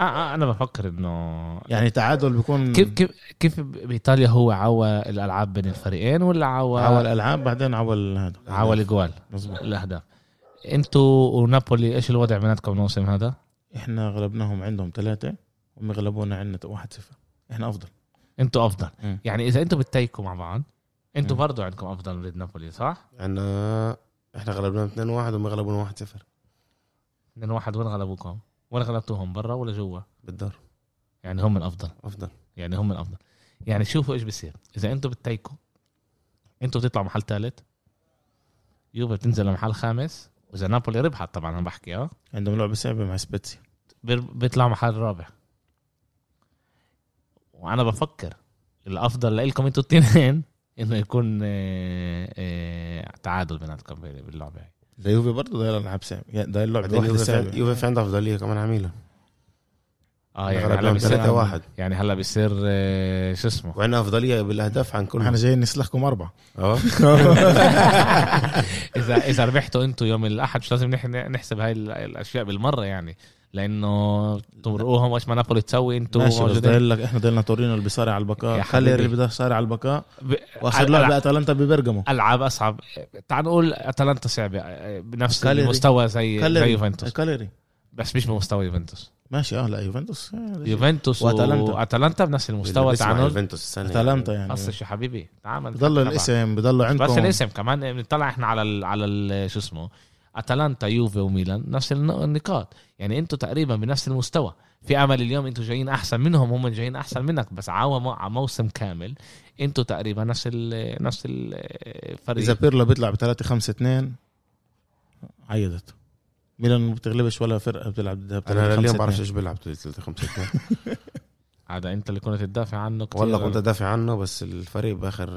[SPEAKER 1] آه، آه، انا بفكر انه
[SPEAKER 3] يعني تعادل بيكون
[SPEAKER 1] كيف كيف كيف بايطاليا هو عوى الالعاب بين الفريقين ولا عوى
[SPEAKER 3] عوى الالعاب بعدين عوى هذا
[SPEAKER 1] عوى الاجوال
[SPEAKER 3] مظبوط
[SPEAKER 1] الاهداف انتوا ونابولي ايش الوضع بيناتكم الموسم هذا؟
[SPEAKER 3] احنا غلبناهم عندهم ثلاثه هم غلبونا عندنا 1 0 احنا افضل
[SPEAKER 1] انتوا افضل
[SPEAKER 3] مم.
[SPEAKER 1] يعني اذا انتوا بتتيكوا مع بعض انتوا
[SPEAKER 3] مم.
[SPEAKER 1] برضه عندكم افضل من نابولي صح؟
[SPEAKER 2] عندنا احنا غلبناهم 2-1 وهم غلبونا 1-0
[SPEAKER 1] 2 واحد وين غلبوكم؟ وين غلبتوهم برا ولا جوا؟
[SPEAKER 2] بالدار
[SPEAKER 1] يعني هم الافضل
[SPEAKER 2] افضل
[SPEAKER 1] يعني هم الافضل يعني شوفوا ايش بصير اذا انتوا بتتيكوا انتوا بتطلعوا محل ثالث يوفي بتنزل لمحل خامس واذا نابولي ربحت طبعا انا بحكي اه
[SPEAKER 3] عندهم لعبه صعبه مع سبيتسي
[SPEAKER 1] بير- بيطلعوا محل رابع وانا بفكر الافضل لكم انتوا الاثنين انه يكون آه، آه، تعادل بيناتكم بال- باللعبه هاي
[SPEAKER 3] ده يوفي برضه ده العاب صعبه يعني ده اللعبه
[SPEAKER 2] بعدين
[SPEAKER 3] واحده
[SPEAKER 2] يوفي في-
[SPEAKER 3] صعبه
[SPEAKER 2] يوفي في عنده افضليه كمان على ميلان
[SPEAKER 1] اه يعني هلا
[SPEAKER 2] غلبناهم
[SPEAKER 1] بيصير
[SPEAKER 2] 3-1
[SPEAKER 1] يعني هلا بيصير آه، شو اسمه
[SPEAKER 2] وعندنا افضليه بالاهداف عن
[SPEAKER 3] احنا
[SPEAKER 2] كل
[SPEAKER 3] جايين نسلخكم اربعه
[SPEAKER 2] اه
[SPEAKER 1] اذا اذا ربحتوا انتوا يوم الاحد مش لازم نح- نحسب هاي ال- الاشياء بالمره يعني لانه تمرقوهم وايش ما نابولي تسوي انتوا
[SPEAKER 3] ماشي بس
[SPEAKER 1] موجودين
[SPEAKER 3] ضايل لك احنا ضايلنا تورينو اللي بيصارع على
[SPEAKER 1] يا
[SPEAKER 3] البقاء
[SPEAKER 1] حبيبي.
[SPEAKER 3] خلي اللي بده يصارع على البقاء
[SPEAKER 1] ب-
[SPEAKER 3] واخر
[SPEAKER 1] ألعب-
[SPEAKER 3] لعبه اتلانتا ببرجمو
[SPEAKER 1] العاب اصعب تعال نقول اتلانتا صعبه آه، بنفس
[SPEAKER 3] كاليري.
[SPEAKER 1] المستوى زي زي
[SPEAKER 3] كاليري
[SPEAKER 1] يوفنتوس
[SPEAKER 3] كاليري
[SPEAKER 1] بس مش بمستوى يوفنتوس
[SPEAKER 3] ماشي اه لا يوفنتوس آه،
[SPEAKER 1] يوفنتوس
[SPEAKER 3] وأتلانتا.
[SPEAKER 1] واتلانتا بنفس المستوى تعال نقول
[SPEAKER 2] يوفنتوس السنه
[SPEAKER 3] اتلانتا يعني
[SPEAKER 1] قصش يا حبيبي تعامل
[SPEAKER 3] بضل
[SPEAKER 1] طبعاً.
[SPEAKER 3] الاسم بضل
[SPEAKER 1] مش بس
[SPEAKER 3] عندكم
[SPEAKER 1] الاسم كمان إيه، بنطلع احنا على ال على ال شو اسمه اتلانتا يوفي وميلان نفس الن- النقاط يعني انتوا تقريبا بنفس المستوى في امل اليوم انتوا جايين احسن منهم هم جايين احسن منك بس عوا مو- على موسم كامل انتوا تقريبا نفس ال نفس الفريق
[SPEAKER 3] اذا بيرلو بيطلع ب 3 5 2 عيدت ميلان ما بتغلبش ولا فرقه بتلعب ضدها ب
[SPEAKER 2] انا
[SPEAKER 3] 3
[SPEAKER 2] لليوم
[SPEAKER 3] 5
[SPEAKER 2] بعرفش
[SPEAKER 3] 2.
[SPEAKER 2] ايش بيلعب 3 5 2
[SPEAKER 1] هذا انت اللي كنت تدافع عنه كتير
[SPEAKER 2] والله كنت ادافع عنه بس الفريق باخر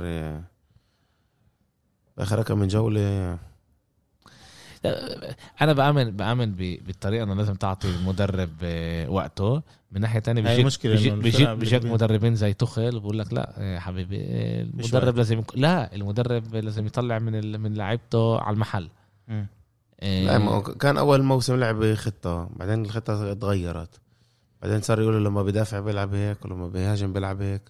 [SPEAKER 2] باخر كم من جوله
[SPEAKER 1] انا بامن بامن ب- بالطريقه انه لازم تعطي المدرب آه، وقته من ناحيه تانية
[SPEAKER 3] هاي
[SPEAKER 1] بيجيك
[SPEAKER 3] مشكلة
[SPEAKER 1] بيجيك,
[SPEAKER 3] إنه
[SPEAKER 1] بيجيك,
[SPEAKER 3] الفرق
[SPEAKER 1] بيجيك
[SPEAKER 3] بين-
[SPEAKER 1] مدربين زي تخل بقول لك لا يا حبيبي آه،
[SPEAKER 3] فيش
[SPEAKER 1] المدرب لازم يكون لا المدرب لازم يطلع من ال... من لعيبته على المحل
[SPEAKER 3] مم.
[SPEAKER 1] آه،
[SPEAKER 2] لا ما هو كان اول موسم لعب خطه بعدين الخطه اتغيرت بعدين صار يقولوا لما بدافع بيلعب هيك ولما بيهاجم بيلعب هيك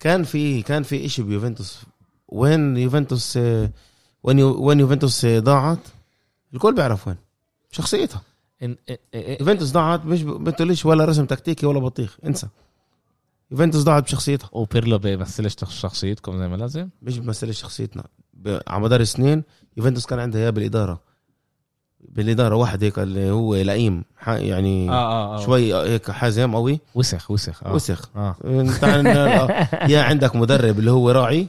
[SPEAKER 2] كان في كان في إشي بيوفنتوس وين يوفنتوس آه، وين يو وين يوفنتوس آه، ضاعت الكل بيعرف وين شخصيتها
[SPEAKER 1] إن- إن- إن-
[SPEAKER 2] يوفنتوس ضاعت مش ما تقوليش ولا رسم تكتيكي ولا بطيخ انسى يوفنتوس ضاعت بشخصيتها
[SPEAKER 1] وبيرلو بيمثلش شخصيتكم زي ما لازم
[SPEAKER 2] مش بتمثلش شخصيتنا ب- على مدار سنين يوفنتوس كان عندها اياه بالاداره بالاداره واحد هيك اللي هو لئيم ح- يعني آه
[SPEAKER 1] اه
[SPEAKER 2] شوي هيك حازم قوي
[SPEAKER 1] وسخ وسخ
[SPEAKER 2] آه
[SPEAKER 1] اه
[SPEAKER 2] وسخ
[SPEAKER 1] اه
[SPEAKER 2] تعال ن- آه، يا عندك مدرب اللي هو راعي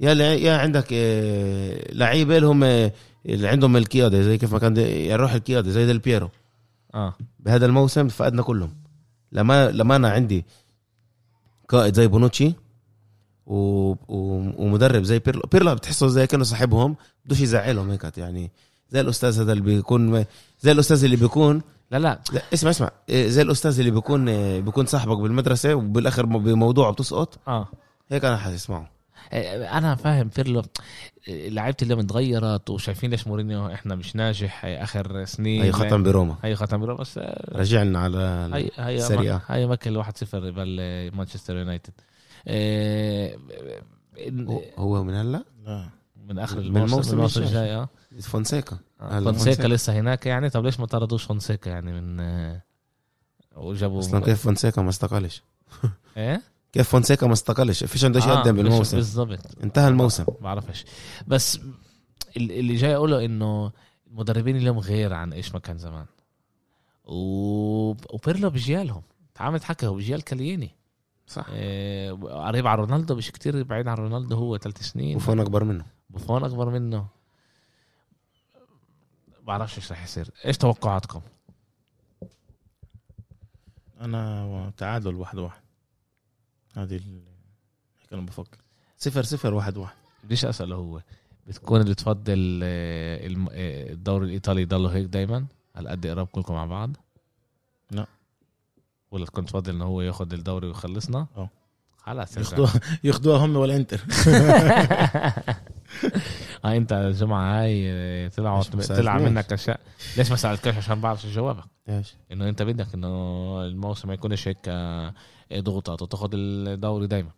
[SPEAKER 2] يا لع- يا عندك آه، لعيبه اللي هم آه، اللي عندهم القياده زي كيف ما كان دي- يروح القياده زي ديل بيرو آه.
[SPEAKER 1] اه
[SPEAKER 2] بهذا الموسم فقدنا كلهم لما لما انا عندي قائد زي بونوتشي و... و... ومدرب زي بيرلو بيرلو بتحسه زي كانه صاحبهم بدوش يزعلهم هيك يعني زي الاستاذ هذا اللي بيكون زي الاستاذ اللي بيكون
[SPEAKER 1] لا لا
[SPEAKER 2] لا اسمع اسمع إيه، زي الاستاذ اللي بيكون إيه، بيكون صاحبك بالمدرسه وبالاخر م- بموضوع بتسقط
[SPEAKER 1] اه
[SPEAKER 2] هيك انا حاسس معه
[SPEAKER 1] آه، انا فاهم بيرلو آه، لعيبه اليوم اتغيرت وشايفين ليش مورينيو احنا مش ناجح آه، اخر سنين
[SPEAKER 2] هي ختم بروما
[SPEAKER 1] هي ختم بيرلو، بس آه،
[SPEAKER 2] رجعنا على
[SPEAKER 1] هي هي
[SPEAKER 2] سيريا.
[SPEAKER 1] ما- هي مكل 1-0 قبل مانشستر يونايتد آه،
[SPEAKER 2] هو-
[SPEAKER 1] إن-
[SPEAKER 2] هو من هلا
[SPEAKER 3] لا
[SPEAKER 1] من اخر
[SPEAKER 2] من
[SPEAKER 1] الموسم
[SPEAKER 2] الموسم
[SPEAKER 1] الموسم
[SPEAKER 2] الجاي.
[SPEAKER 1] الجاي اه
[SPEAKER 2] فونسيكا هلا
[SPEAKER 1] آه، فونسيكا
[SPEAKER 2] فونسيكا.
[SPEAKER 1] لسه هناك يعني طب ليش ما طردوش فونسيكا يعني من آه، وجابوا
[SPEAKER 2] اصلا كيف فونسيكا ما استقالش
[SPEAKER 1] ايه
[SPEAKER 2] كيف فونسيكا ما استقالش فيش عنده شيء
[SPEAKER 1] آه،
[SPEAKER 2] يقدم
[SPEAKER 1] مش-
[SPEAKER 2] بالموسم
[SPEAKER 1] بالضبط
[SPEAKER 2] انتهى الموسم
[SPEAKER 1] بعرفش بس ال- اللي جاي اقوله انه المدربين اليوم غير عن ايش ما كان زمان و... وبيرلو بجيالهم تعال تحكي هو بجيال كليني
[SPEAKER 2] صح
[SPEAKER 1] إيه، قريب على رونالدو مش كتير بعيد عن رونالدو هو ثلاث سنين
[SPEAKER 2] وفون اكبر منه
[SPEAKER 1] بوفون اكبر منه بعرفش ايش رح يصير ايش توقعاتكم
[SPEAKER 3] انا تعادل واحد واحد هذه ال- هيك انا بفكر صفر صفر واحد واحد
[SPEAKER 1] بديش اساله هو بتكون اللي بتفضل آه، الم- آه، الدوري الايطالي يضلوا هيك دايما على قد قراب كلكم مع بعض
[SPEAKER 3] لا.
[SPEAKER 1] ولا تكون تفضل انه هو ياخذ الدوري ويخلصنا
[SPEAKER 3] آه.
[SPEAKER 1] خلاص
[SPEAKER 3] ياخدوها ياخدوها هم ولا انتر
[SPEAKER 1] هاي انت الجمعه هاي آه، طلعوا
[SPEAKER 2] ليش ما
[SPEAKER 1] طلع
[SPEAKER 2] سألتنيش؟
[SPEAKER 1] منك اشياء ليش ما سالتكش عشان بعرف شو جوابك
[SPEAKER 2] ايش
[SPEAKER 1] انه انت بدك انه الموسم ما يكونش هيك آه، ضغوطات وتاخذ الدوري دائما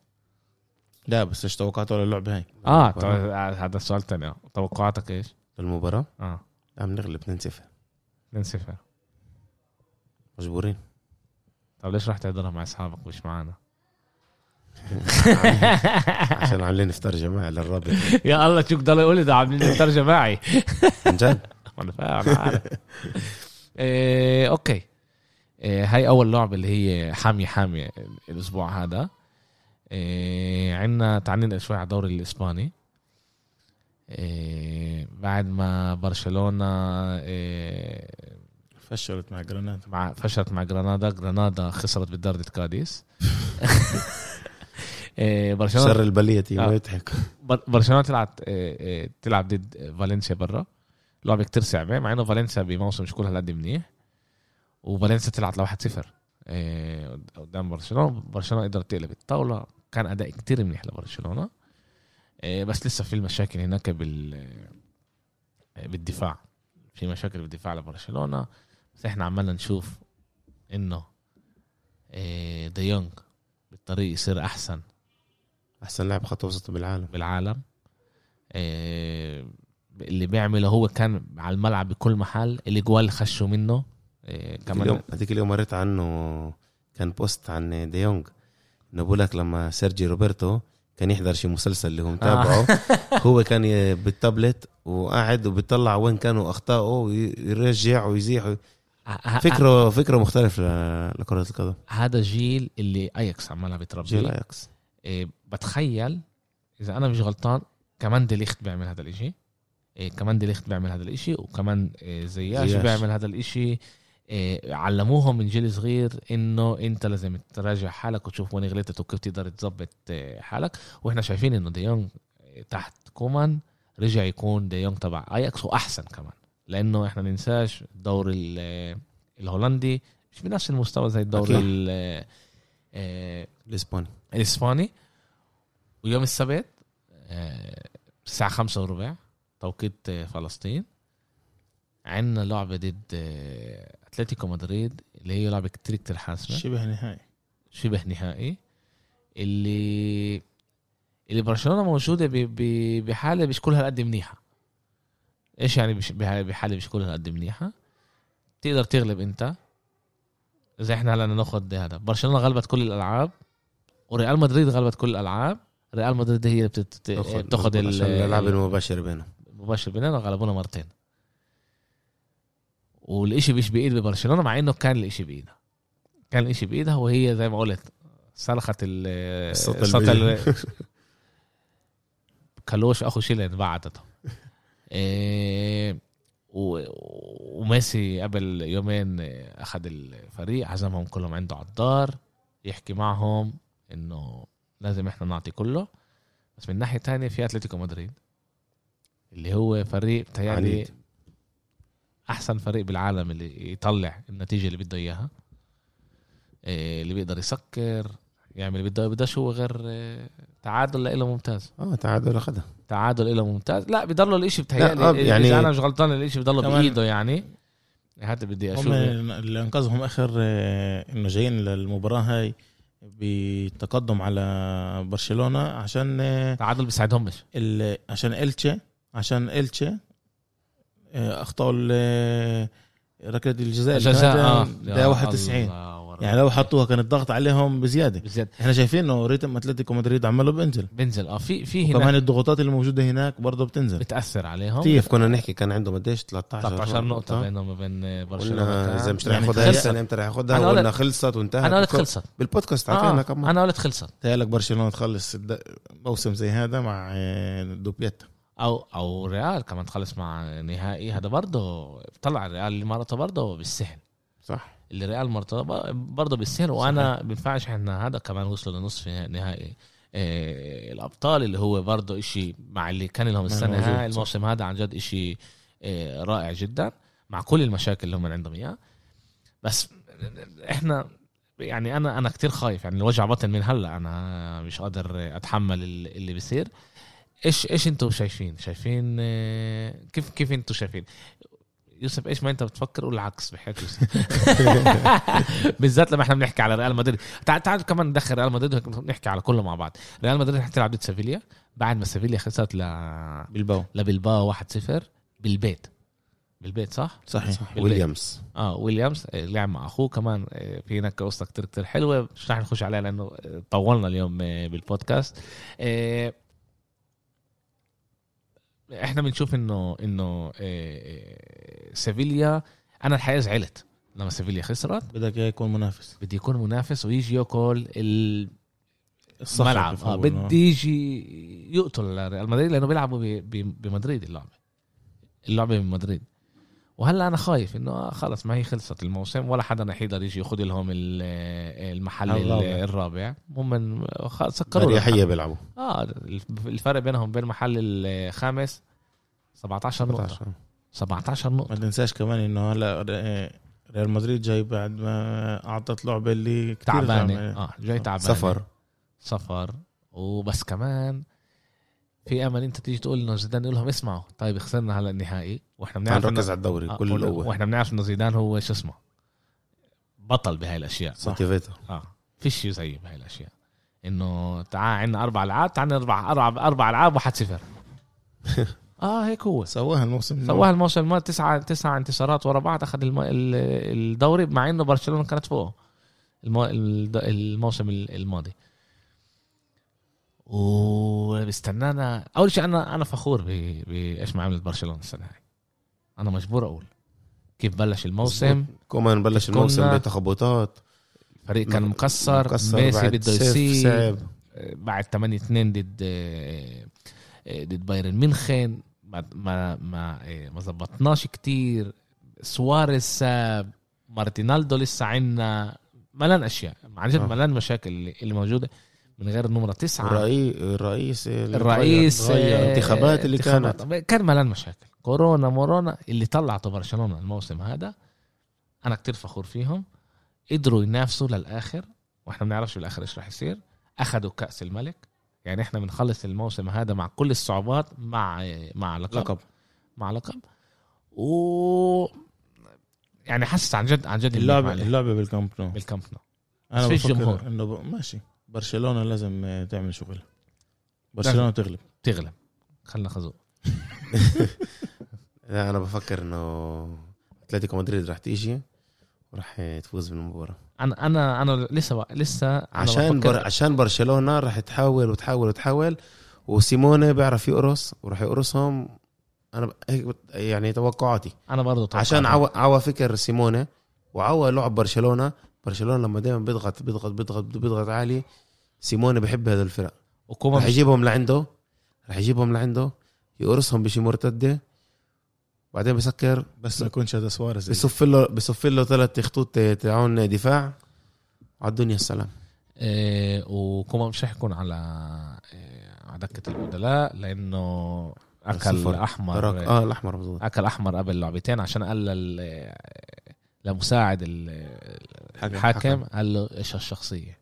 [SPEAKER 3] لا بس ايش توقعته للعبه هاي
[SPEAKER 1] اه طب- هذا السؤال الثاني آه. توقعاتك ايش؟
[SPEAKER 2] المباراة
[SPEAKER 1] اه
[SPEAKER 2] عم نغلب 2-0
[SPEAKER 1] 2 0
[SPEAKER 2] مجبورين
[SPEAKER 1] طب طيب، ليش راح تحضرها مع اصحابك مش معنا؟
[SPEAKER 2] عشان عاملين افطار جماعي للرابط
[SPEAKER 1] يا الله شو ضل يقول لي ده عاملين الترجمه معي
[SPEAKER 2] عن جد
[SPEAKER 1] انا فاهم عارف. إيه، اوكي إيه، هاي اول لعبه اللي هي حاميه حاميه الاسبوع هذا إيه، عنا تعنينا شوي على الدوري الاسباني إيه، بعد ما برشلونه إيه،
[SPEAKER 3] فشلت مع جرانات
[SPEAKER 1] مع فشلت مع جرانادا جرانادا خسرت بالدرجة كاديس إيه، برشلونه
[SPEAKER 2] شر البلية
[SPEAKER 1] آه.
[SPEAKER 2] ما يضحك
[SPEAKER 1] بر- برشلونه تلعب آه، آه، تلعب ضد فالنسيا برا لعبه كتير صعبه مع انه فالنسيا بموسم مش كل هالقد منيح وفالنسيا طلعت لواحد صفر آه، قدام برشلونه برشلونه قدرت تقلب الطاوله كان اداء كتير منيح لبرشلونه آه، بس لسه في المشاكل هناك بال آه، بالدفاع في مشاكل بالدفاع لبرشلونه بس احنا عمالنا نشوف انه آه، ديونج بالطريق يصير احسن
[SPEAKER 2] احسن لاعب خط وسط بالعالم
[SPEAKER 1] بالعالم آه، اللي بيعمله هو كان على الملعب بكل محل الاجوال اللي خشوا منه آه،
[SPEAKER 2] كمان
[SPEAKER 1] كمان
[SPEAKER 2] اليوم هذيك اليوم قريت عنه كان بوست عن ديونج انه بقول لك لما سيرجي روبرتو كان يحضر شي مسلسل اللي هو متابعه هو كان ي- بالتابلت وقاعد وبيطلع وين كانوا اخطائه ويرجع ويزيح وي-
[SPEAKER 1] ه- ه-
[SPEAKER 2] فكره فكره مختلف ل- لكره القدم
[SPEAKER 1] هذا جيل اللي اياكس عمالها
[SPEAKER 2] جيل
[SPEAKER 1] بتربيه
[SPEAKER 2] اياكس
[SPEAKER 1] آه، بتخيل اذا انا مش غلطان كمان ديليخت بيعمل هذا الاشي آه، كمان ديليخت بيعمل هذا الاشي وكمان آه، زياش
[SPEAKER 2] زياش.
[SPEAKER 1] بيعمل هذا الاشي آه، علموهم من جيل صغير انه انت لازم تراجع حالك وتشوف وين غلطت وكيف تقدر تظبط آه، حالك واحنا شايفين انه ديونج إيه، تحت كومان رجع يكون ديونج تبع اياكس واحسن كمان لانه احنا ننساش الدوري ال- إيه، الهولندي مش بنفس المستوى زي الدوري
[SPEAKER 2] أكيد.
[SPEAKER 1] ال- إيه، آه،
[SPEAKER 2] الاسباني
[SPEAKER 1] الاسباني ويوم السبت آه، الساعة خمسة وربع توقيت آه، فلسطين عندنا لعبة ضد آه، اتلتيكو مدريد اللي هي لعبة كتير كتير حاسمة
[SPEAKER 3] شبه نهائي
[SPEAKER 1] شبه نهائي اللي اللي برشلونة موجودة ب- ب- بحالة مش كلها قد منيحة ايش يعني بش- بح- بحالة مش كلها قد منيحة تقدر تغلب انت اذا احنا هلا ناخد هذا برشلونة غلبت كل الالعاب وريال مدريد غلبت كل الالعاب ريال مدريد هي اللي بتت- بتاخد إيه، ال-
[SPEAKER 2] عشان الالعاب المباشره بينهم
[SPEAKER 1] مباشر بيننا غلبونا مرتين والإشي مش بإيد ببرشلونة مع إنه كان الإشي بإيدها كان الإشي بإيدها وهي زي ما قلت صرخت ال
[SPEAKER 2] الصوت
[SPEAKER 1] الصوت
[SPEAKER 2] البيج.
[SPEAKER 1] ال- كلوش أخو شيلين بعتته إيه، و- وميسي قبل يومين أخذ الفريق عزمهم كلهم عنده على الدار يحكي معهم إنه لازم إحنا نعطي كله بس من ناحية تانية في أتلتيكو مدريد اللي هو فريق بتهيألي
[SPEAKER 2] عنيد.
[SPEAKER 1] احسن فريق بالعالم اللي يطلع النتيجه اللي بده اياها إيه، اللي بيقدر يسكر يعمل بده بدهش هو غير آه، تعادل لإله ممتاز
[SPEAKER 2] اه تعادل اخذها
[SPEAKER 1] تعادل إله ممتاز لا بضله الاشي
[SPEAKER 2] لا، آه،
[SPEAKER 1] بتهيألي يعني
[SPEAKER 2] يعني-
[SPEAKER 1] اذا انا مش غلطان الاشي بضله
[SPEAKER 3] كمان-
[SPEAKER 1] بايده يعني حتى بدي اشوف
[SPEAKER 3] هم اللي انقذهم اخر آه، انه جايين للمباراه هاي بتقدم على برشلونه عشان آه،
[SPEAKER 1] تعادل بيساعدهمش
[SPEAKER 3] ال- عشان التشي عشان التشي آه، اخطاوا ال- ركله الجزاء آه. اللي
[SPEAKER 1] جزاء
[SPEAKER 3] كانت،
[SPEAKER 1] اه يا
[SPEAKER 3] ده 91
[SPEAKER 1] الله ورا.
[SPEAKER 3] يعني لو حطوها كان الضغط عليهم بزياده
[SPEAKER 1] بالذات
[SPEAKER 3] احنا شايفين انه ريتم اتلتيكو مدريد عماله بينزل
[SPEAKER 1] بنزل اه في في هنا
[SPEAKER 3] وكمان الضغوطات اللي موجوده هناك برضه بتنزل
[SPEAKER 1] بتاثر عليهم
[SPEAKER 2] كيف كنا نحكي كان عنده قديش 13
[SPEAKER 1] 13 آه. نقطة بينهم وبين برشلونة
[SPEAKER 2] قلنا اذا مش رح
[SPEAKER 3] يعني
[SPEAKER 2] ياخذها
[SPEAKER 1] خلصت.
[SPEAKER 2] هسه امتى رح
[SPEAKER 1] أنا
[SPEAKER 2] ياخذها
[SPEAKER 1] قلت-
[SPEAKER 2] قلنا خلصت وانتهت
[SPEAKER 1] انا قلت
[SPEAKER 2] بالكو-
[SPEAKER 1] خلصت
[SPEAKER 2] بالبودكاست
[SPEAKER 1] آه
[SPEAKER 2] حكينا كم مرة.
[SPEAKER 1] انا قلت خلصت
[SPEAKER 3] تهيألك برشلونه تخلص الد- موسم زي هذا مع آه، دوبيتا
[SPEAKER 1] او او ريال كمان تخلص مع نهائي هذا برضه طلع الريال اللي مرته برضه بالسهل
[SPEAKER 2] صح
[SPEAKER 1] اللي ريال مرته برضه بالسهل وانا بينفعش احنا هذا كمان وصلوا لنصف نهائي إيه الابطال اللي هو برضه إشي مع اللي كان لهم السنه
[SPEAKER 3] موجود،
[SPEAKER 1] هاي
[SPEAKER 3] صح.
[SPEAKER 1] الموسم هذا عن جد إشي إيه رائع جدا مع كل المشاكل اللي هم عندهم اياها بس احنا يعني انا انا كتير خايف يعني الوجع بطن من هلا انا مش قادر اتحمل ال- اللي بيصير ايش ايش انتم شايفين شايفين آه، كيف كيف انتم شايفين يوسف ايش ما انت بتفكر قول العكس بحياة يوسف بالذات لما احنا بنحكي على ريال مدريد تعال تعال كمان ندخل ريال مدريد وهيك نحكي على كله مع بعض ريال مدريد حتلعب ضد سيفيليا بعد ما سيفيليا خسرت ل
[SPEAKER 3] بالباو
[SPEAKER 1] لبلباو 1-0 بالبيت بالبيت صح؟
[SPEAKER 3] صحيح
[SPEAKER 2] ويليامز
[SPEAKER 1] اه ويليامز آه، لعب مع اخوه كمان آه، في هناك قصه كتير كتير حلوه مش رح نخش عليها لانه آه، طولنا اليوم آه، بالبودكاست آه، احنا بنشوف انه انه آه، آه، سيفيليا انا الحقيقه زعلت لما سيفيليا خسرت
[SPEAKER 3] بدك إياه يكون منافس
[SPEAKER 1] بدي يكون منافس ويجي ياكل
[SPEAKER 3] الصخر نعم.
[SPEAKER 1] الملعب
[SPEAKER 3] بفضل،
[SPEAKER 1] آه بدي يجي يقتل ريال مدريد لانه بيلعبوا ب- ب- بمدريد اللعبه اللعبه بمدريد وهلا انا خايف انه آه خلص ما هي خلصت الموسم ولا حدا رح يقدر يجي ياخذ لهم ال- المحل
[SPEAKER 3] الرابع.
[SPEAKER 1] الرابع, الرابع. هم خلص سكروا
[SPEAKER 2] اريحيه
[SPEAKER 1] الحل.
[SPEAKER 2] بيلعبوا
[SPEAKER 1] اه الف- الفرق بينهم وبين المحل الخامس 17 نقطه
[SPEAKER 2] 14.
[SPEAKER 1] 17 نقطه
[SPEAKER 3] ما تنساش كمان انه هلا آه، ريال مدريد جاي بعد ما اعطت لعبه اللي كتير
[SPEAKER 1] تعبانه
[SPEAKER 3] تعبانة.
[SPEAKER 1] اه جاي تعبانه
[SPEAKER 2] سفر
[SPEAKER 1] سفر وبس كمان في امل انت تيجي تقول انه زيدان يقول لهم اسمعوا طيب خسرنا هلا النهائي واحنا
[SPEAKER 2] تعال
[SPEAKER 1] بنعرف
[SPEAKER 2] نركز
[SPEAKER 1] إنه-
[SPEAKER 2] على الدوري
[SPEAKER 1] آه،
[SPEAKER 2] طيب، كل
[SPEAKER 1] وال-
[SPEAKER 2] القوه
[SPEAKER 1] واحنا بنعرف انه زيدان هو شو اسمه بطل بهاي الاشياء
[SPEAKER 3] صح.
[SPEAKER 2] موتيفيتر
[SPEAKER 1] اه فيش شيء زيه بهاي الاشياء انه تعال عندنا اربع العاب تعال اربع اربع اربع العاب وحد صفر اه هيك هو
[SPEAKER 3] سواها الموسم
[SPEAKER 1] سواها الموسم الماضي تسعة تسعة انتصارات ورا بعض اخذ الم... ال- الدوري مع انه برشلونه كانت فوقه الم... الد- الموسم ال- الماضي وبستنانا اول شيء انا انا فخور ب... بايش ما عملت برشلونه السنه هاي انا مجبور اقول كيف بلش الموسم
[SPEAKER 2] كومان بلش
[SPEAKER 1] كنا-
[SPEAKER 2] الموسم بتخبطات
[SPEAKER 1] الفريق كان
[SPEAKER 2] م-
[SPEAKER 1] مكسر,
[SPEAKER 2] مكسر
[SPEAKER 1] ميسي
[SPEAKER 2] بعد
[SPEAKER 1] بده
[SPEAKER 2] صفر
[SPEAKER 1] يسيب
[SPEAKER 2] صعب.
[SPEAKER 1] بعد 8 2 ضد آه، آه، ضد بايرن ميونخن ما ما ما آه، ما زبطناش كتير سواريز ساب مارتينالدو لسه عنا ملان اشياء عن جد
[SPEAKER 2] آه.
[SPEAKER 1] ملان مشاكل اللي- اللي موجوده من غير النمره تسعه
[SPEAKER 2] الرئيس الرئيس اللي
[SPEAKER 1] الرئيس
[SPEAKER 2] تغير.
[SPEAKER 1] آه،
[SPEAKER 2] الانتخابات اللي
[SPEAKER 1] انتخابات.
[SPEAKER 2] كانت
[SPEAKER 1] كان ملان مشاكل كورونا مورونا اللي طلعته برشلونه الموسم هذا انا كتير فخور فيهم قدروا ينافسوا للاخر واحنا ما بنعرفش بالاخر ايش رح يصير اخذوا كاس الملك يعني احنا بنخلص الموسم هذا مع كل الصعوبات مع مع لقب,
[SPEAKER 3] لقب
[SPEAKER 1] مع لقب و يعني حاسس عن جد عن جد اللي
[SPEAKER 3] اللعبه
[SPEAKER 1] عليه
[SPEAKER 3] اللعبه بالكامب نو
[SPEAKER 1] بالكامب نو
[SPEAKER 3] انا
[SPEAKER 1] في
[SPEAKER 3] بفكر
[SPEAKER 1] الجمهور.
[SPEAKER 3] انه ب... ماشي برشلونه لازم آه، تعمل
[SPEAKER 2] نعم.
[SPEAKER 3] شغلها برشلونه تغلب
[SPEAKER 1] تغلب خلينا خازوق
[SPEAKER 2] لا انا بفكر انه اتلتيكو مدريد رح تيجي ورح تفوز بالمباراه
[SPEAKER 1] انا انا انا لسه بق... لسه أنا
[SPEAKER 2] عشان
[SPEAKER 1] بفكر-
[SPEAKER 2] بر... عشان برشلونه راح تحاول وتحاول وتحاول وسيموني بيعرف يقرص وراح يقرصهم انا ب... هيك بت- يعني توقعاتي
[SPEAKER 1] انا برضه توقعت.
[SPEAKER 2] عشان عوى عوى فكر سيموني وعوى لعب برشلونه برشلونه لما دائما بيضغط بيضغط بيضغط بيضغط عالي سيموني بحب هذا الفرق
[SPEAKER 1] وكومان
[SPEAKER 2] رح يجيبهم لعنده رح يجيبهم لعنده يقرصهم بشي مرتده بعدين بسكر
[SPEAKER 3] بس ما يكونش هذا سواريز اللي-
[SPEAKER 2] بصف له بصف له ثلاث خطوط تاعون دفاع على الدنيا السلام
[SPEAKER 1] إيه، وكوما مش هيكون على إيه، على دكه البدلاء لانه اكل
[SPEAKER 2] صفر.
[SPEAKER 1] احمر
[SPEAKER 2] ترك اه الاحمر مظبوط
[SPEAKER 1] اكل احمر قبل لعبتين عشان قلل إيه، آه، لمساعد ال- الحاكم قال له ايش هالشخصيه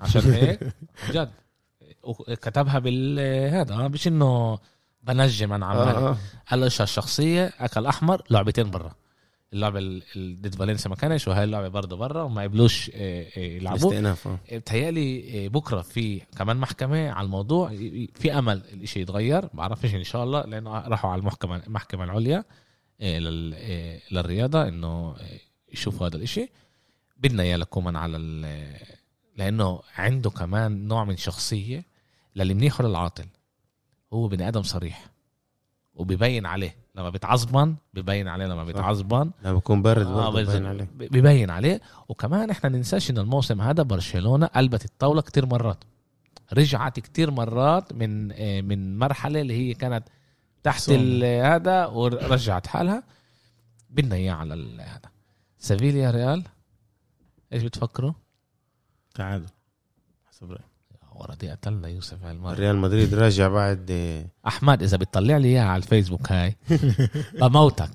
[SPEAKER 1] عشان هيك عن جد وكتبها بالهذا آه، مش انه بنجم انا عم آه.
[SPEAKER 2] آه.
[SPEAKER 1] هلا ايش الشخصيه اكل احمر لعبتين برا اللعبه ال- ال- ضد فالنسيا ما كانش وهي اللعبه برضه برا وما قبلوش آه، آه، يلعبوه
[SPEAKER 2] استئناف آه.
[SPEAKER 1] بتهيألي بكره في كمان محكمه على الموضوع في امل الاشي يتغير بعرفش ان شاء الله لانه راحوا على المحكمه المحكمه العليا إيه، لل- إيه، للرياضه انه إيه، يشوفوا هذا الاشي بدنا اياه لكومان على ال- لانه عنده كمان نوع من شخصيه للي منيحه للعاطل هو بني ادم صريح وبيبين عليه لما بيتعصبن ببين عليه لما بيتعصبن
[SPEAKER 2] لما بكون برد
[SPEAKER 1] آه،
[SPEAKER 2] برضه
[SPEAKER 1] بز-
[SPEAKER 2] باين عليه
[SPEAKER 1] ب- ببين عليه وكمان احنا ننساش ان الموسم هذا برشلونه قلبت الطاوله كتير مرات رجعت كتير مرات من آه، من مرحله اللي هي كانت تحت
[SPEAKER 3] صوم.
[SPEAKER 1] ال- هذا ورجعت حالها بدنا اياه على ال- هذا سيفيليا ريال ايش بتفكروا؟
[SPEAKER 3] تعادل حسب رايي
[SPEAKER 1] ورا دي قتلنا يوسف هالمره
[SPEAKER 2] ريال مدريد راجع بعد آه،
[SPEAKER 1] احمد اذا بتطلع لي اياها على الفيسبوك هاي بموتك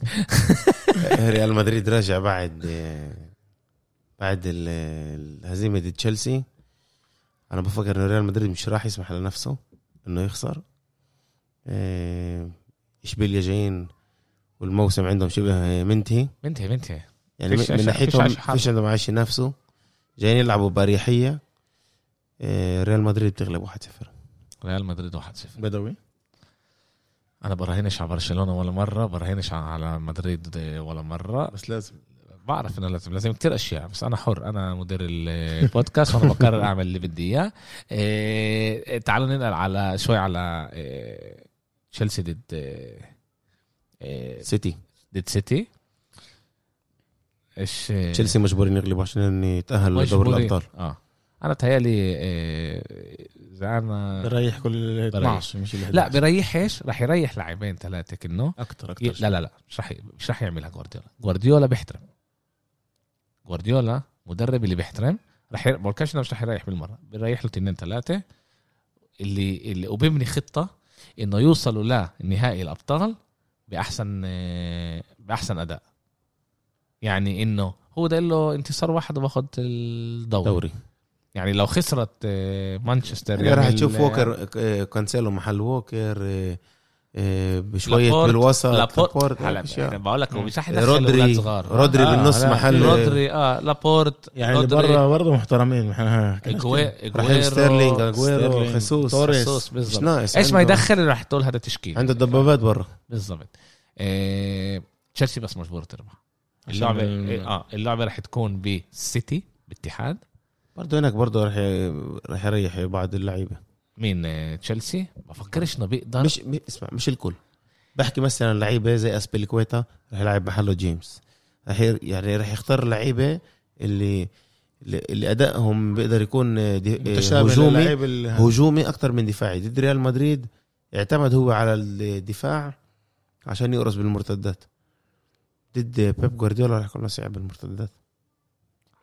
[SPEAKER 2] ريال مدريد راجع بعد آه، بعد ال- الهزيمه ضد تشيلسي انا بفكر انه ريال مدريد مش راح يسمح لنفسه انه يخسر آه، اشبيليا جايين والموسم عندهم شبه منتهي
[SPEAKER 1] منتهي منتهي
[SPEAKER 2] يعني
[SPEAKER 1] فيش-
[SPEAKER 2] من
[SPEAKER 1] فيش-
[SPEAKER 2] ناحيتهم
[SPEAKER 1] فيش عايش
[SPEAKER 2] فيش عندهم عايش ينافسوا جايين يلعبوا باريحيه آه، ريال مدريد بتغلب 1-0
[SPEAKER 1] ريال مدريد 1-0
[SPEAKER 3] بدوي
[SPEAKER 1] انا براهنش على برشلونه ولا مره براهنش على مدريد ولا مره
[SPEAKER 3] بس لازم
[SPEAKER 1] بعرف انه لازم لازم كتير اشياء بس انا حر انا مدير البودكاست وانا بقرر اعمل اللي بدي اياه إيه، تعالوا ننقل على شوي على إيه، تشيلسي ضد إيه،
[SPEAKER 2] سيتي
[SPEAKER 1] ضد إيه، سيتي ايش
[SPEAKER 2] تشيلسي مجبورين يغلبوا عشان يتاهلوا لدوري
[SPEAKER 1] مجبورين.
[SPEAKER 2] الابطال
[SPEAKER 1] اه انا بتهيألي إيه، اذا
[SPEAKER 2] نعم.
[SPEAKER 1] انا
[SPEAKER 3] بريح كل ال 12 مش ال
[SPEAKER 1] لا
[SPEAKER 3] 11
[SPEAKER 1] بريح ايش رح يريح لاعبين ثلاثه كنه
[SPEAKER 3] اكثر
[SPEAKER 1] ي-
[SPEAKER 3] اكثر
[SPEAKER 1] لا لا لا مش رح مش رح يعملها جوارديولا جوارديولا بيحترم جوارديولا مدرب اللي بيحترم رح ي... بولكاشنا مش رح يريح بالمره بيريح له اثنين ثلاثه اللي اللي وبيبني خطه انه يوصلوا لنهائي الابطال باحسن آه، باحسن اداء يعني انه هو ده له انتصار واحد وباخذ الدوري
[SPEAKER 2] دوري
[SPEAKER 1] يعني لو خسرت آه، مانشستر
[SPEAKER 2] يعني راح
[SPEAKER 1] يعمل-
[SPEAKER 2] تشوف ووكر آه، كانسيلو محل ووكر آه، آه، بشويه
[SPEAKER 1] لابورت-
[SPEAKER 2] بالوسط
[SPEAKER 1] لابورت
[SPEAKER 2] لابورت،
[SPEAKER 1] هلا
[SPEAKER 2] أشياء.
[SPEAKER 1] أنا بقول لك هو مش رح يدخل أولاد
[SPEAKER 2] رودري
[SPEAKER 1] صغار
[SPEAKER 2] رودري
[SPEAKER 3] آه،
[SPEAKER 2] بالنص
[SPEAKER 3] لا،
[SPEAKER 2] محل رودري
[SPEAKER 1] رودري اه لابورت
[SPEAKER 3] يعني اللي
[SPEAKER 1] رودري
[SPEAKER 2] إيه؟
[SPEAKER 3] برا برضه محترمين احنا
[SPEAKER 1] اجوي
[SPEAKER 2] رحيل ستيرلينج
[SPEAKER 1] اجويرو
[SPEAKER 2] اجويرو
[SPEAKER 3] ستيرلينج،
[SPEAKER 2] خيسوس
[SPEAKER 3] توريس.
[SPEAKER 1] خصوص
[SPEAKER 2] مش
[SPEAKER 1] بالضبط
[SPEAKER 2] ناقص
[SPEAKER 1] ايش ما
[SPEAKER 2] عنده-
[SPEAKER 1] يدخل رح تقول هذا تشكيل
[SPEAKER 2] عنده الدبابات برا
[SPEAKER 1] بالضبط آه، تشيلسي بس مجبور تربح اللعبه
[SPEAKER 3] عشان ال-
[SPEAKER 1] اه اللعبه رح تكون بالسيتي باتحاد
[SPEAKER 2] برضه هناك برضه راح ي- راح يريح بعض اللعيبه
[SPEAKER 1] مين آه، تشيلسي بفكرش انه بيقدر
[SPEAKER 2] مش م- اسمع مش الكل بحكي مثلا لعيبه زي اسبيليكويتا راح يلعب محله جيمس راح ي- يعني راح يختار لعيبه اللي اللي اللي ادائهم بيقدر يكون آه، دي- آه،
[SPEAKER 3] متشابه
[SPEAKER 2] هجومي
[SPEAKER 3] للاعيب ال-
[SPEAKER 2] هجومي اكثر من دفاعي ضد ريال مدريد اعتمد هو على الدفاع عشان يقرص بالمرتدات ضد بيب جوارديولا راح يكون صعب بالمرتدات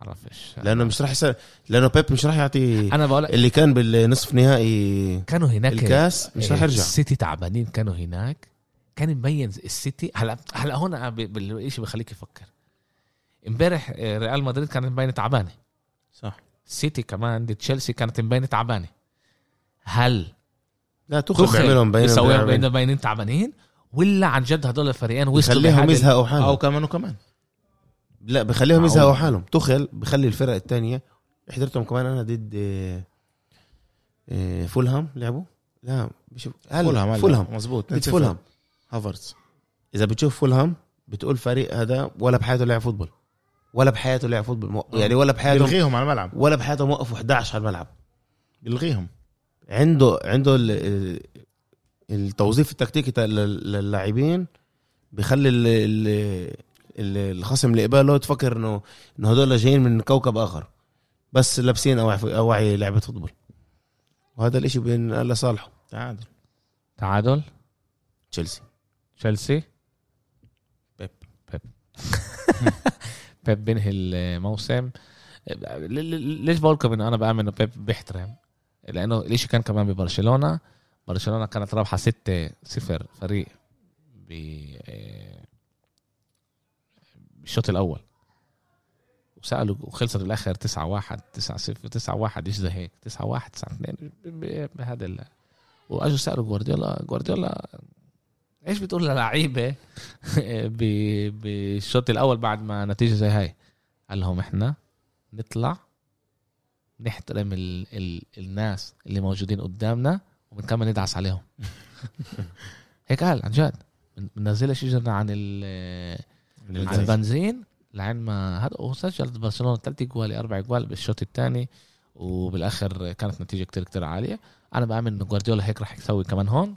[SPEAKER 1] بعرفش
[SPEAKER 2] لانه مش راح يسأل لانه بيب مش راح يعطي
[SPEAKER 1] انا بقول لك
[SPEAKER 2] اللي كان بالنصف نهائي
[SPEAKER 1] كانوا هناك
[SPEAKER 2] الكاس مش راح يرجع
[SPEAKER 1] إيه. السيتي تعبانين كانوا هناك كان مبين السيتي هلا هلا هون ب- بالشيء بخليك يفكر امبارح آه، ريال مدريد كانت مبينه تعبانه
[SPEAKER 3] صح
[SPEAKER 1] سيتي كمان ضد تشيلسي كانت مبينه تعبانه هل
[SPEAKER 2] لا تخرج بيعملهم بين
[SPEAKER 1] بيسويهم
[SPEAKER 2] بين-
[SPEAKER 1] بينهم باينين تعبانين ولا عن جد هدول الفريقين وصلوا
[SPEAKER 2] بخليهم
[SPEAKER 1] لهذا ال-
[SPEAKER 2] يزهقوا حالهم
[SPEAKER 3] او كمان وكمان
[SPEAKER 2] لا بخليهم
[SPEAKER 1] معقول.
[SPEAKER 2] يزهقوا حالهم تخل بخلي الفرق الثانيه حضرتهم كمان انا ضد آه، آه، فولهام لعبوا لا مش هلا،
[SPEAKER 3] فولهام
[SPEAKER 2] فولهام
[SPEAKER 3] مزبوط
[SPEAKER 2] ضد فولهام
[SPEAKER 3] هافرز
[SPEAKER 2] اذا بتشوف فولهام بتقول فريق هذا ولا بحياته لعب فوتبول ولا بحياته لعب فوتبول مو- يعني ولا بحياته
[SPEAKER 3] بيلغيهم على الملعب
[SPEAKER 2] ولا بحياته وقفوا 11 على الملعب
[SPEAKER 3] بيلغيهم
[SPEAKER 2] عنده عنده ال- ال- التوظيف التكتيكي تاع لل- للاعبين بخلي ال- ال- ال- الخصم اللي قباله تفكر انه انه هدول جايين من كوكب اخر بس لابسين اواعي اواعي لعبه فوتبول وهذا الاشي بين الله صالحه
[SPEAKER 3] تعادل
[SPEAKER 1] تعادل
[SPEAKER 2] تشيلسي
[SPEAKER 1] تشيلسي
[SPEAKER 3] بيب.
[SPEAKER 1] بيب بيب بينهي الموسم ل- ل- ليش بقول لكم انه انا بامن انه بيب بيحترم لانه الاشي كان كمان ببرشلونه برشلونه كانت رابحه 6 0 فريق ب آه، بالشوط الاول وسالوا وخلصت بالاخر 9 1 9 0 9 1 ايش ده هيك 9 1 9 2 بهذا ال... واجوا سالوا جوارديولا جوارديولا ايش بتقول للعيبه ب- بالشوط الاول بعد ما نتيجه زي هاي قال لهم احنا نطلع نحترم ال... ال... الناس اللي موجودين قدامنا وبنكمل ندعس عليهم هيك قال عن جد بننزلش اجرنا عن ال... عن البنزين لعين ما هذا وسجل برشلونه ثلاث جوال اربع جوال بالشوط الثاني وبالاخر كانت نتيجه كتير كتير عاليه انا بامن انه جوارديولا هيك راح يسوي كمان هون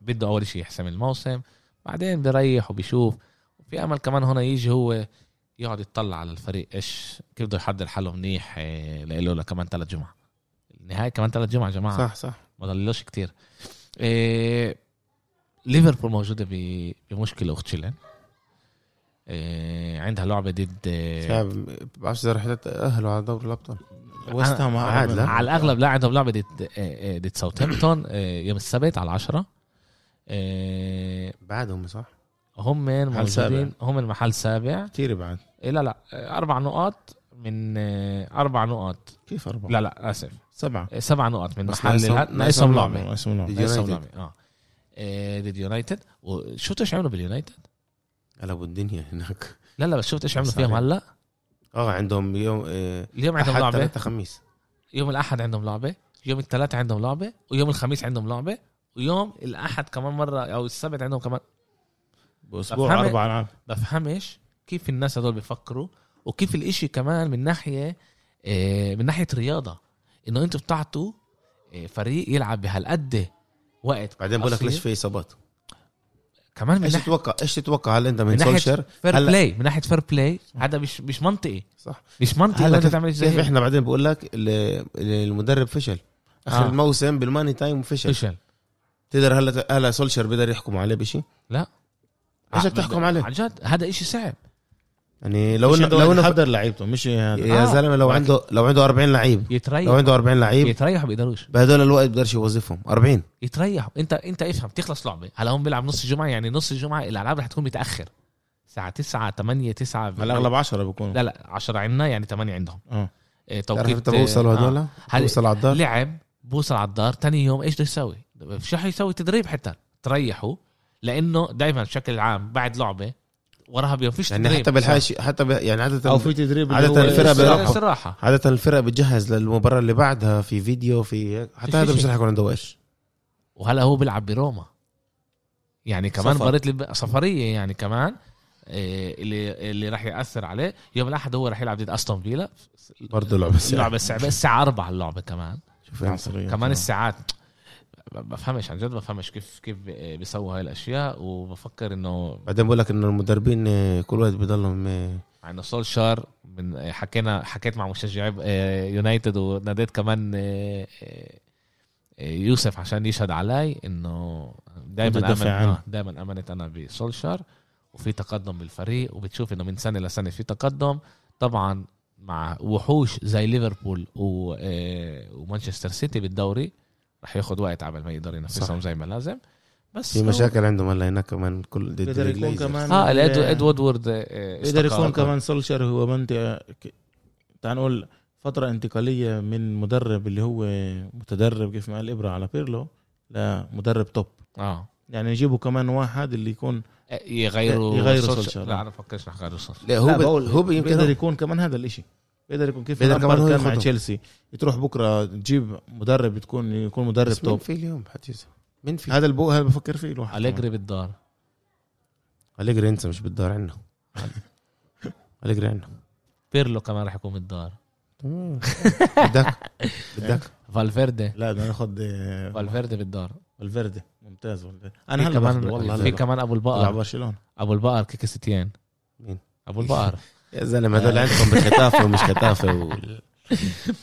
[SPEAKER 1] بده اول شيء يحسم الموسم بعدين بيريح وبيشوف وفي امل كمان هون يجي هو يقعد يطلع على الفريق ايش كيف بده يحضر حاله منيح إيه، له لكمان ثلاث جمعه النهايه كمان ثلاث جمعه يا جماعه
[SPEAKER 2] صح صح
[SPEAKER 1] ما ضللوش كتير إيه ليفربول موجوده ب- بمشكله اخت شيلان إيه عندها لعبه ضد إيه،
[SPEAKER 2] شباب بعرفش اذا رح تاهلوا على دوري الابطال
[SPEAKER 3] وست هام
[SPEAKER 2] عاد لا.
[SPEAKER 1] على الاغلب لا عندهم لعبه ضد إيه، إيه، ضد ساوثهامبتون إيه، يوم السبت على 10 إيه
[SPEAKER 2] بعدهم صح
[SPEAKER 1] هم موجودين هم المحل السابع
[SPEAKER 3] كثير بعد
[SPEAKER 1] إيه لا لا إيه، اربع نقاط من إيه، اربع نقاط
[SPEAKER 3] كيف اربعه؟
[SPEAKER 1] لا لا اسف
[SPEAKER 3] سبعه
[SPEAKER 1] إيه، سبع نقاط من
[SPEAKER 2] بس
[SPEAKER 1] محل
[SPEAKER 2] ناقصهم-
[SPEAKER 1] الهد- ناقصهم لعبه
[SPEAKER 3] اسم لعبه
[SPEAKER 1] ناقصهم
[SPEAKER 2] اليونايتد.
[SPEAKER 1] لعبه اه إيه، ضد يونايتد وشفت ايش عملوا باليونايتد
[SPEAKER 2] قلبوا الدنيا هناك
[SPEAKER 1] لا لا بس شفت ايش عملوا
[SPEAKER 2] صحيح.
[SPEAKER 1] فيهم هلا
[SPEAKER 2] اه عندهم يوم آه،
[SPEAKER 1] اليوم عندهم
[SPEAKER 2] احد
[SPEAKER 1] لعبه
[SPEAKER 2] ثلاثة خميس
[SPEAKER 1] يوم الاحد عندهم لعبه يوم الثلاث عندهم لعبه ويوم الخميس عندهم لعبه ويوم الاحد كمان مره او السبت عندهم كمان
[SPEAKER 3] باسبوع
[SPEAKER 1] بفهم-
[SPEAKER 3] اربع العاب
[SPEAKER 1] بفهمش كيف الناس هدول بيفكروا وكيف الاشي كمان من ناحيه آه، من ناحيه رياضه انه انتوا بتعطوا آه، فريق يلعب بهالقد وقت
[SPEAKER 2] بعدين بقول لك
[SPEAKER 1] قصير.
[SPEAKER 2] ليش في اصابات
[SPEAKER 1] كمان من
[SPEAKER 2] ايش
[SPEAKER 1] ناحيه
[SPEAKER 2] تتوقع ايش تتوقع هل انت من
[SPEAKER 1] من ناحيه
[SPEAKER 2] سولشر
[SPEAKER 1] فير
[SPEAKER 2] هلا-
[SPEAKER 1] بلاي من ناحيه فير بلاي هذا مش مش منطقي
[SPEAKER 2] صح
[SPEAKER 1] مش منطقي
[SPEAKER 2] هلا
[SPEAKER 1] انك
[SPEAKER 2] كيف,
[SPEAKER 1] تعمل إشي زي
[SPEAKER 2] كيف
[SPEAKER 1] هيك.
[SPEAKER 2] احنا بعدين بقول لك ال- المدرب فشل اخر
[SPEAKER 1] آه.
[SPEAKER 2] آه. الموسم بالماني تايم فشل
[SPEAKER 1] فشل
[SPEAKER 2] تقدر هلا هلا سولشر بيقدر يحكموا عليه بشيء
[SPEAKER 1] لا
[SPEAKER 2] ايش بدك تحكم عليه
[SPEAKER 1] عن جد هذا اشي صعب
[SPEAKER 2] يعني لو
[SPEAKER 3] لو
[SPEAKER 2] إنه-
[SPEAKER 3] لو
[SPEAKER 2] لو إنه-
[SPEAKER 3] حضر لعيبته مش هذا
[SPEAKER 2] يا
[SPEAKER 1] آه.
[SPEAKER 2] زلمه لو
[SPEAKER 1] ولكن-
[SPEAKER 2] عنده لو عنده 40 لعيب لو
[SPEAKER 1] يتريح
[SPEAKER 2] عنده 40 لعيب
[SPEAKER 1] يتريحوا بيقدروش
[SPEAKER 2] بهدول الوقت بقدرش يوظفهم 40
[SPEAKER 1] يتريحوا انت انت افهم تخلص لعبه هلا هم بيلعب نص الجمعه يعني نص الجمعه الالعاب رح تكون متاخر الساعه 9 8 9
[SPEAKER 3] على الاغلب 10 بيكونوا
[SPEAKER 1] لا لا 10 عندنا يعني 8 عندهم
[SPEAKER 3] اه
[SPEAKER 1] إيه،
[SPEAKER 2] آه. تعرف
[SPEAKER 1] توقيت
[SPEAKER 2] انت بوصلوا
[SPEAKER 1] آه.
[SPEAKER 2] هدول
[SPEAKER 1] هل-
[SPEAKER 2] بوصل على الدار
[SPEAKER 1] لعب بوصل على الدار تاني يوم ايش بده يسوي؟ مش رح يسوي تدريب حتى تريحوا لانه دائما بشكل عام بعد لعبه وراها بيوم فيش
[SPEAKER 2] يعني حتى
[SPEAKER 1] بالحاجة
[SPEAKER 2] بالحاشي حتى ب... يعني عاده
[SPEAKER 3] او في تدريب اللي
[SPEAKER 2] عادة
[SPEAKER 3] هو
[SPEAKER 2] الفرق بيروحوا.
[SPEAKER 1] صراحه
[SPEAKER 2] عادة الفرق بتجهز للمباراة اللي بعدها في فيديو في هيك.
[SPEAKER 1] في
[SPEAKER 2] حتى هذا
[SPEAKER 1] شيء.
[SPEAKER 2] مش رح يكون عنده وقت
[SPEAKER 1] وهلا هو بيلعب بروما يعني كمان
[SPEAKER 3] سفر.
[SPEAKER 1] مباراه لب... سفريه يعني كمان إيه، اللي اللي راح ياثر عليه يوم الاحد هو راح يلعب ضد استون فيلا
[SPEAKER 2] برضه لعبة ساعة.
[SPEAKER 1] اللعبه الساعه الساعه 4 اللعبه كمان
[SPEAKER 2] شوف يعني.
[SPEAKER 1] كمان الساعات ب- بفهمش عن جد بفهمش كيف كيف بي- بيسووا هاي الاشياء وبفكر انه
[SPEAKER 2] بعدين بقول لك انه المدربين آه، كل وقت بضلهم آه،
[SPEAKER 1] مع انه سولشار من آه، حكينا حكيت مع مشجعي آه، يونايتد وناديت كمان آه، آه، آه، يوسف عشان يشهد علي انه دائما
[SPEAKER 3] متدافع عنه.
[SPEAKER 1] امنت دائما امنت انا بسولشار وفي تقدم بالفريق وبتشوف انه من سنه لسنه في تقدم طبعا مع وحوش زي ليفربول و- آه، ومانشستر سيتي بالدوري رح ياخد وقت قبل ما يقدر ينافسهم زي ما لازم بس
[SPEAKER 2] في
[SPEAKER 1] هو-
[SPEAKER 2] مشاكل عندهم هلا هناك كمان كل ضد
[SPEAKER 3] بيقدر يكون
[SPEAKER 2] الجليزرز.
[SPEAKER 3] كمان
[SPEAKER 1] اه
[SPEAKER 3] ال-
[SPEAKER 1] الإد- اد وودورد آه،
[SPEAKER 3] بيقدر يكون
[SPEAKER 1] استقال.
[SPEAKER 3] كمان سولشر هو منطقه ك- تعال نقول فتره انتقاليه من مدرب اللي هو متدرب كيف ما قال ابره على بيرلو لمدرب توب
[SPEAKER 1] اه
[SPEAKER 3] يعني يجيبوا كمان واحد اللي يكون
[SPEAKER 1] يغيروا
[SPEAKER 3] يغيروا
[SPEAKER 1] سولشار.
[SPEAKER 3] سولشار.
[SPEAKER 1] لا انا بفكرش رح يغيروا سولشار
[SPEAKER 2] لا هو
[SPEAKER 3] لا،
[SPEAKER 2] بي-
[SPEAKER 3] بقول
[SPEAKER 2] هو بي-
[SPEAKER 3] بيقدر
[SPEAKER 2] يمكن
[SPEAKER 3] يكون كمان هذا الاشي بيقدر يكون كيف
[SPEAKER 2] بيقدر
[SPEAKER 3] لامبارد
[SPEAKER 2] كمان هو
[SPEAKER 3] كان مع
[SPEAKER 2] ياخده.
[SPEAKER 3] تشيلسي تروح بكره تجيب مدرب تكون يكون مدرب
[SPEAKER 2] بس مين
[SPEAKER 3] توب
[SPEAKER 2] في اليوم حتيجي مين في
[SPEAKER 3] هذا البوق هذا بفكر فيه الواحد
[SPEAKER 1] أليجري بالدار
[SPEAKER 2] أليجري انسى مش بالدار عنا أليجري عنا
[SPEAKER 1] بيرلو كمان رح يكون بالدار
[SPEAKER 2] تمام. بدك بدك
[SPEAKER 1] فالفيردي
[SPEAKER 3] لا بدنا ناخذ آه،
[SPEAKER 1] فالفيردي بالدار
[SPEAKER 3] فالفيردي ممتاز والله
[SPEAKER 1] في
[SPEAKER 3] انا هلا
[SPEAKER 1] كمان
[SPEAKER 3] باخده والله
[SPEAKER 1] في
[SPEAKER 3] هلا
[SPEAKER 1] كمان ابو
[SPEAKER 3] تبع
[SPEAKER 1] البقر
[SPEAKER 3] برشلونه
[SPEAKER 1] ابو البقر كيكستيان
[SPEAKER 2] مين؟
[SPEAKER 1] ابو البقر
[SPEAKER 2] يا آه. زلمه هدول عندكم بختافه ومش ختافه وال-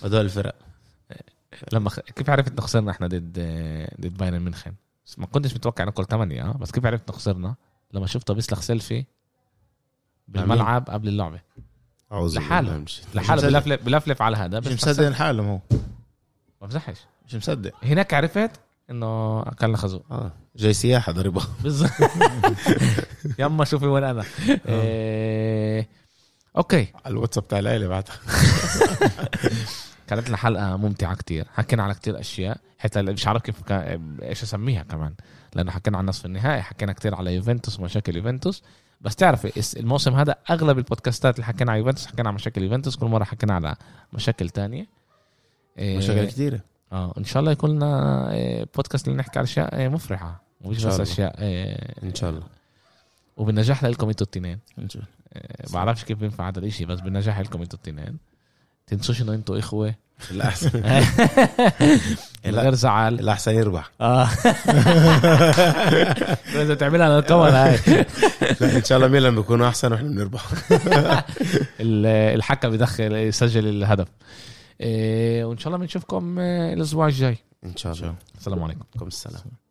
[SPEAKER 2] هدول الفرق
[SPEAKER 1] لما خ... كيف عرفت إنه خسرنا احنا ضد ضد بايرن ميونخ بس ما كنتش متوقع ناكل 8 اه بس كيف عرفت إنه خسرنا لما شفته بيسلخ سيلفي بالملعب قبل اللعبه
[SPEAKER 2] اعوذ
[SPEAKER 1] لحاله.
[SPEAKER 2] بالله من الشيطان.
[SPEAKER 1] لحاله
[SPEAKER 3] مصدق.
[SPEAKER 1] بلفلف بلفلف على هذا
[SPEAKER 3] مش
[SPEAKER 1] بس
[SPEAKER 3] مصدق حالهم هو
[SPEAKER 1] ما بزحش
[SPEAKER 3] مش مصدق
[SPEAKER 1] هناك عرفت انه اكلنا خازوق
[SPEAKER 2] اه جاي سياحه ضربه آه.
[SPEAKER 1] بالظبط يما شوفي وين انا إيه، اوكي
[SPEAKER 2] على الواتساب تاع العيله بعتها
[SPEAKER 1] كانت الحلقه ممتعه كتير حكينا على كتير اشياء حتى مش عارف كيف كا- ايش اسميها كمان لانه حكينا عن نصف النهائي حكينا كتير على يوفنتوس ومشاكل يوفنتوس بس تعرف الس- الموسم هذا اغلب البودكاستات اللي حكينا على يوفنتوس حكينا عن مشاكل يوفنتوس كل مره حكينا على مشاكل تانية إيه،
[SPEAKER 2] مشاكل كثيره
[SPEAKER 1] اه ان شاء الله يكون لنا إيه، بودكاست اللي نحكي على اشياء إيه، مفرحه مش
[SPEAKER 2] شاء
[SPEAKER 1] بس
[SPEAKER 2] الله.
[SPEAKER 1] اشياء إيه،
[SPEAKER 2] ان شاء الله
[SPEAKER 1] وبالنجاح لكم انتوا التنين
[SPEAKER 3] إن شاء الله.
[SPEAKER 1] إيه، بعرفش كيف بينفع هذا الاشي بس بالنجاح لكم انتوا التنين تنسوش انه انتوا اخوه
[SPEAKER 2] الاحسن
[SPEAKER 1] من غير زعل
[SPEAKER 2] الاحسن يربح
[SPEAKER 1] اه لازم تعملها على الكاميرا هاي
[SPEAKER 2] لا ان شاء الله ميلان بيكونوا احسن واحنا بنربح
[SPEAKER 1] ال- الحكم بيدخل يسجل الهدف إيه، وان شاء الله بنشوفكم آه، الاسبوع الجاي
[SPEAKER 2] ان شاء الله
[SPEAKER 1] السلام عليكم
[SPEAKER 2] كم السلام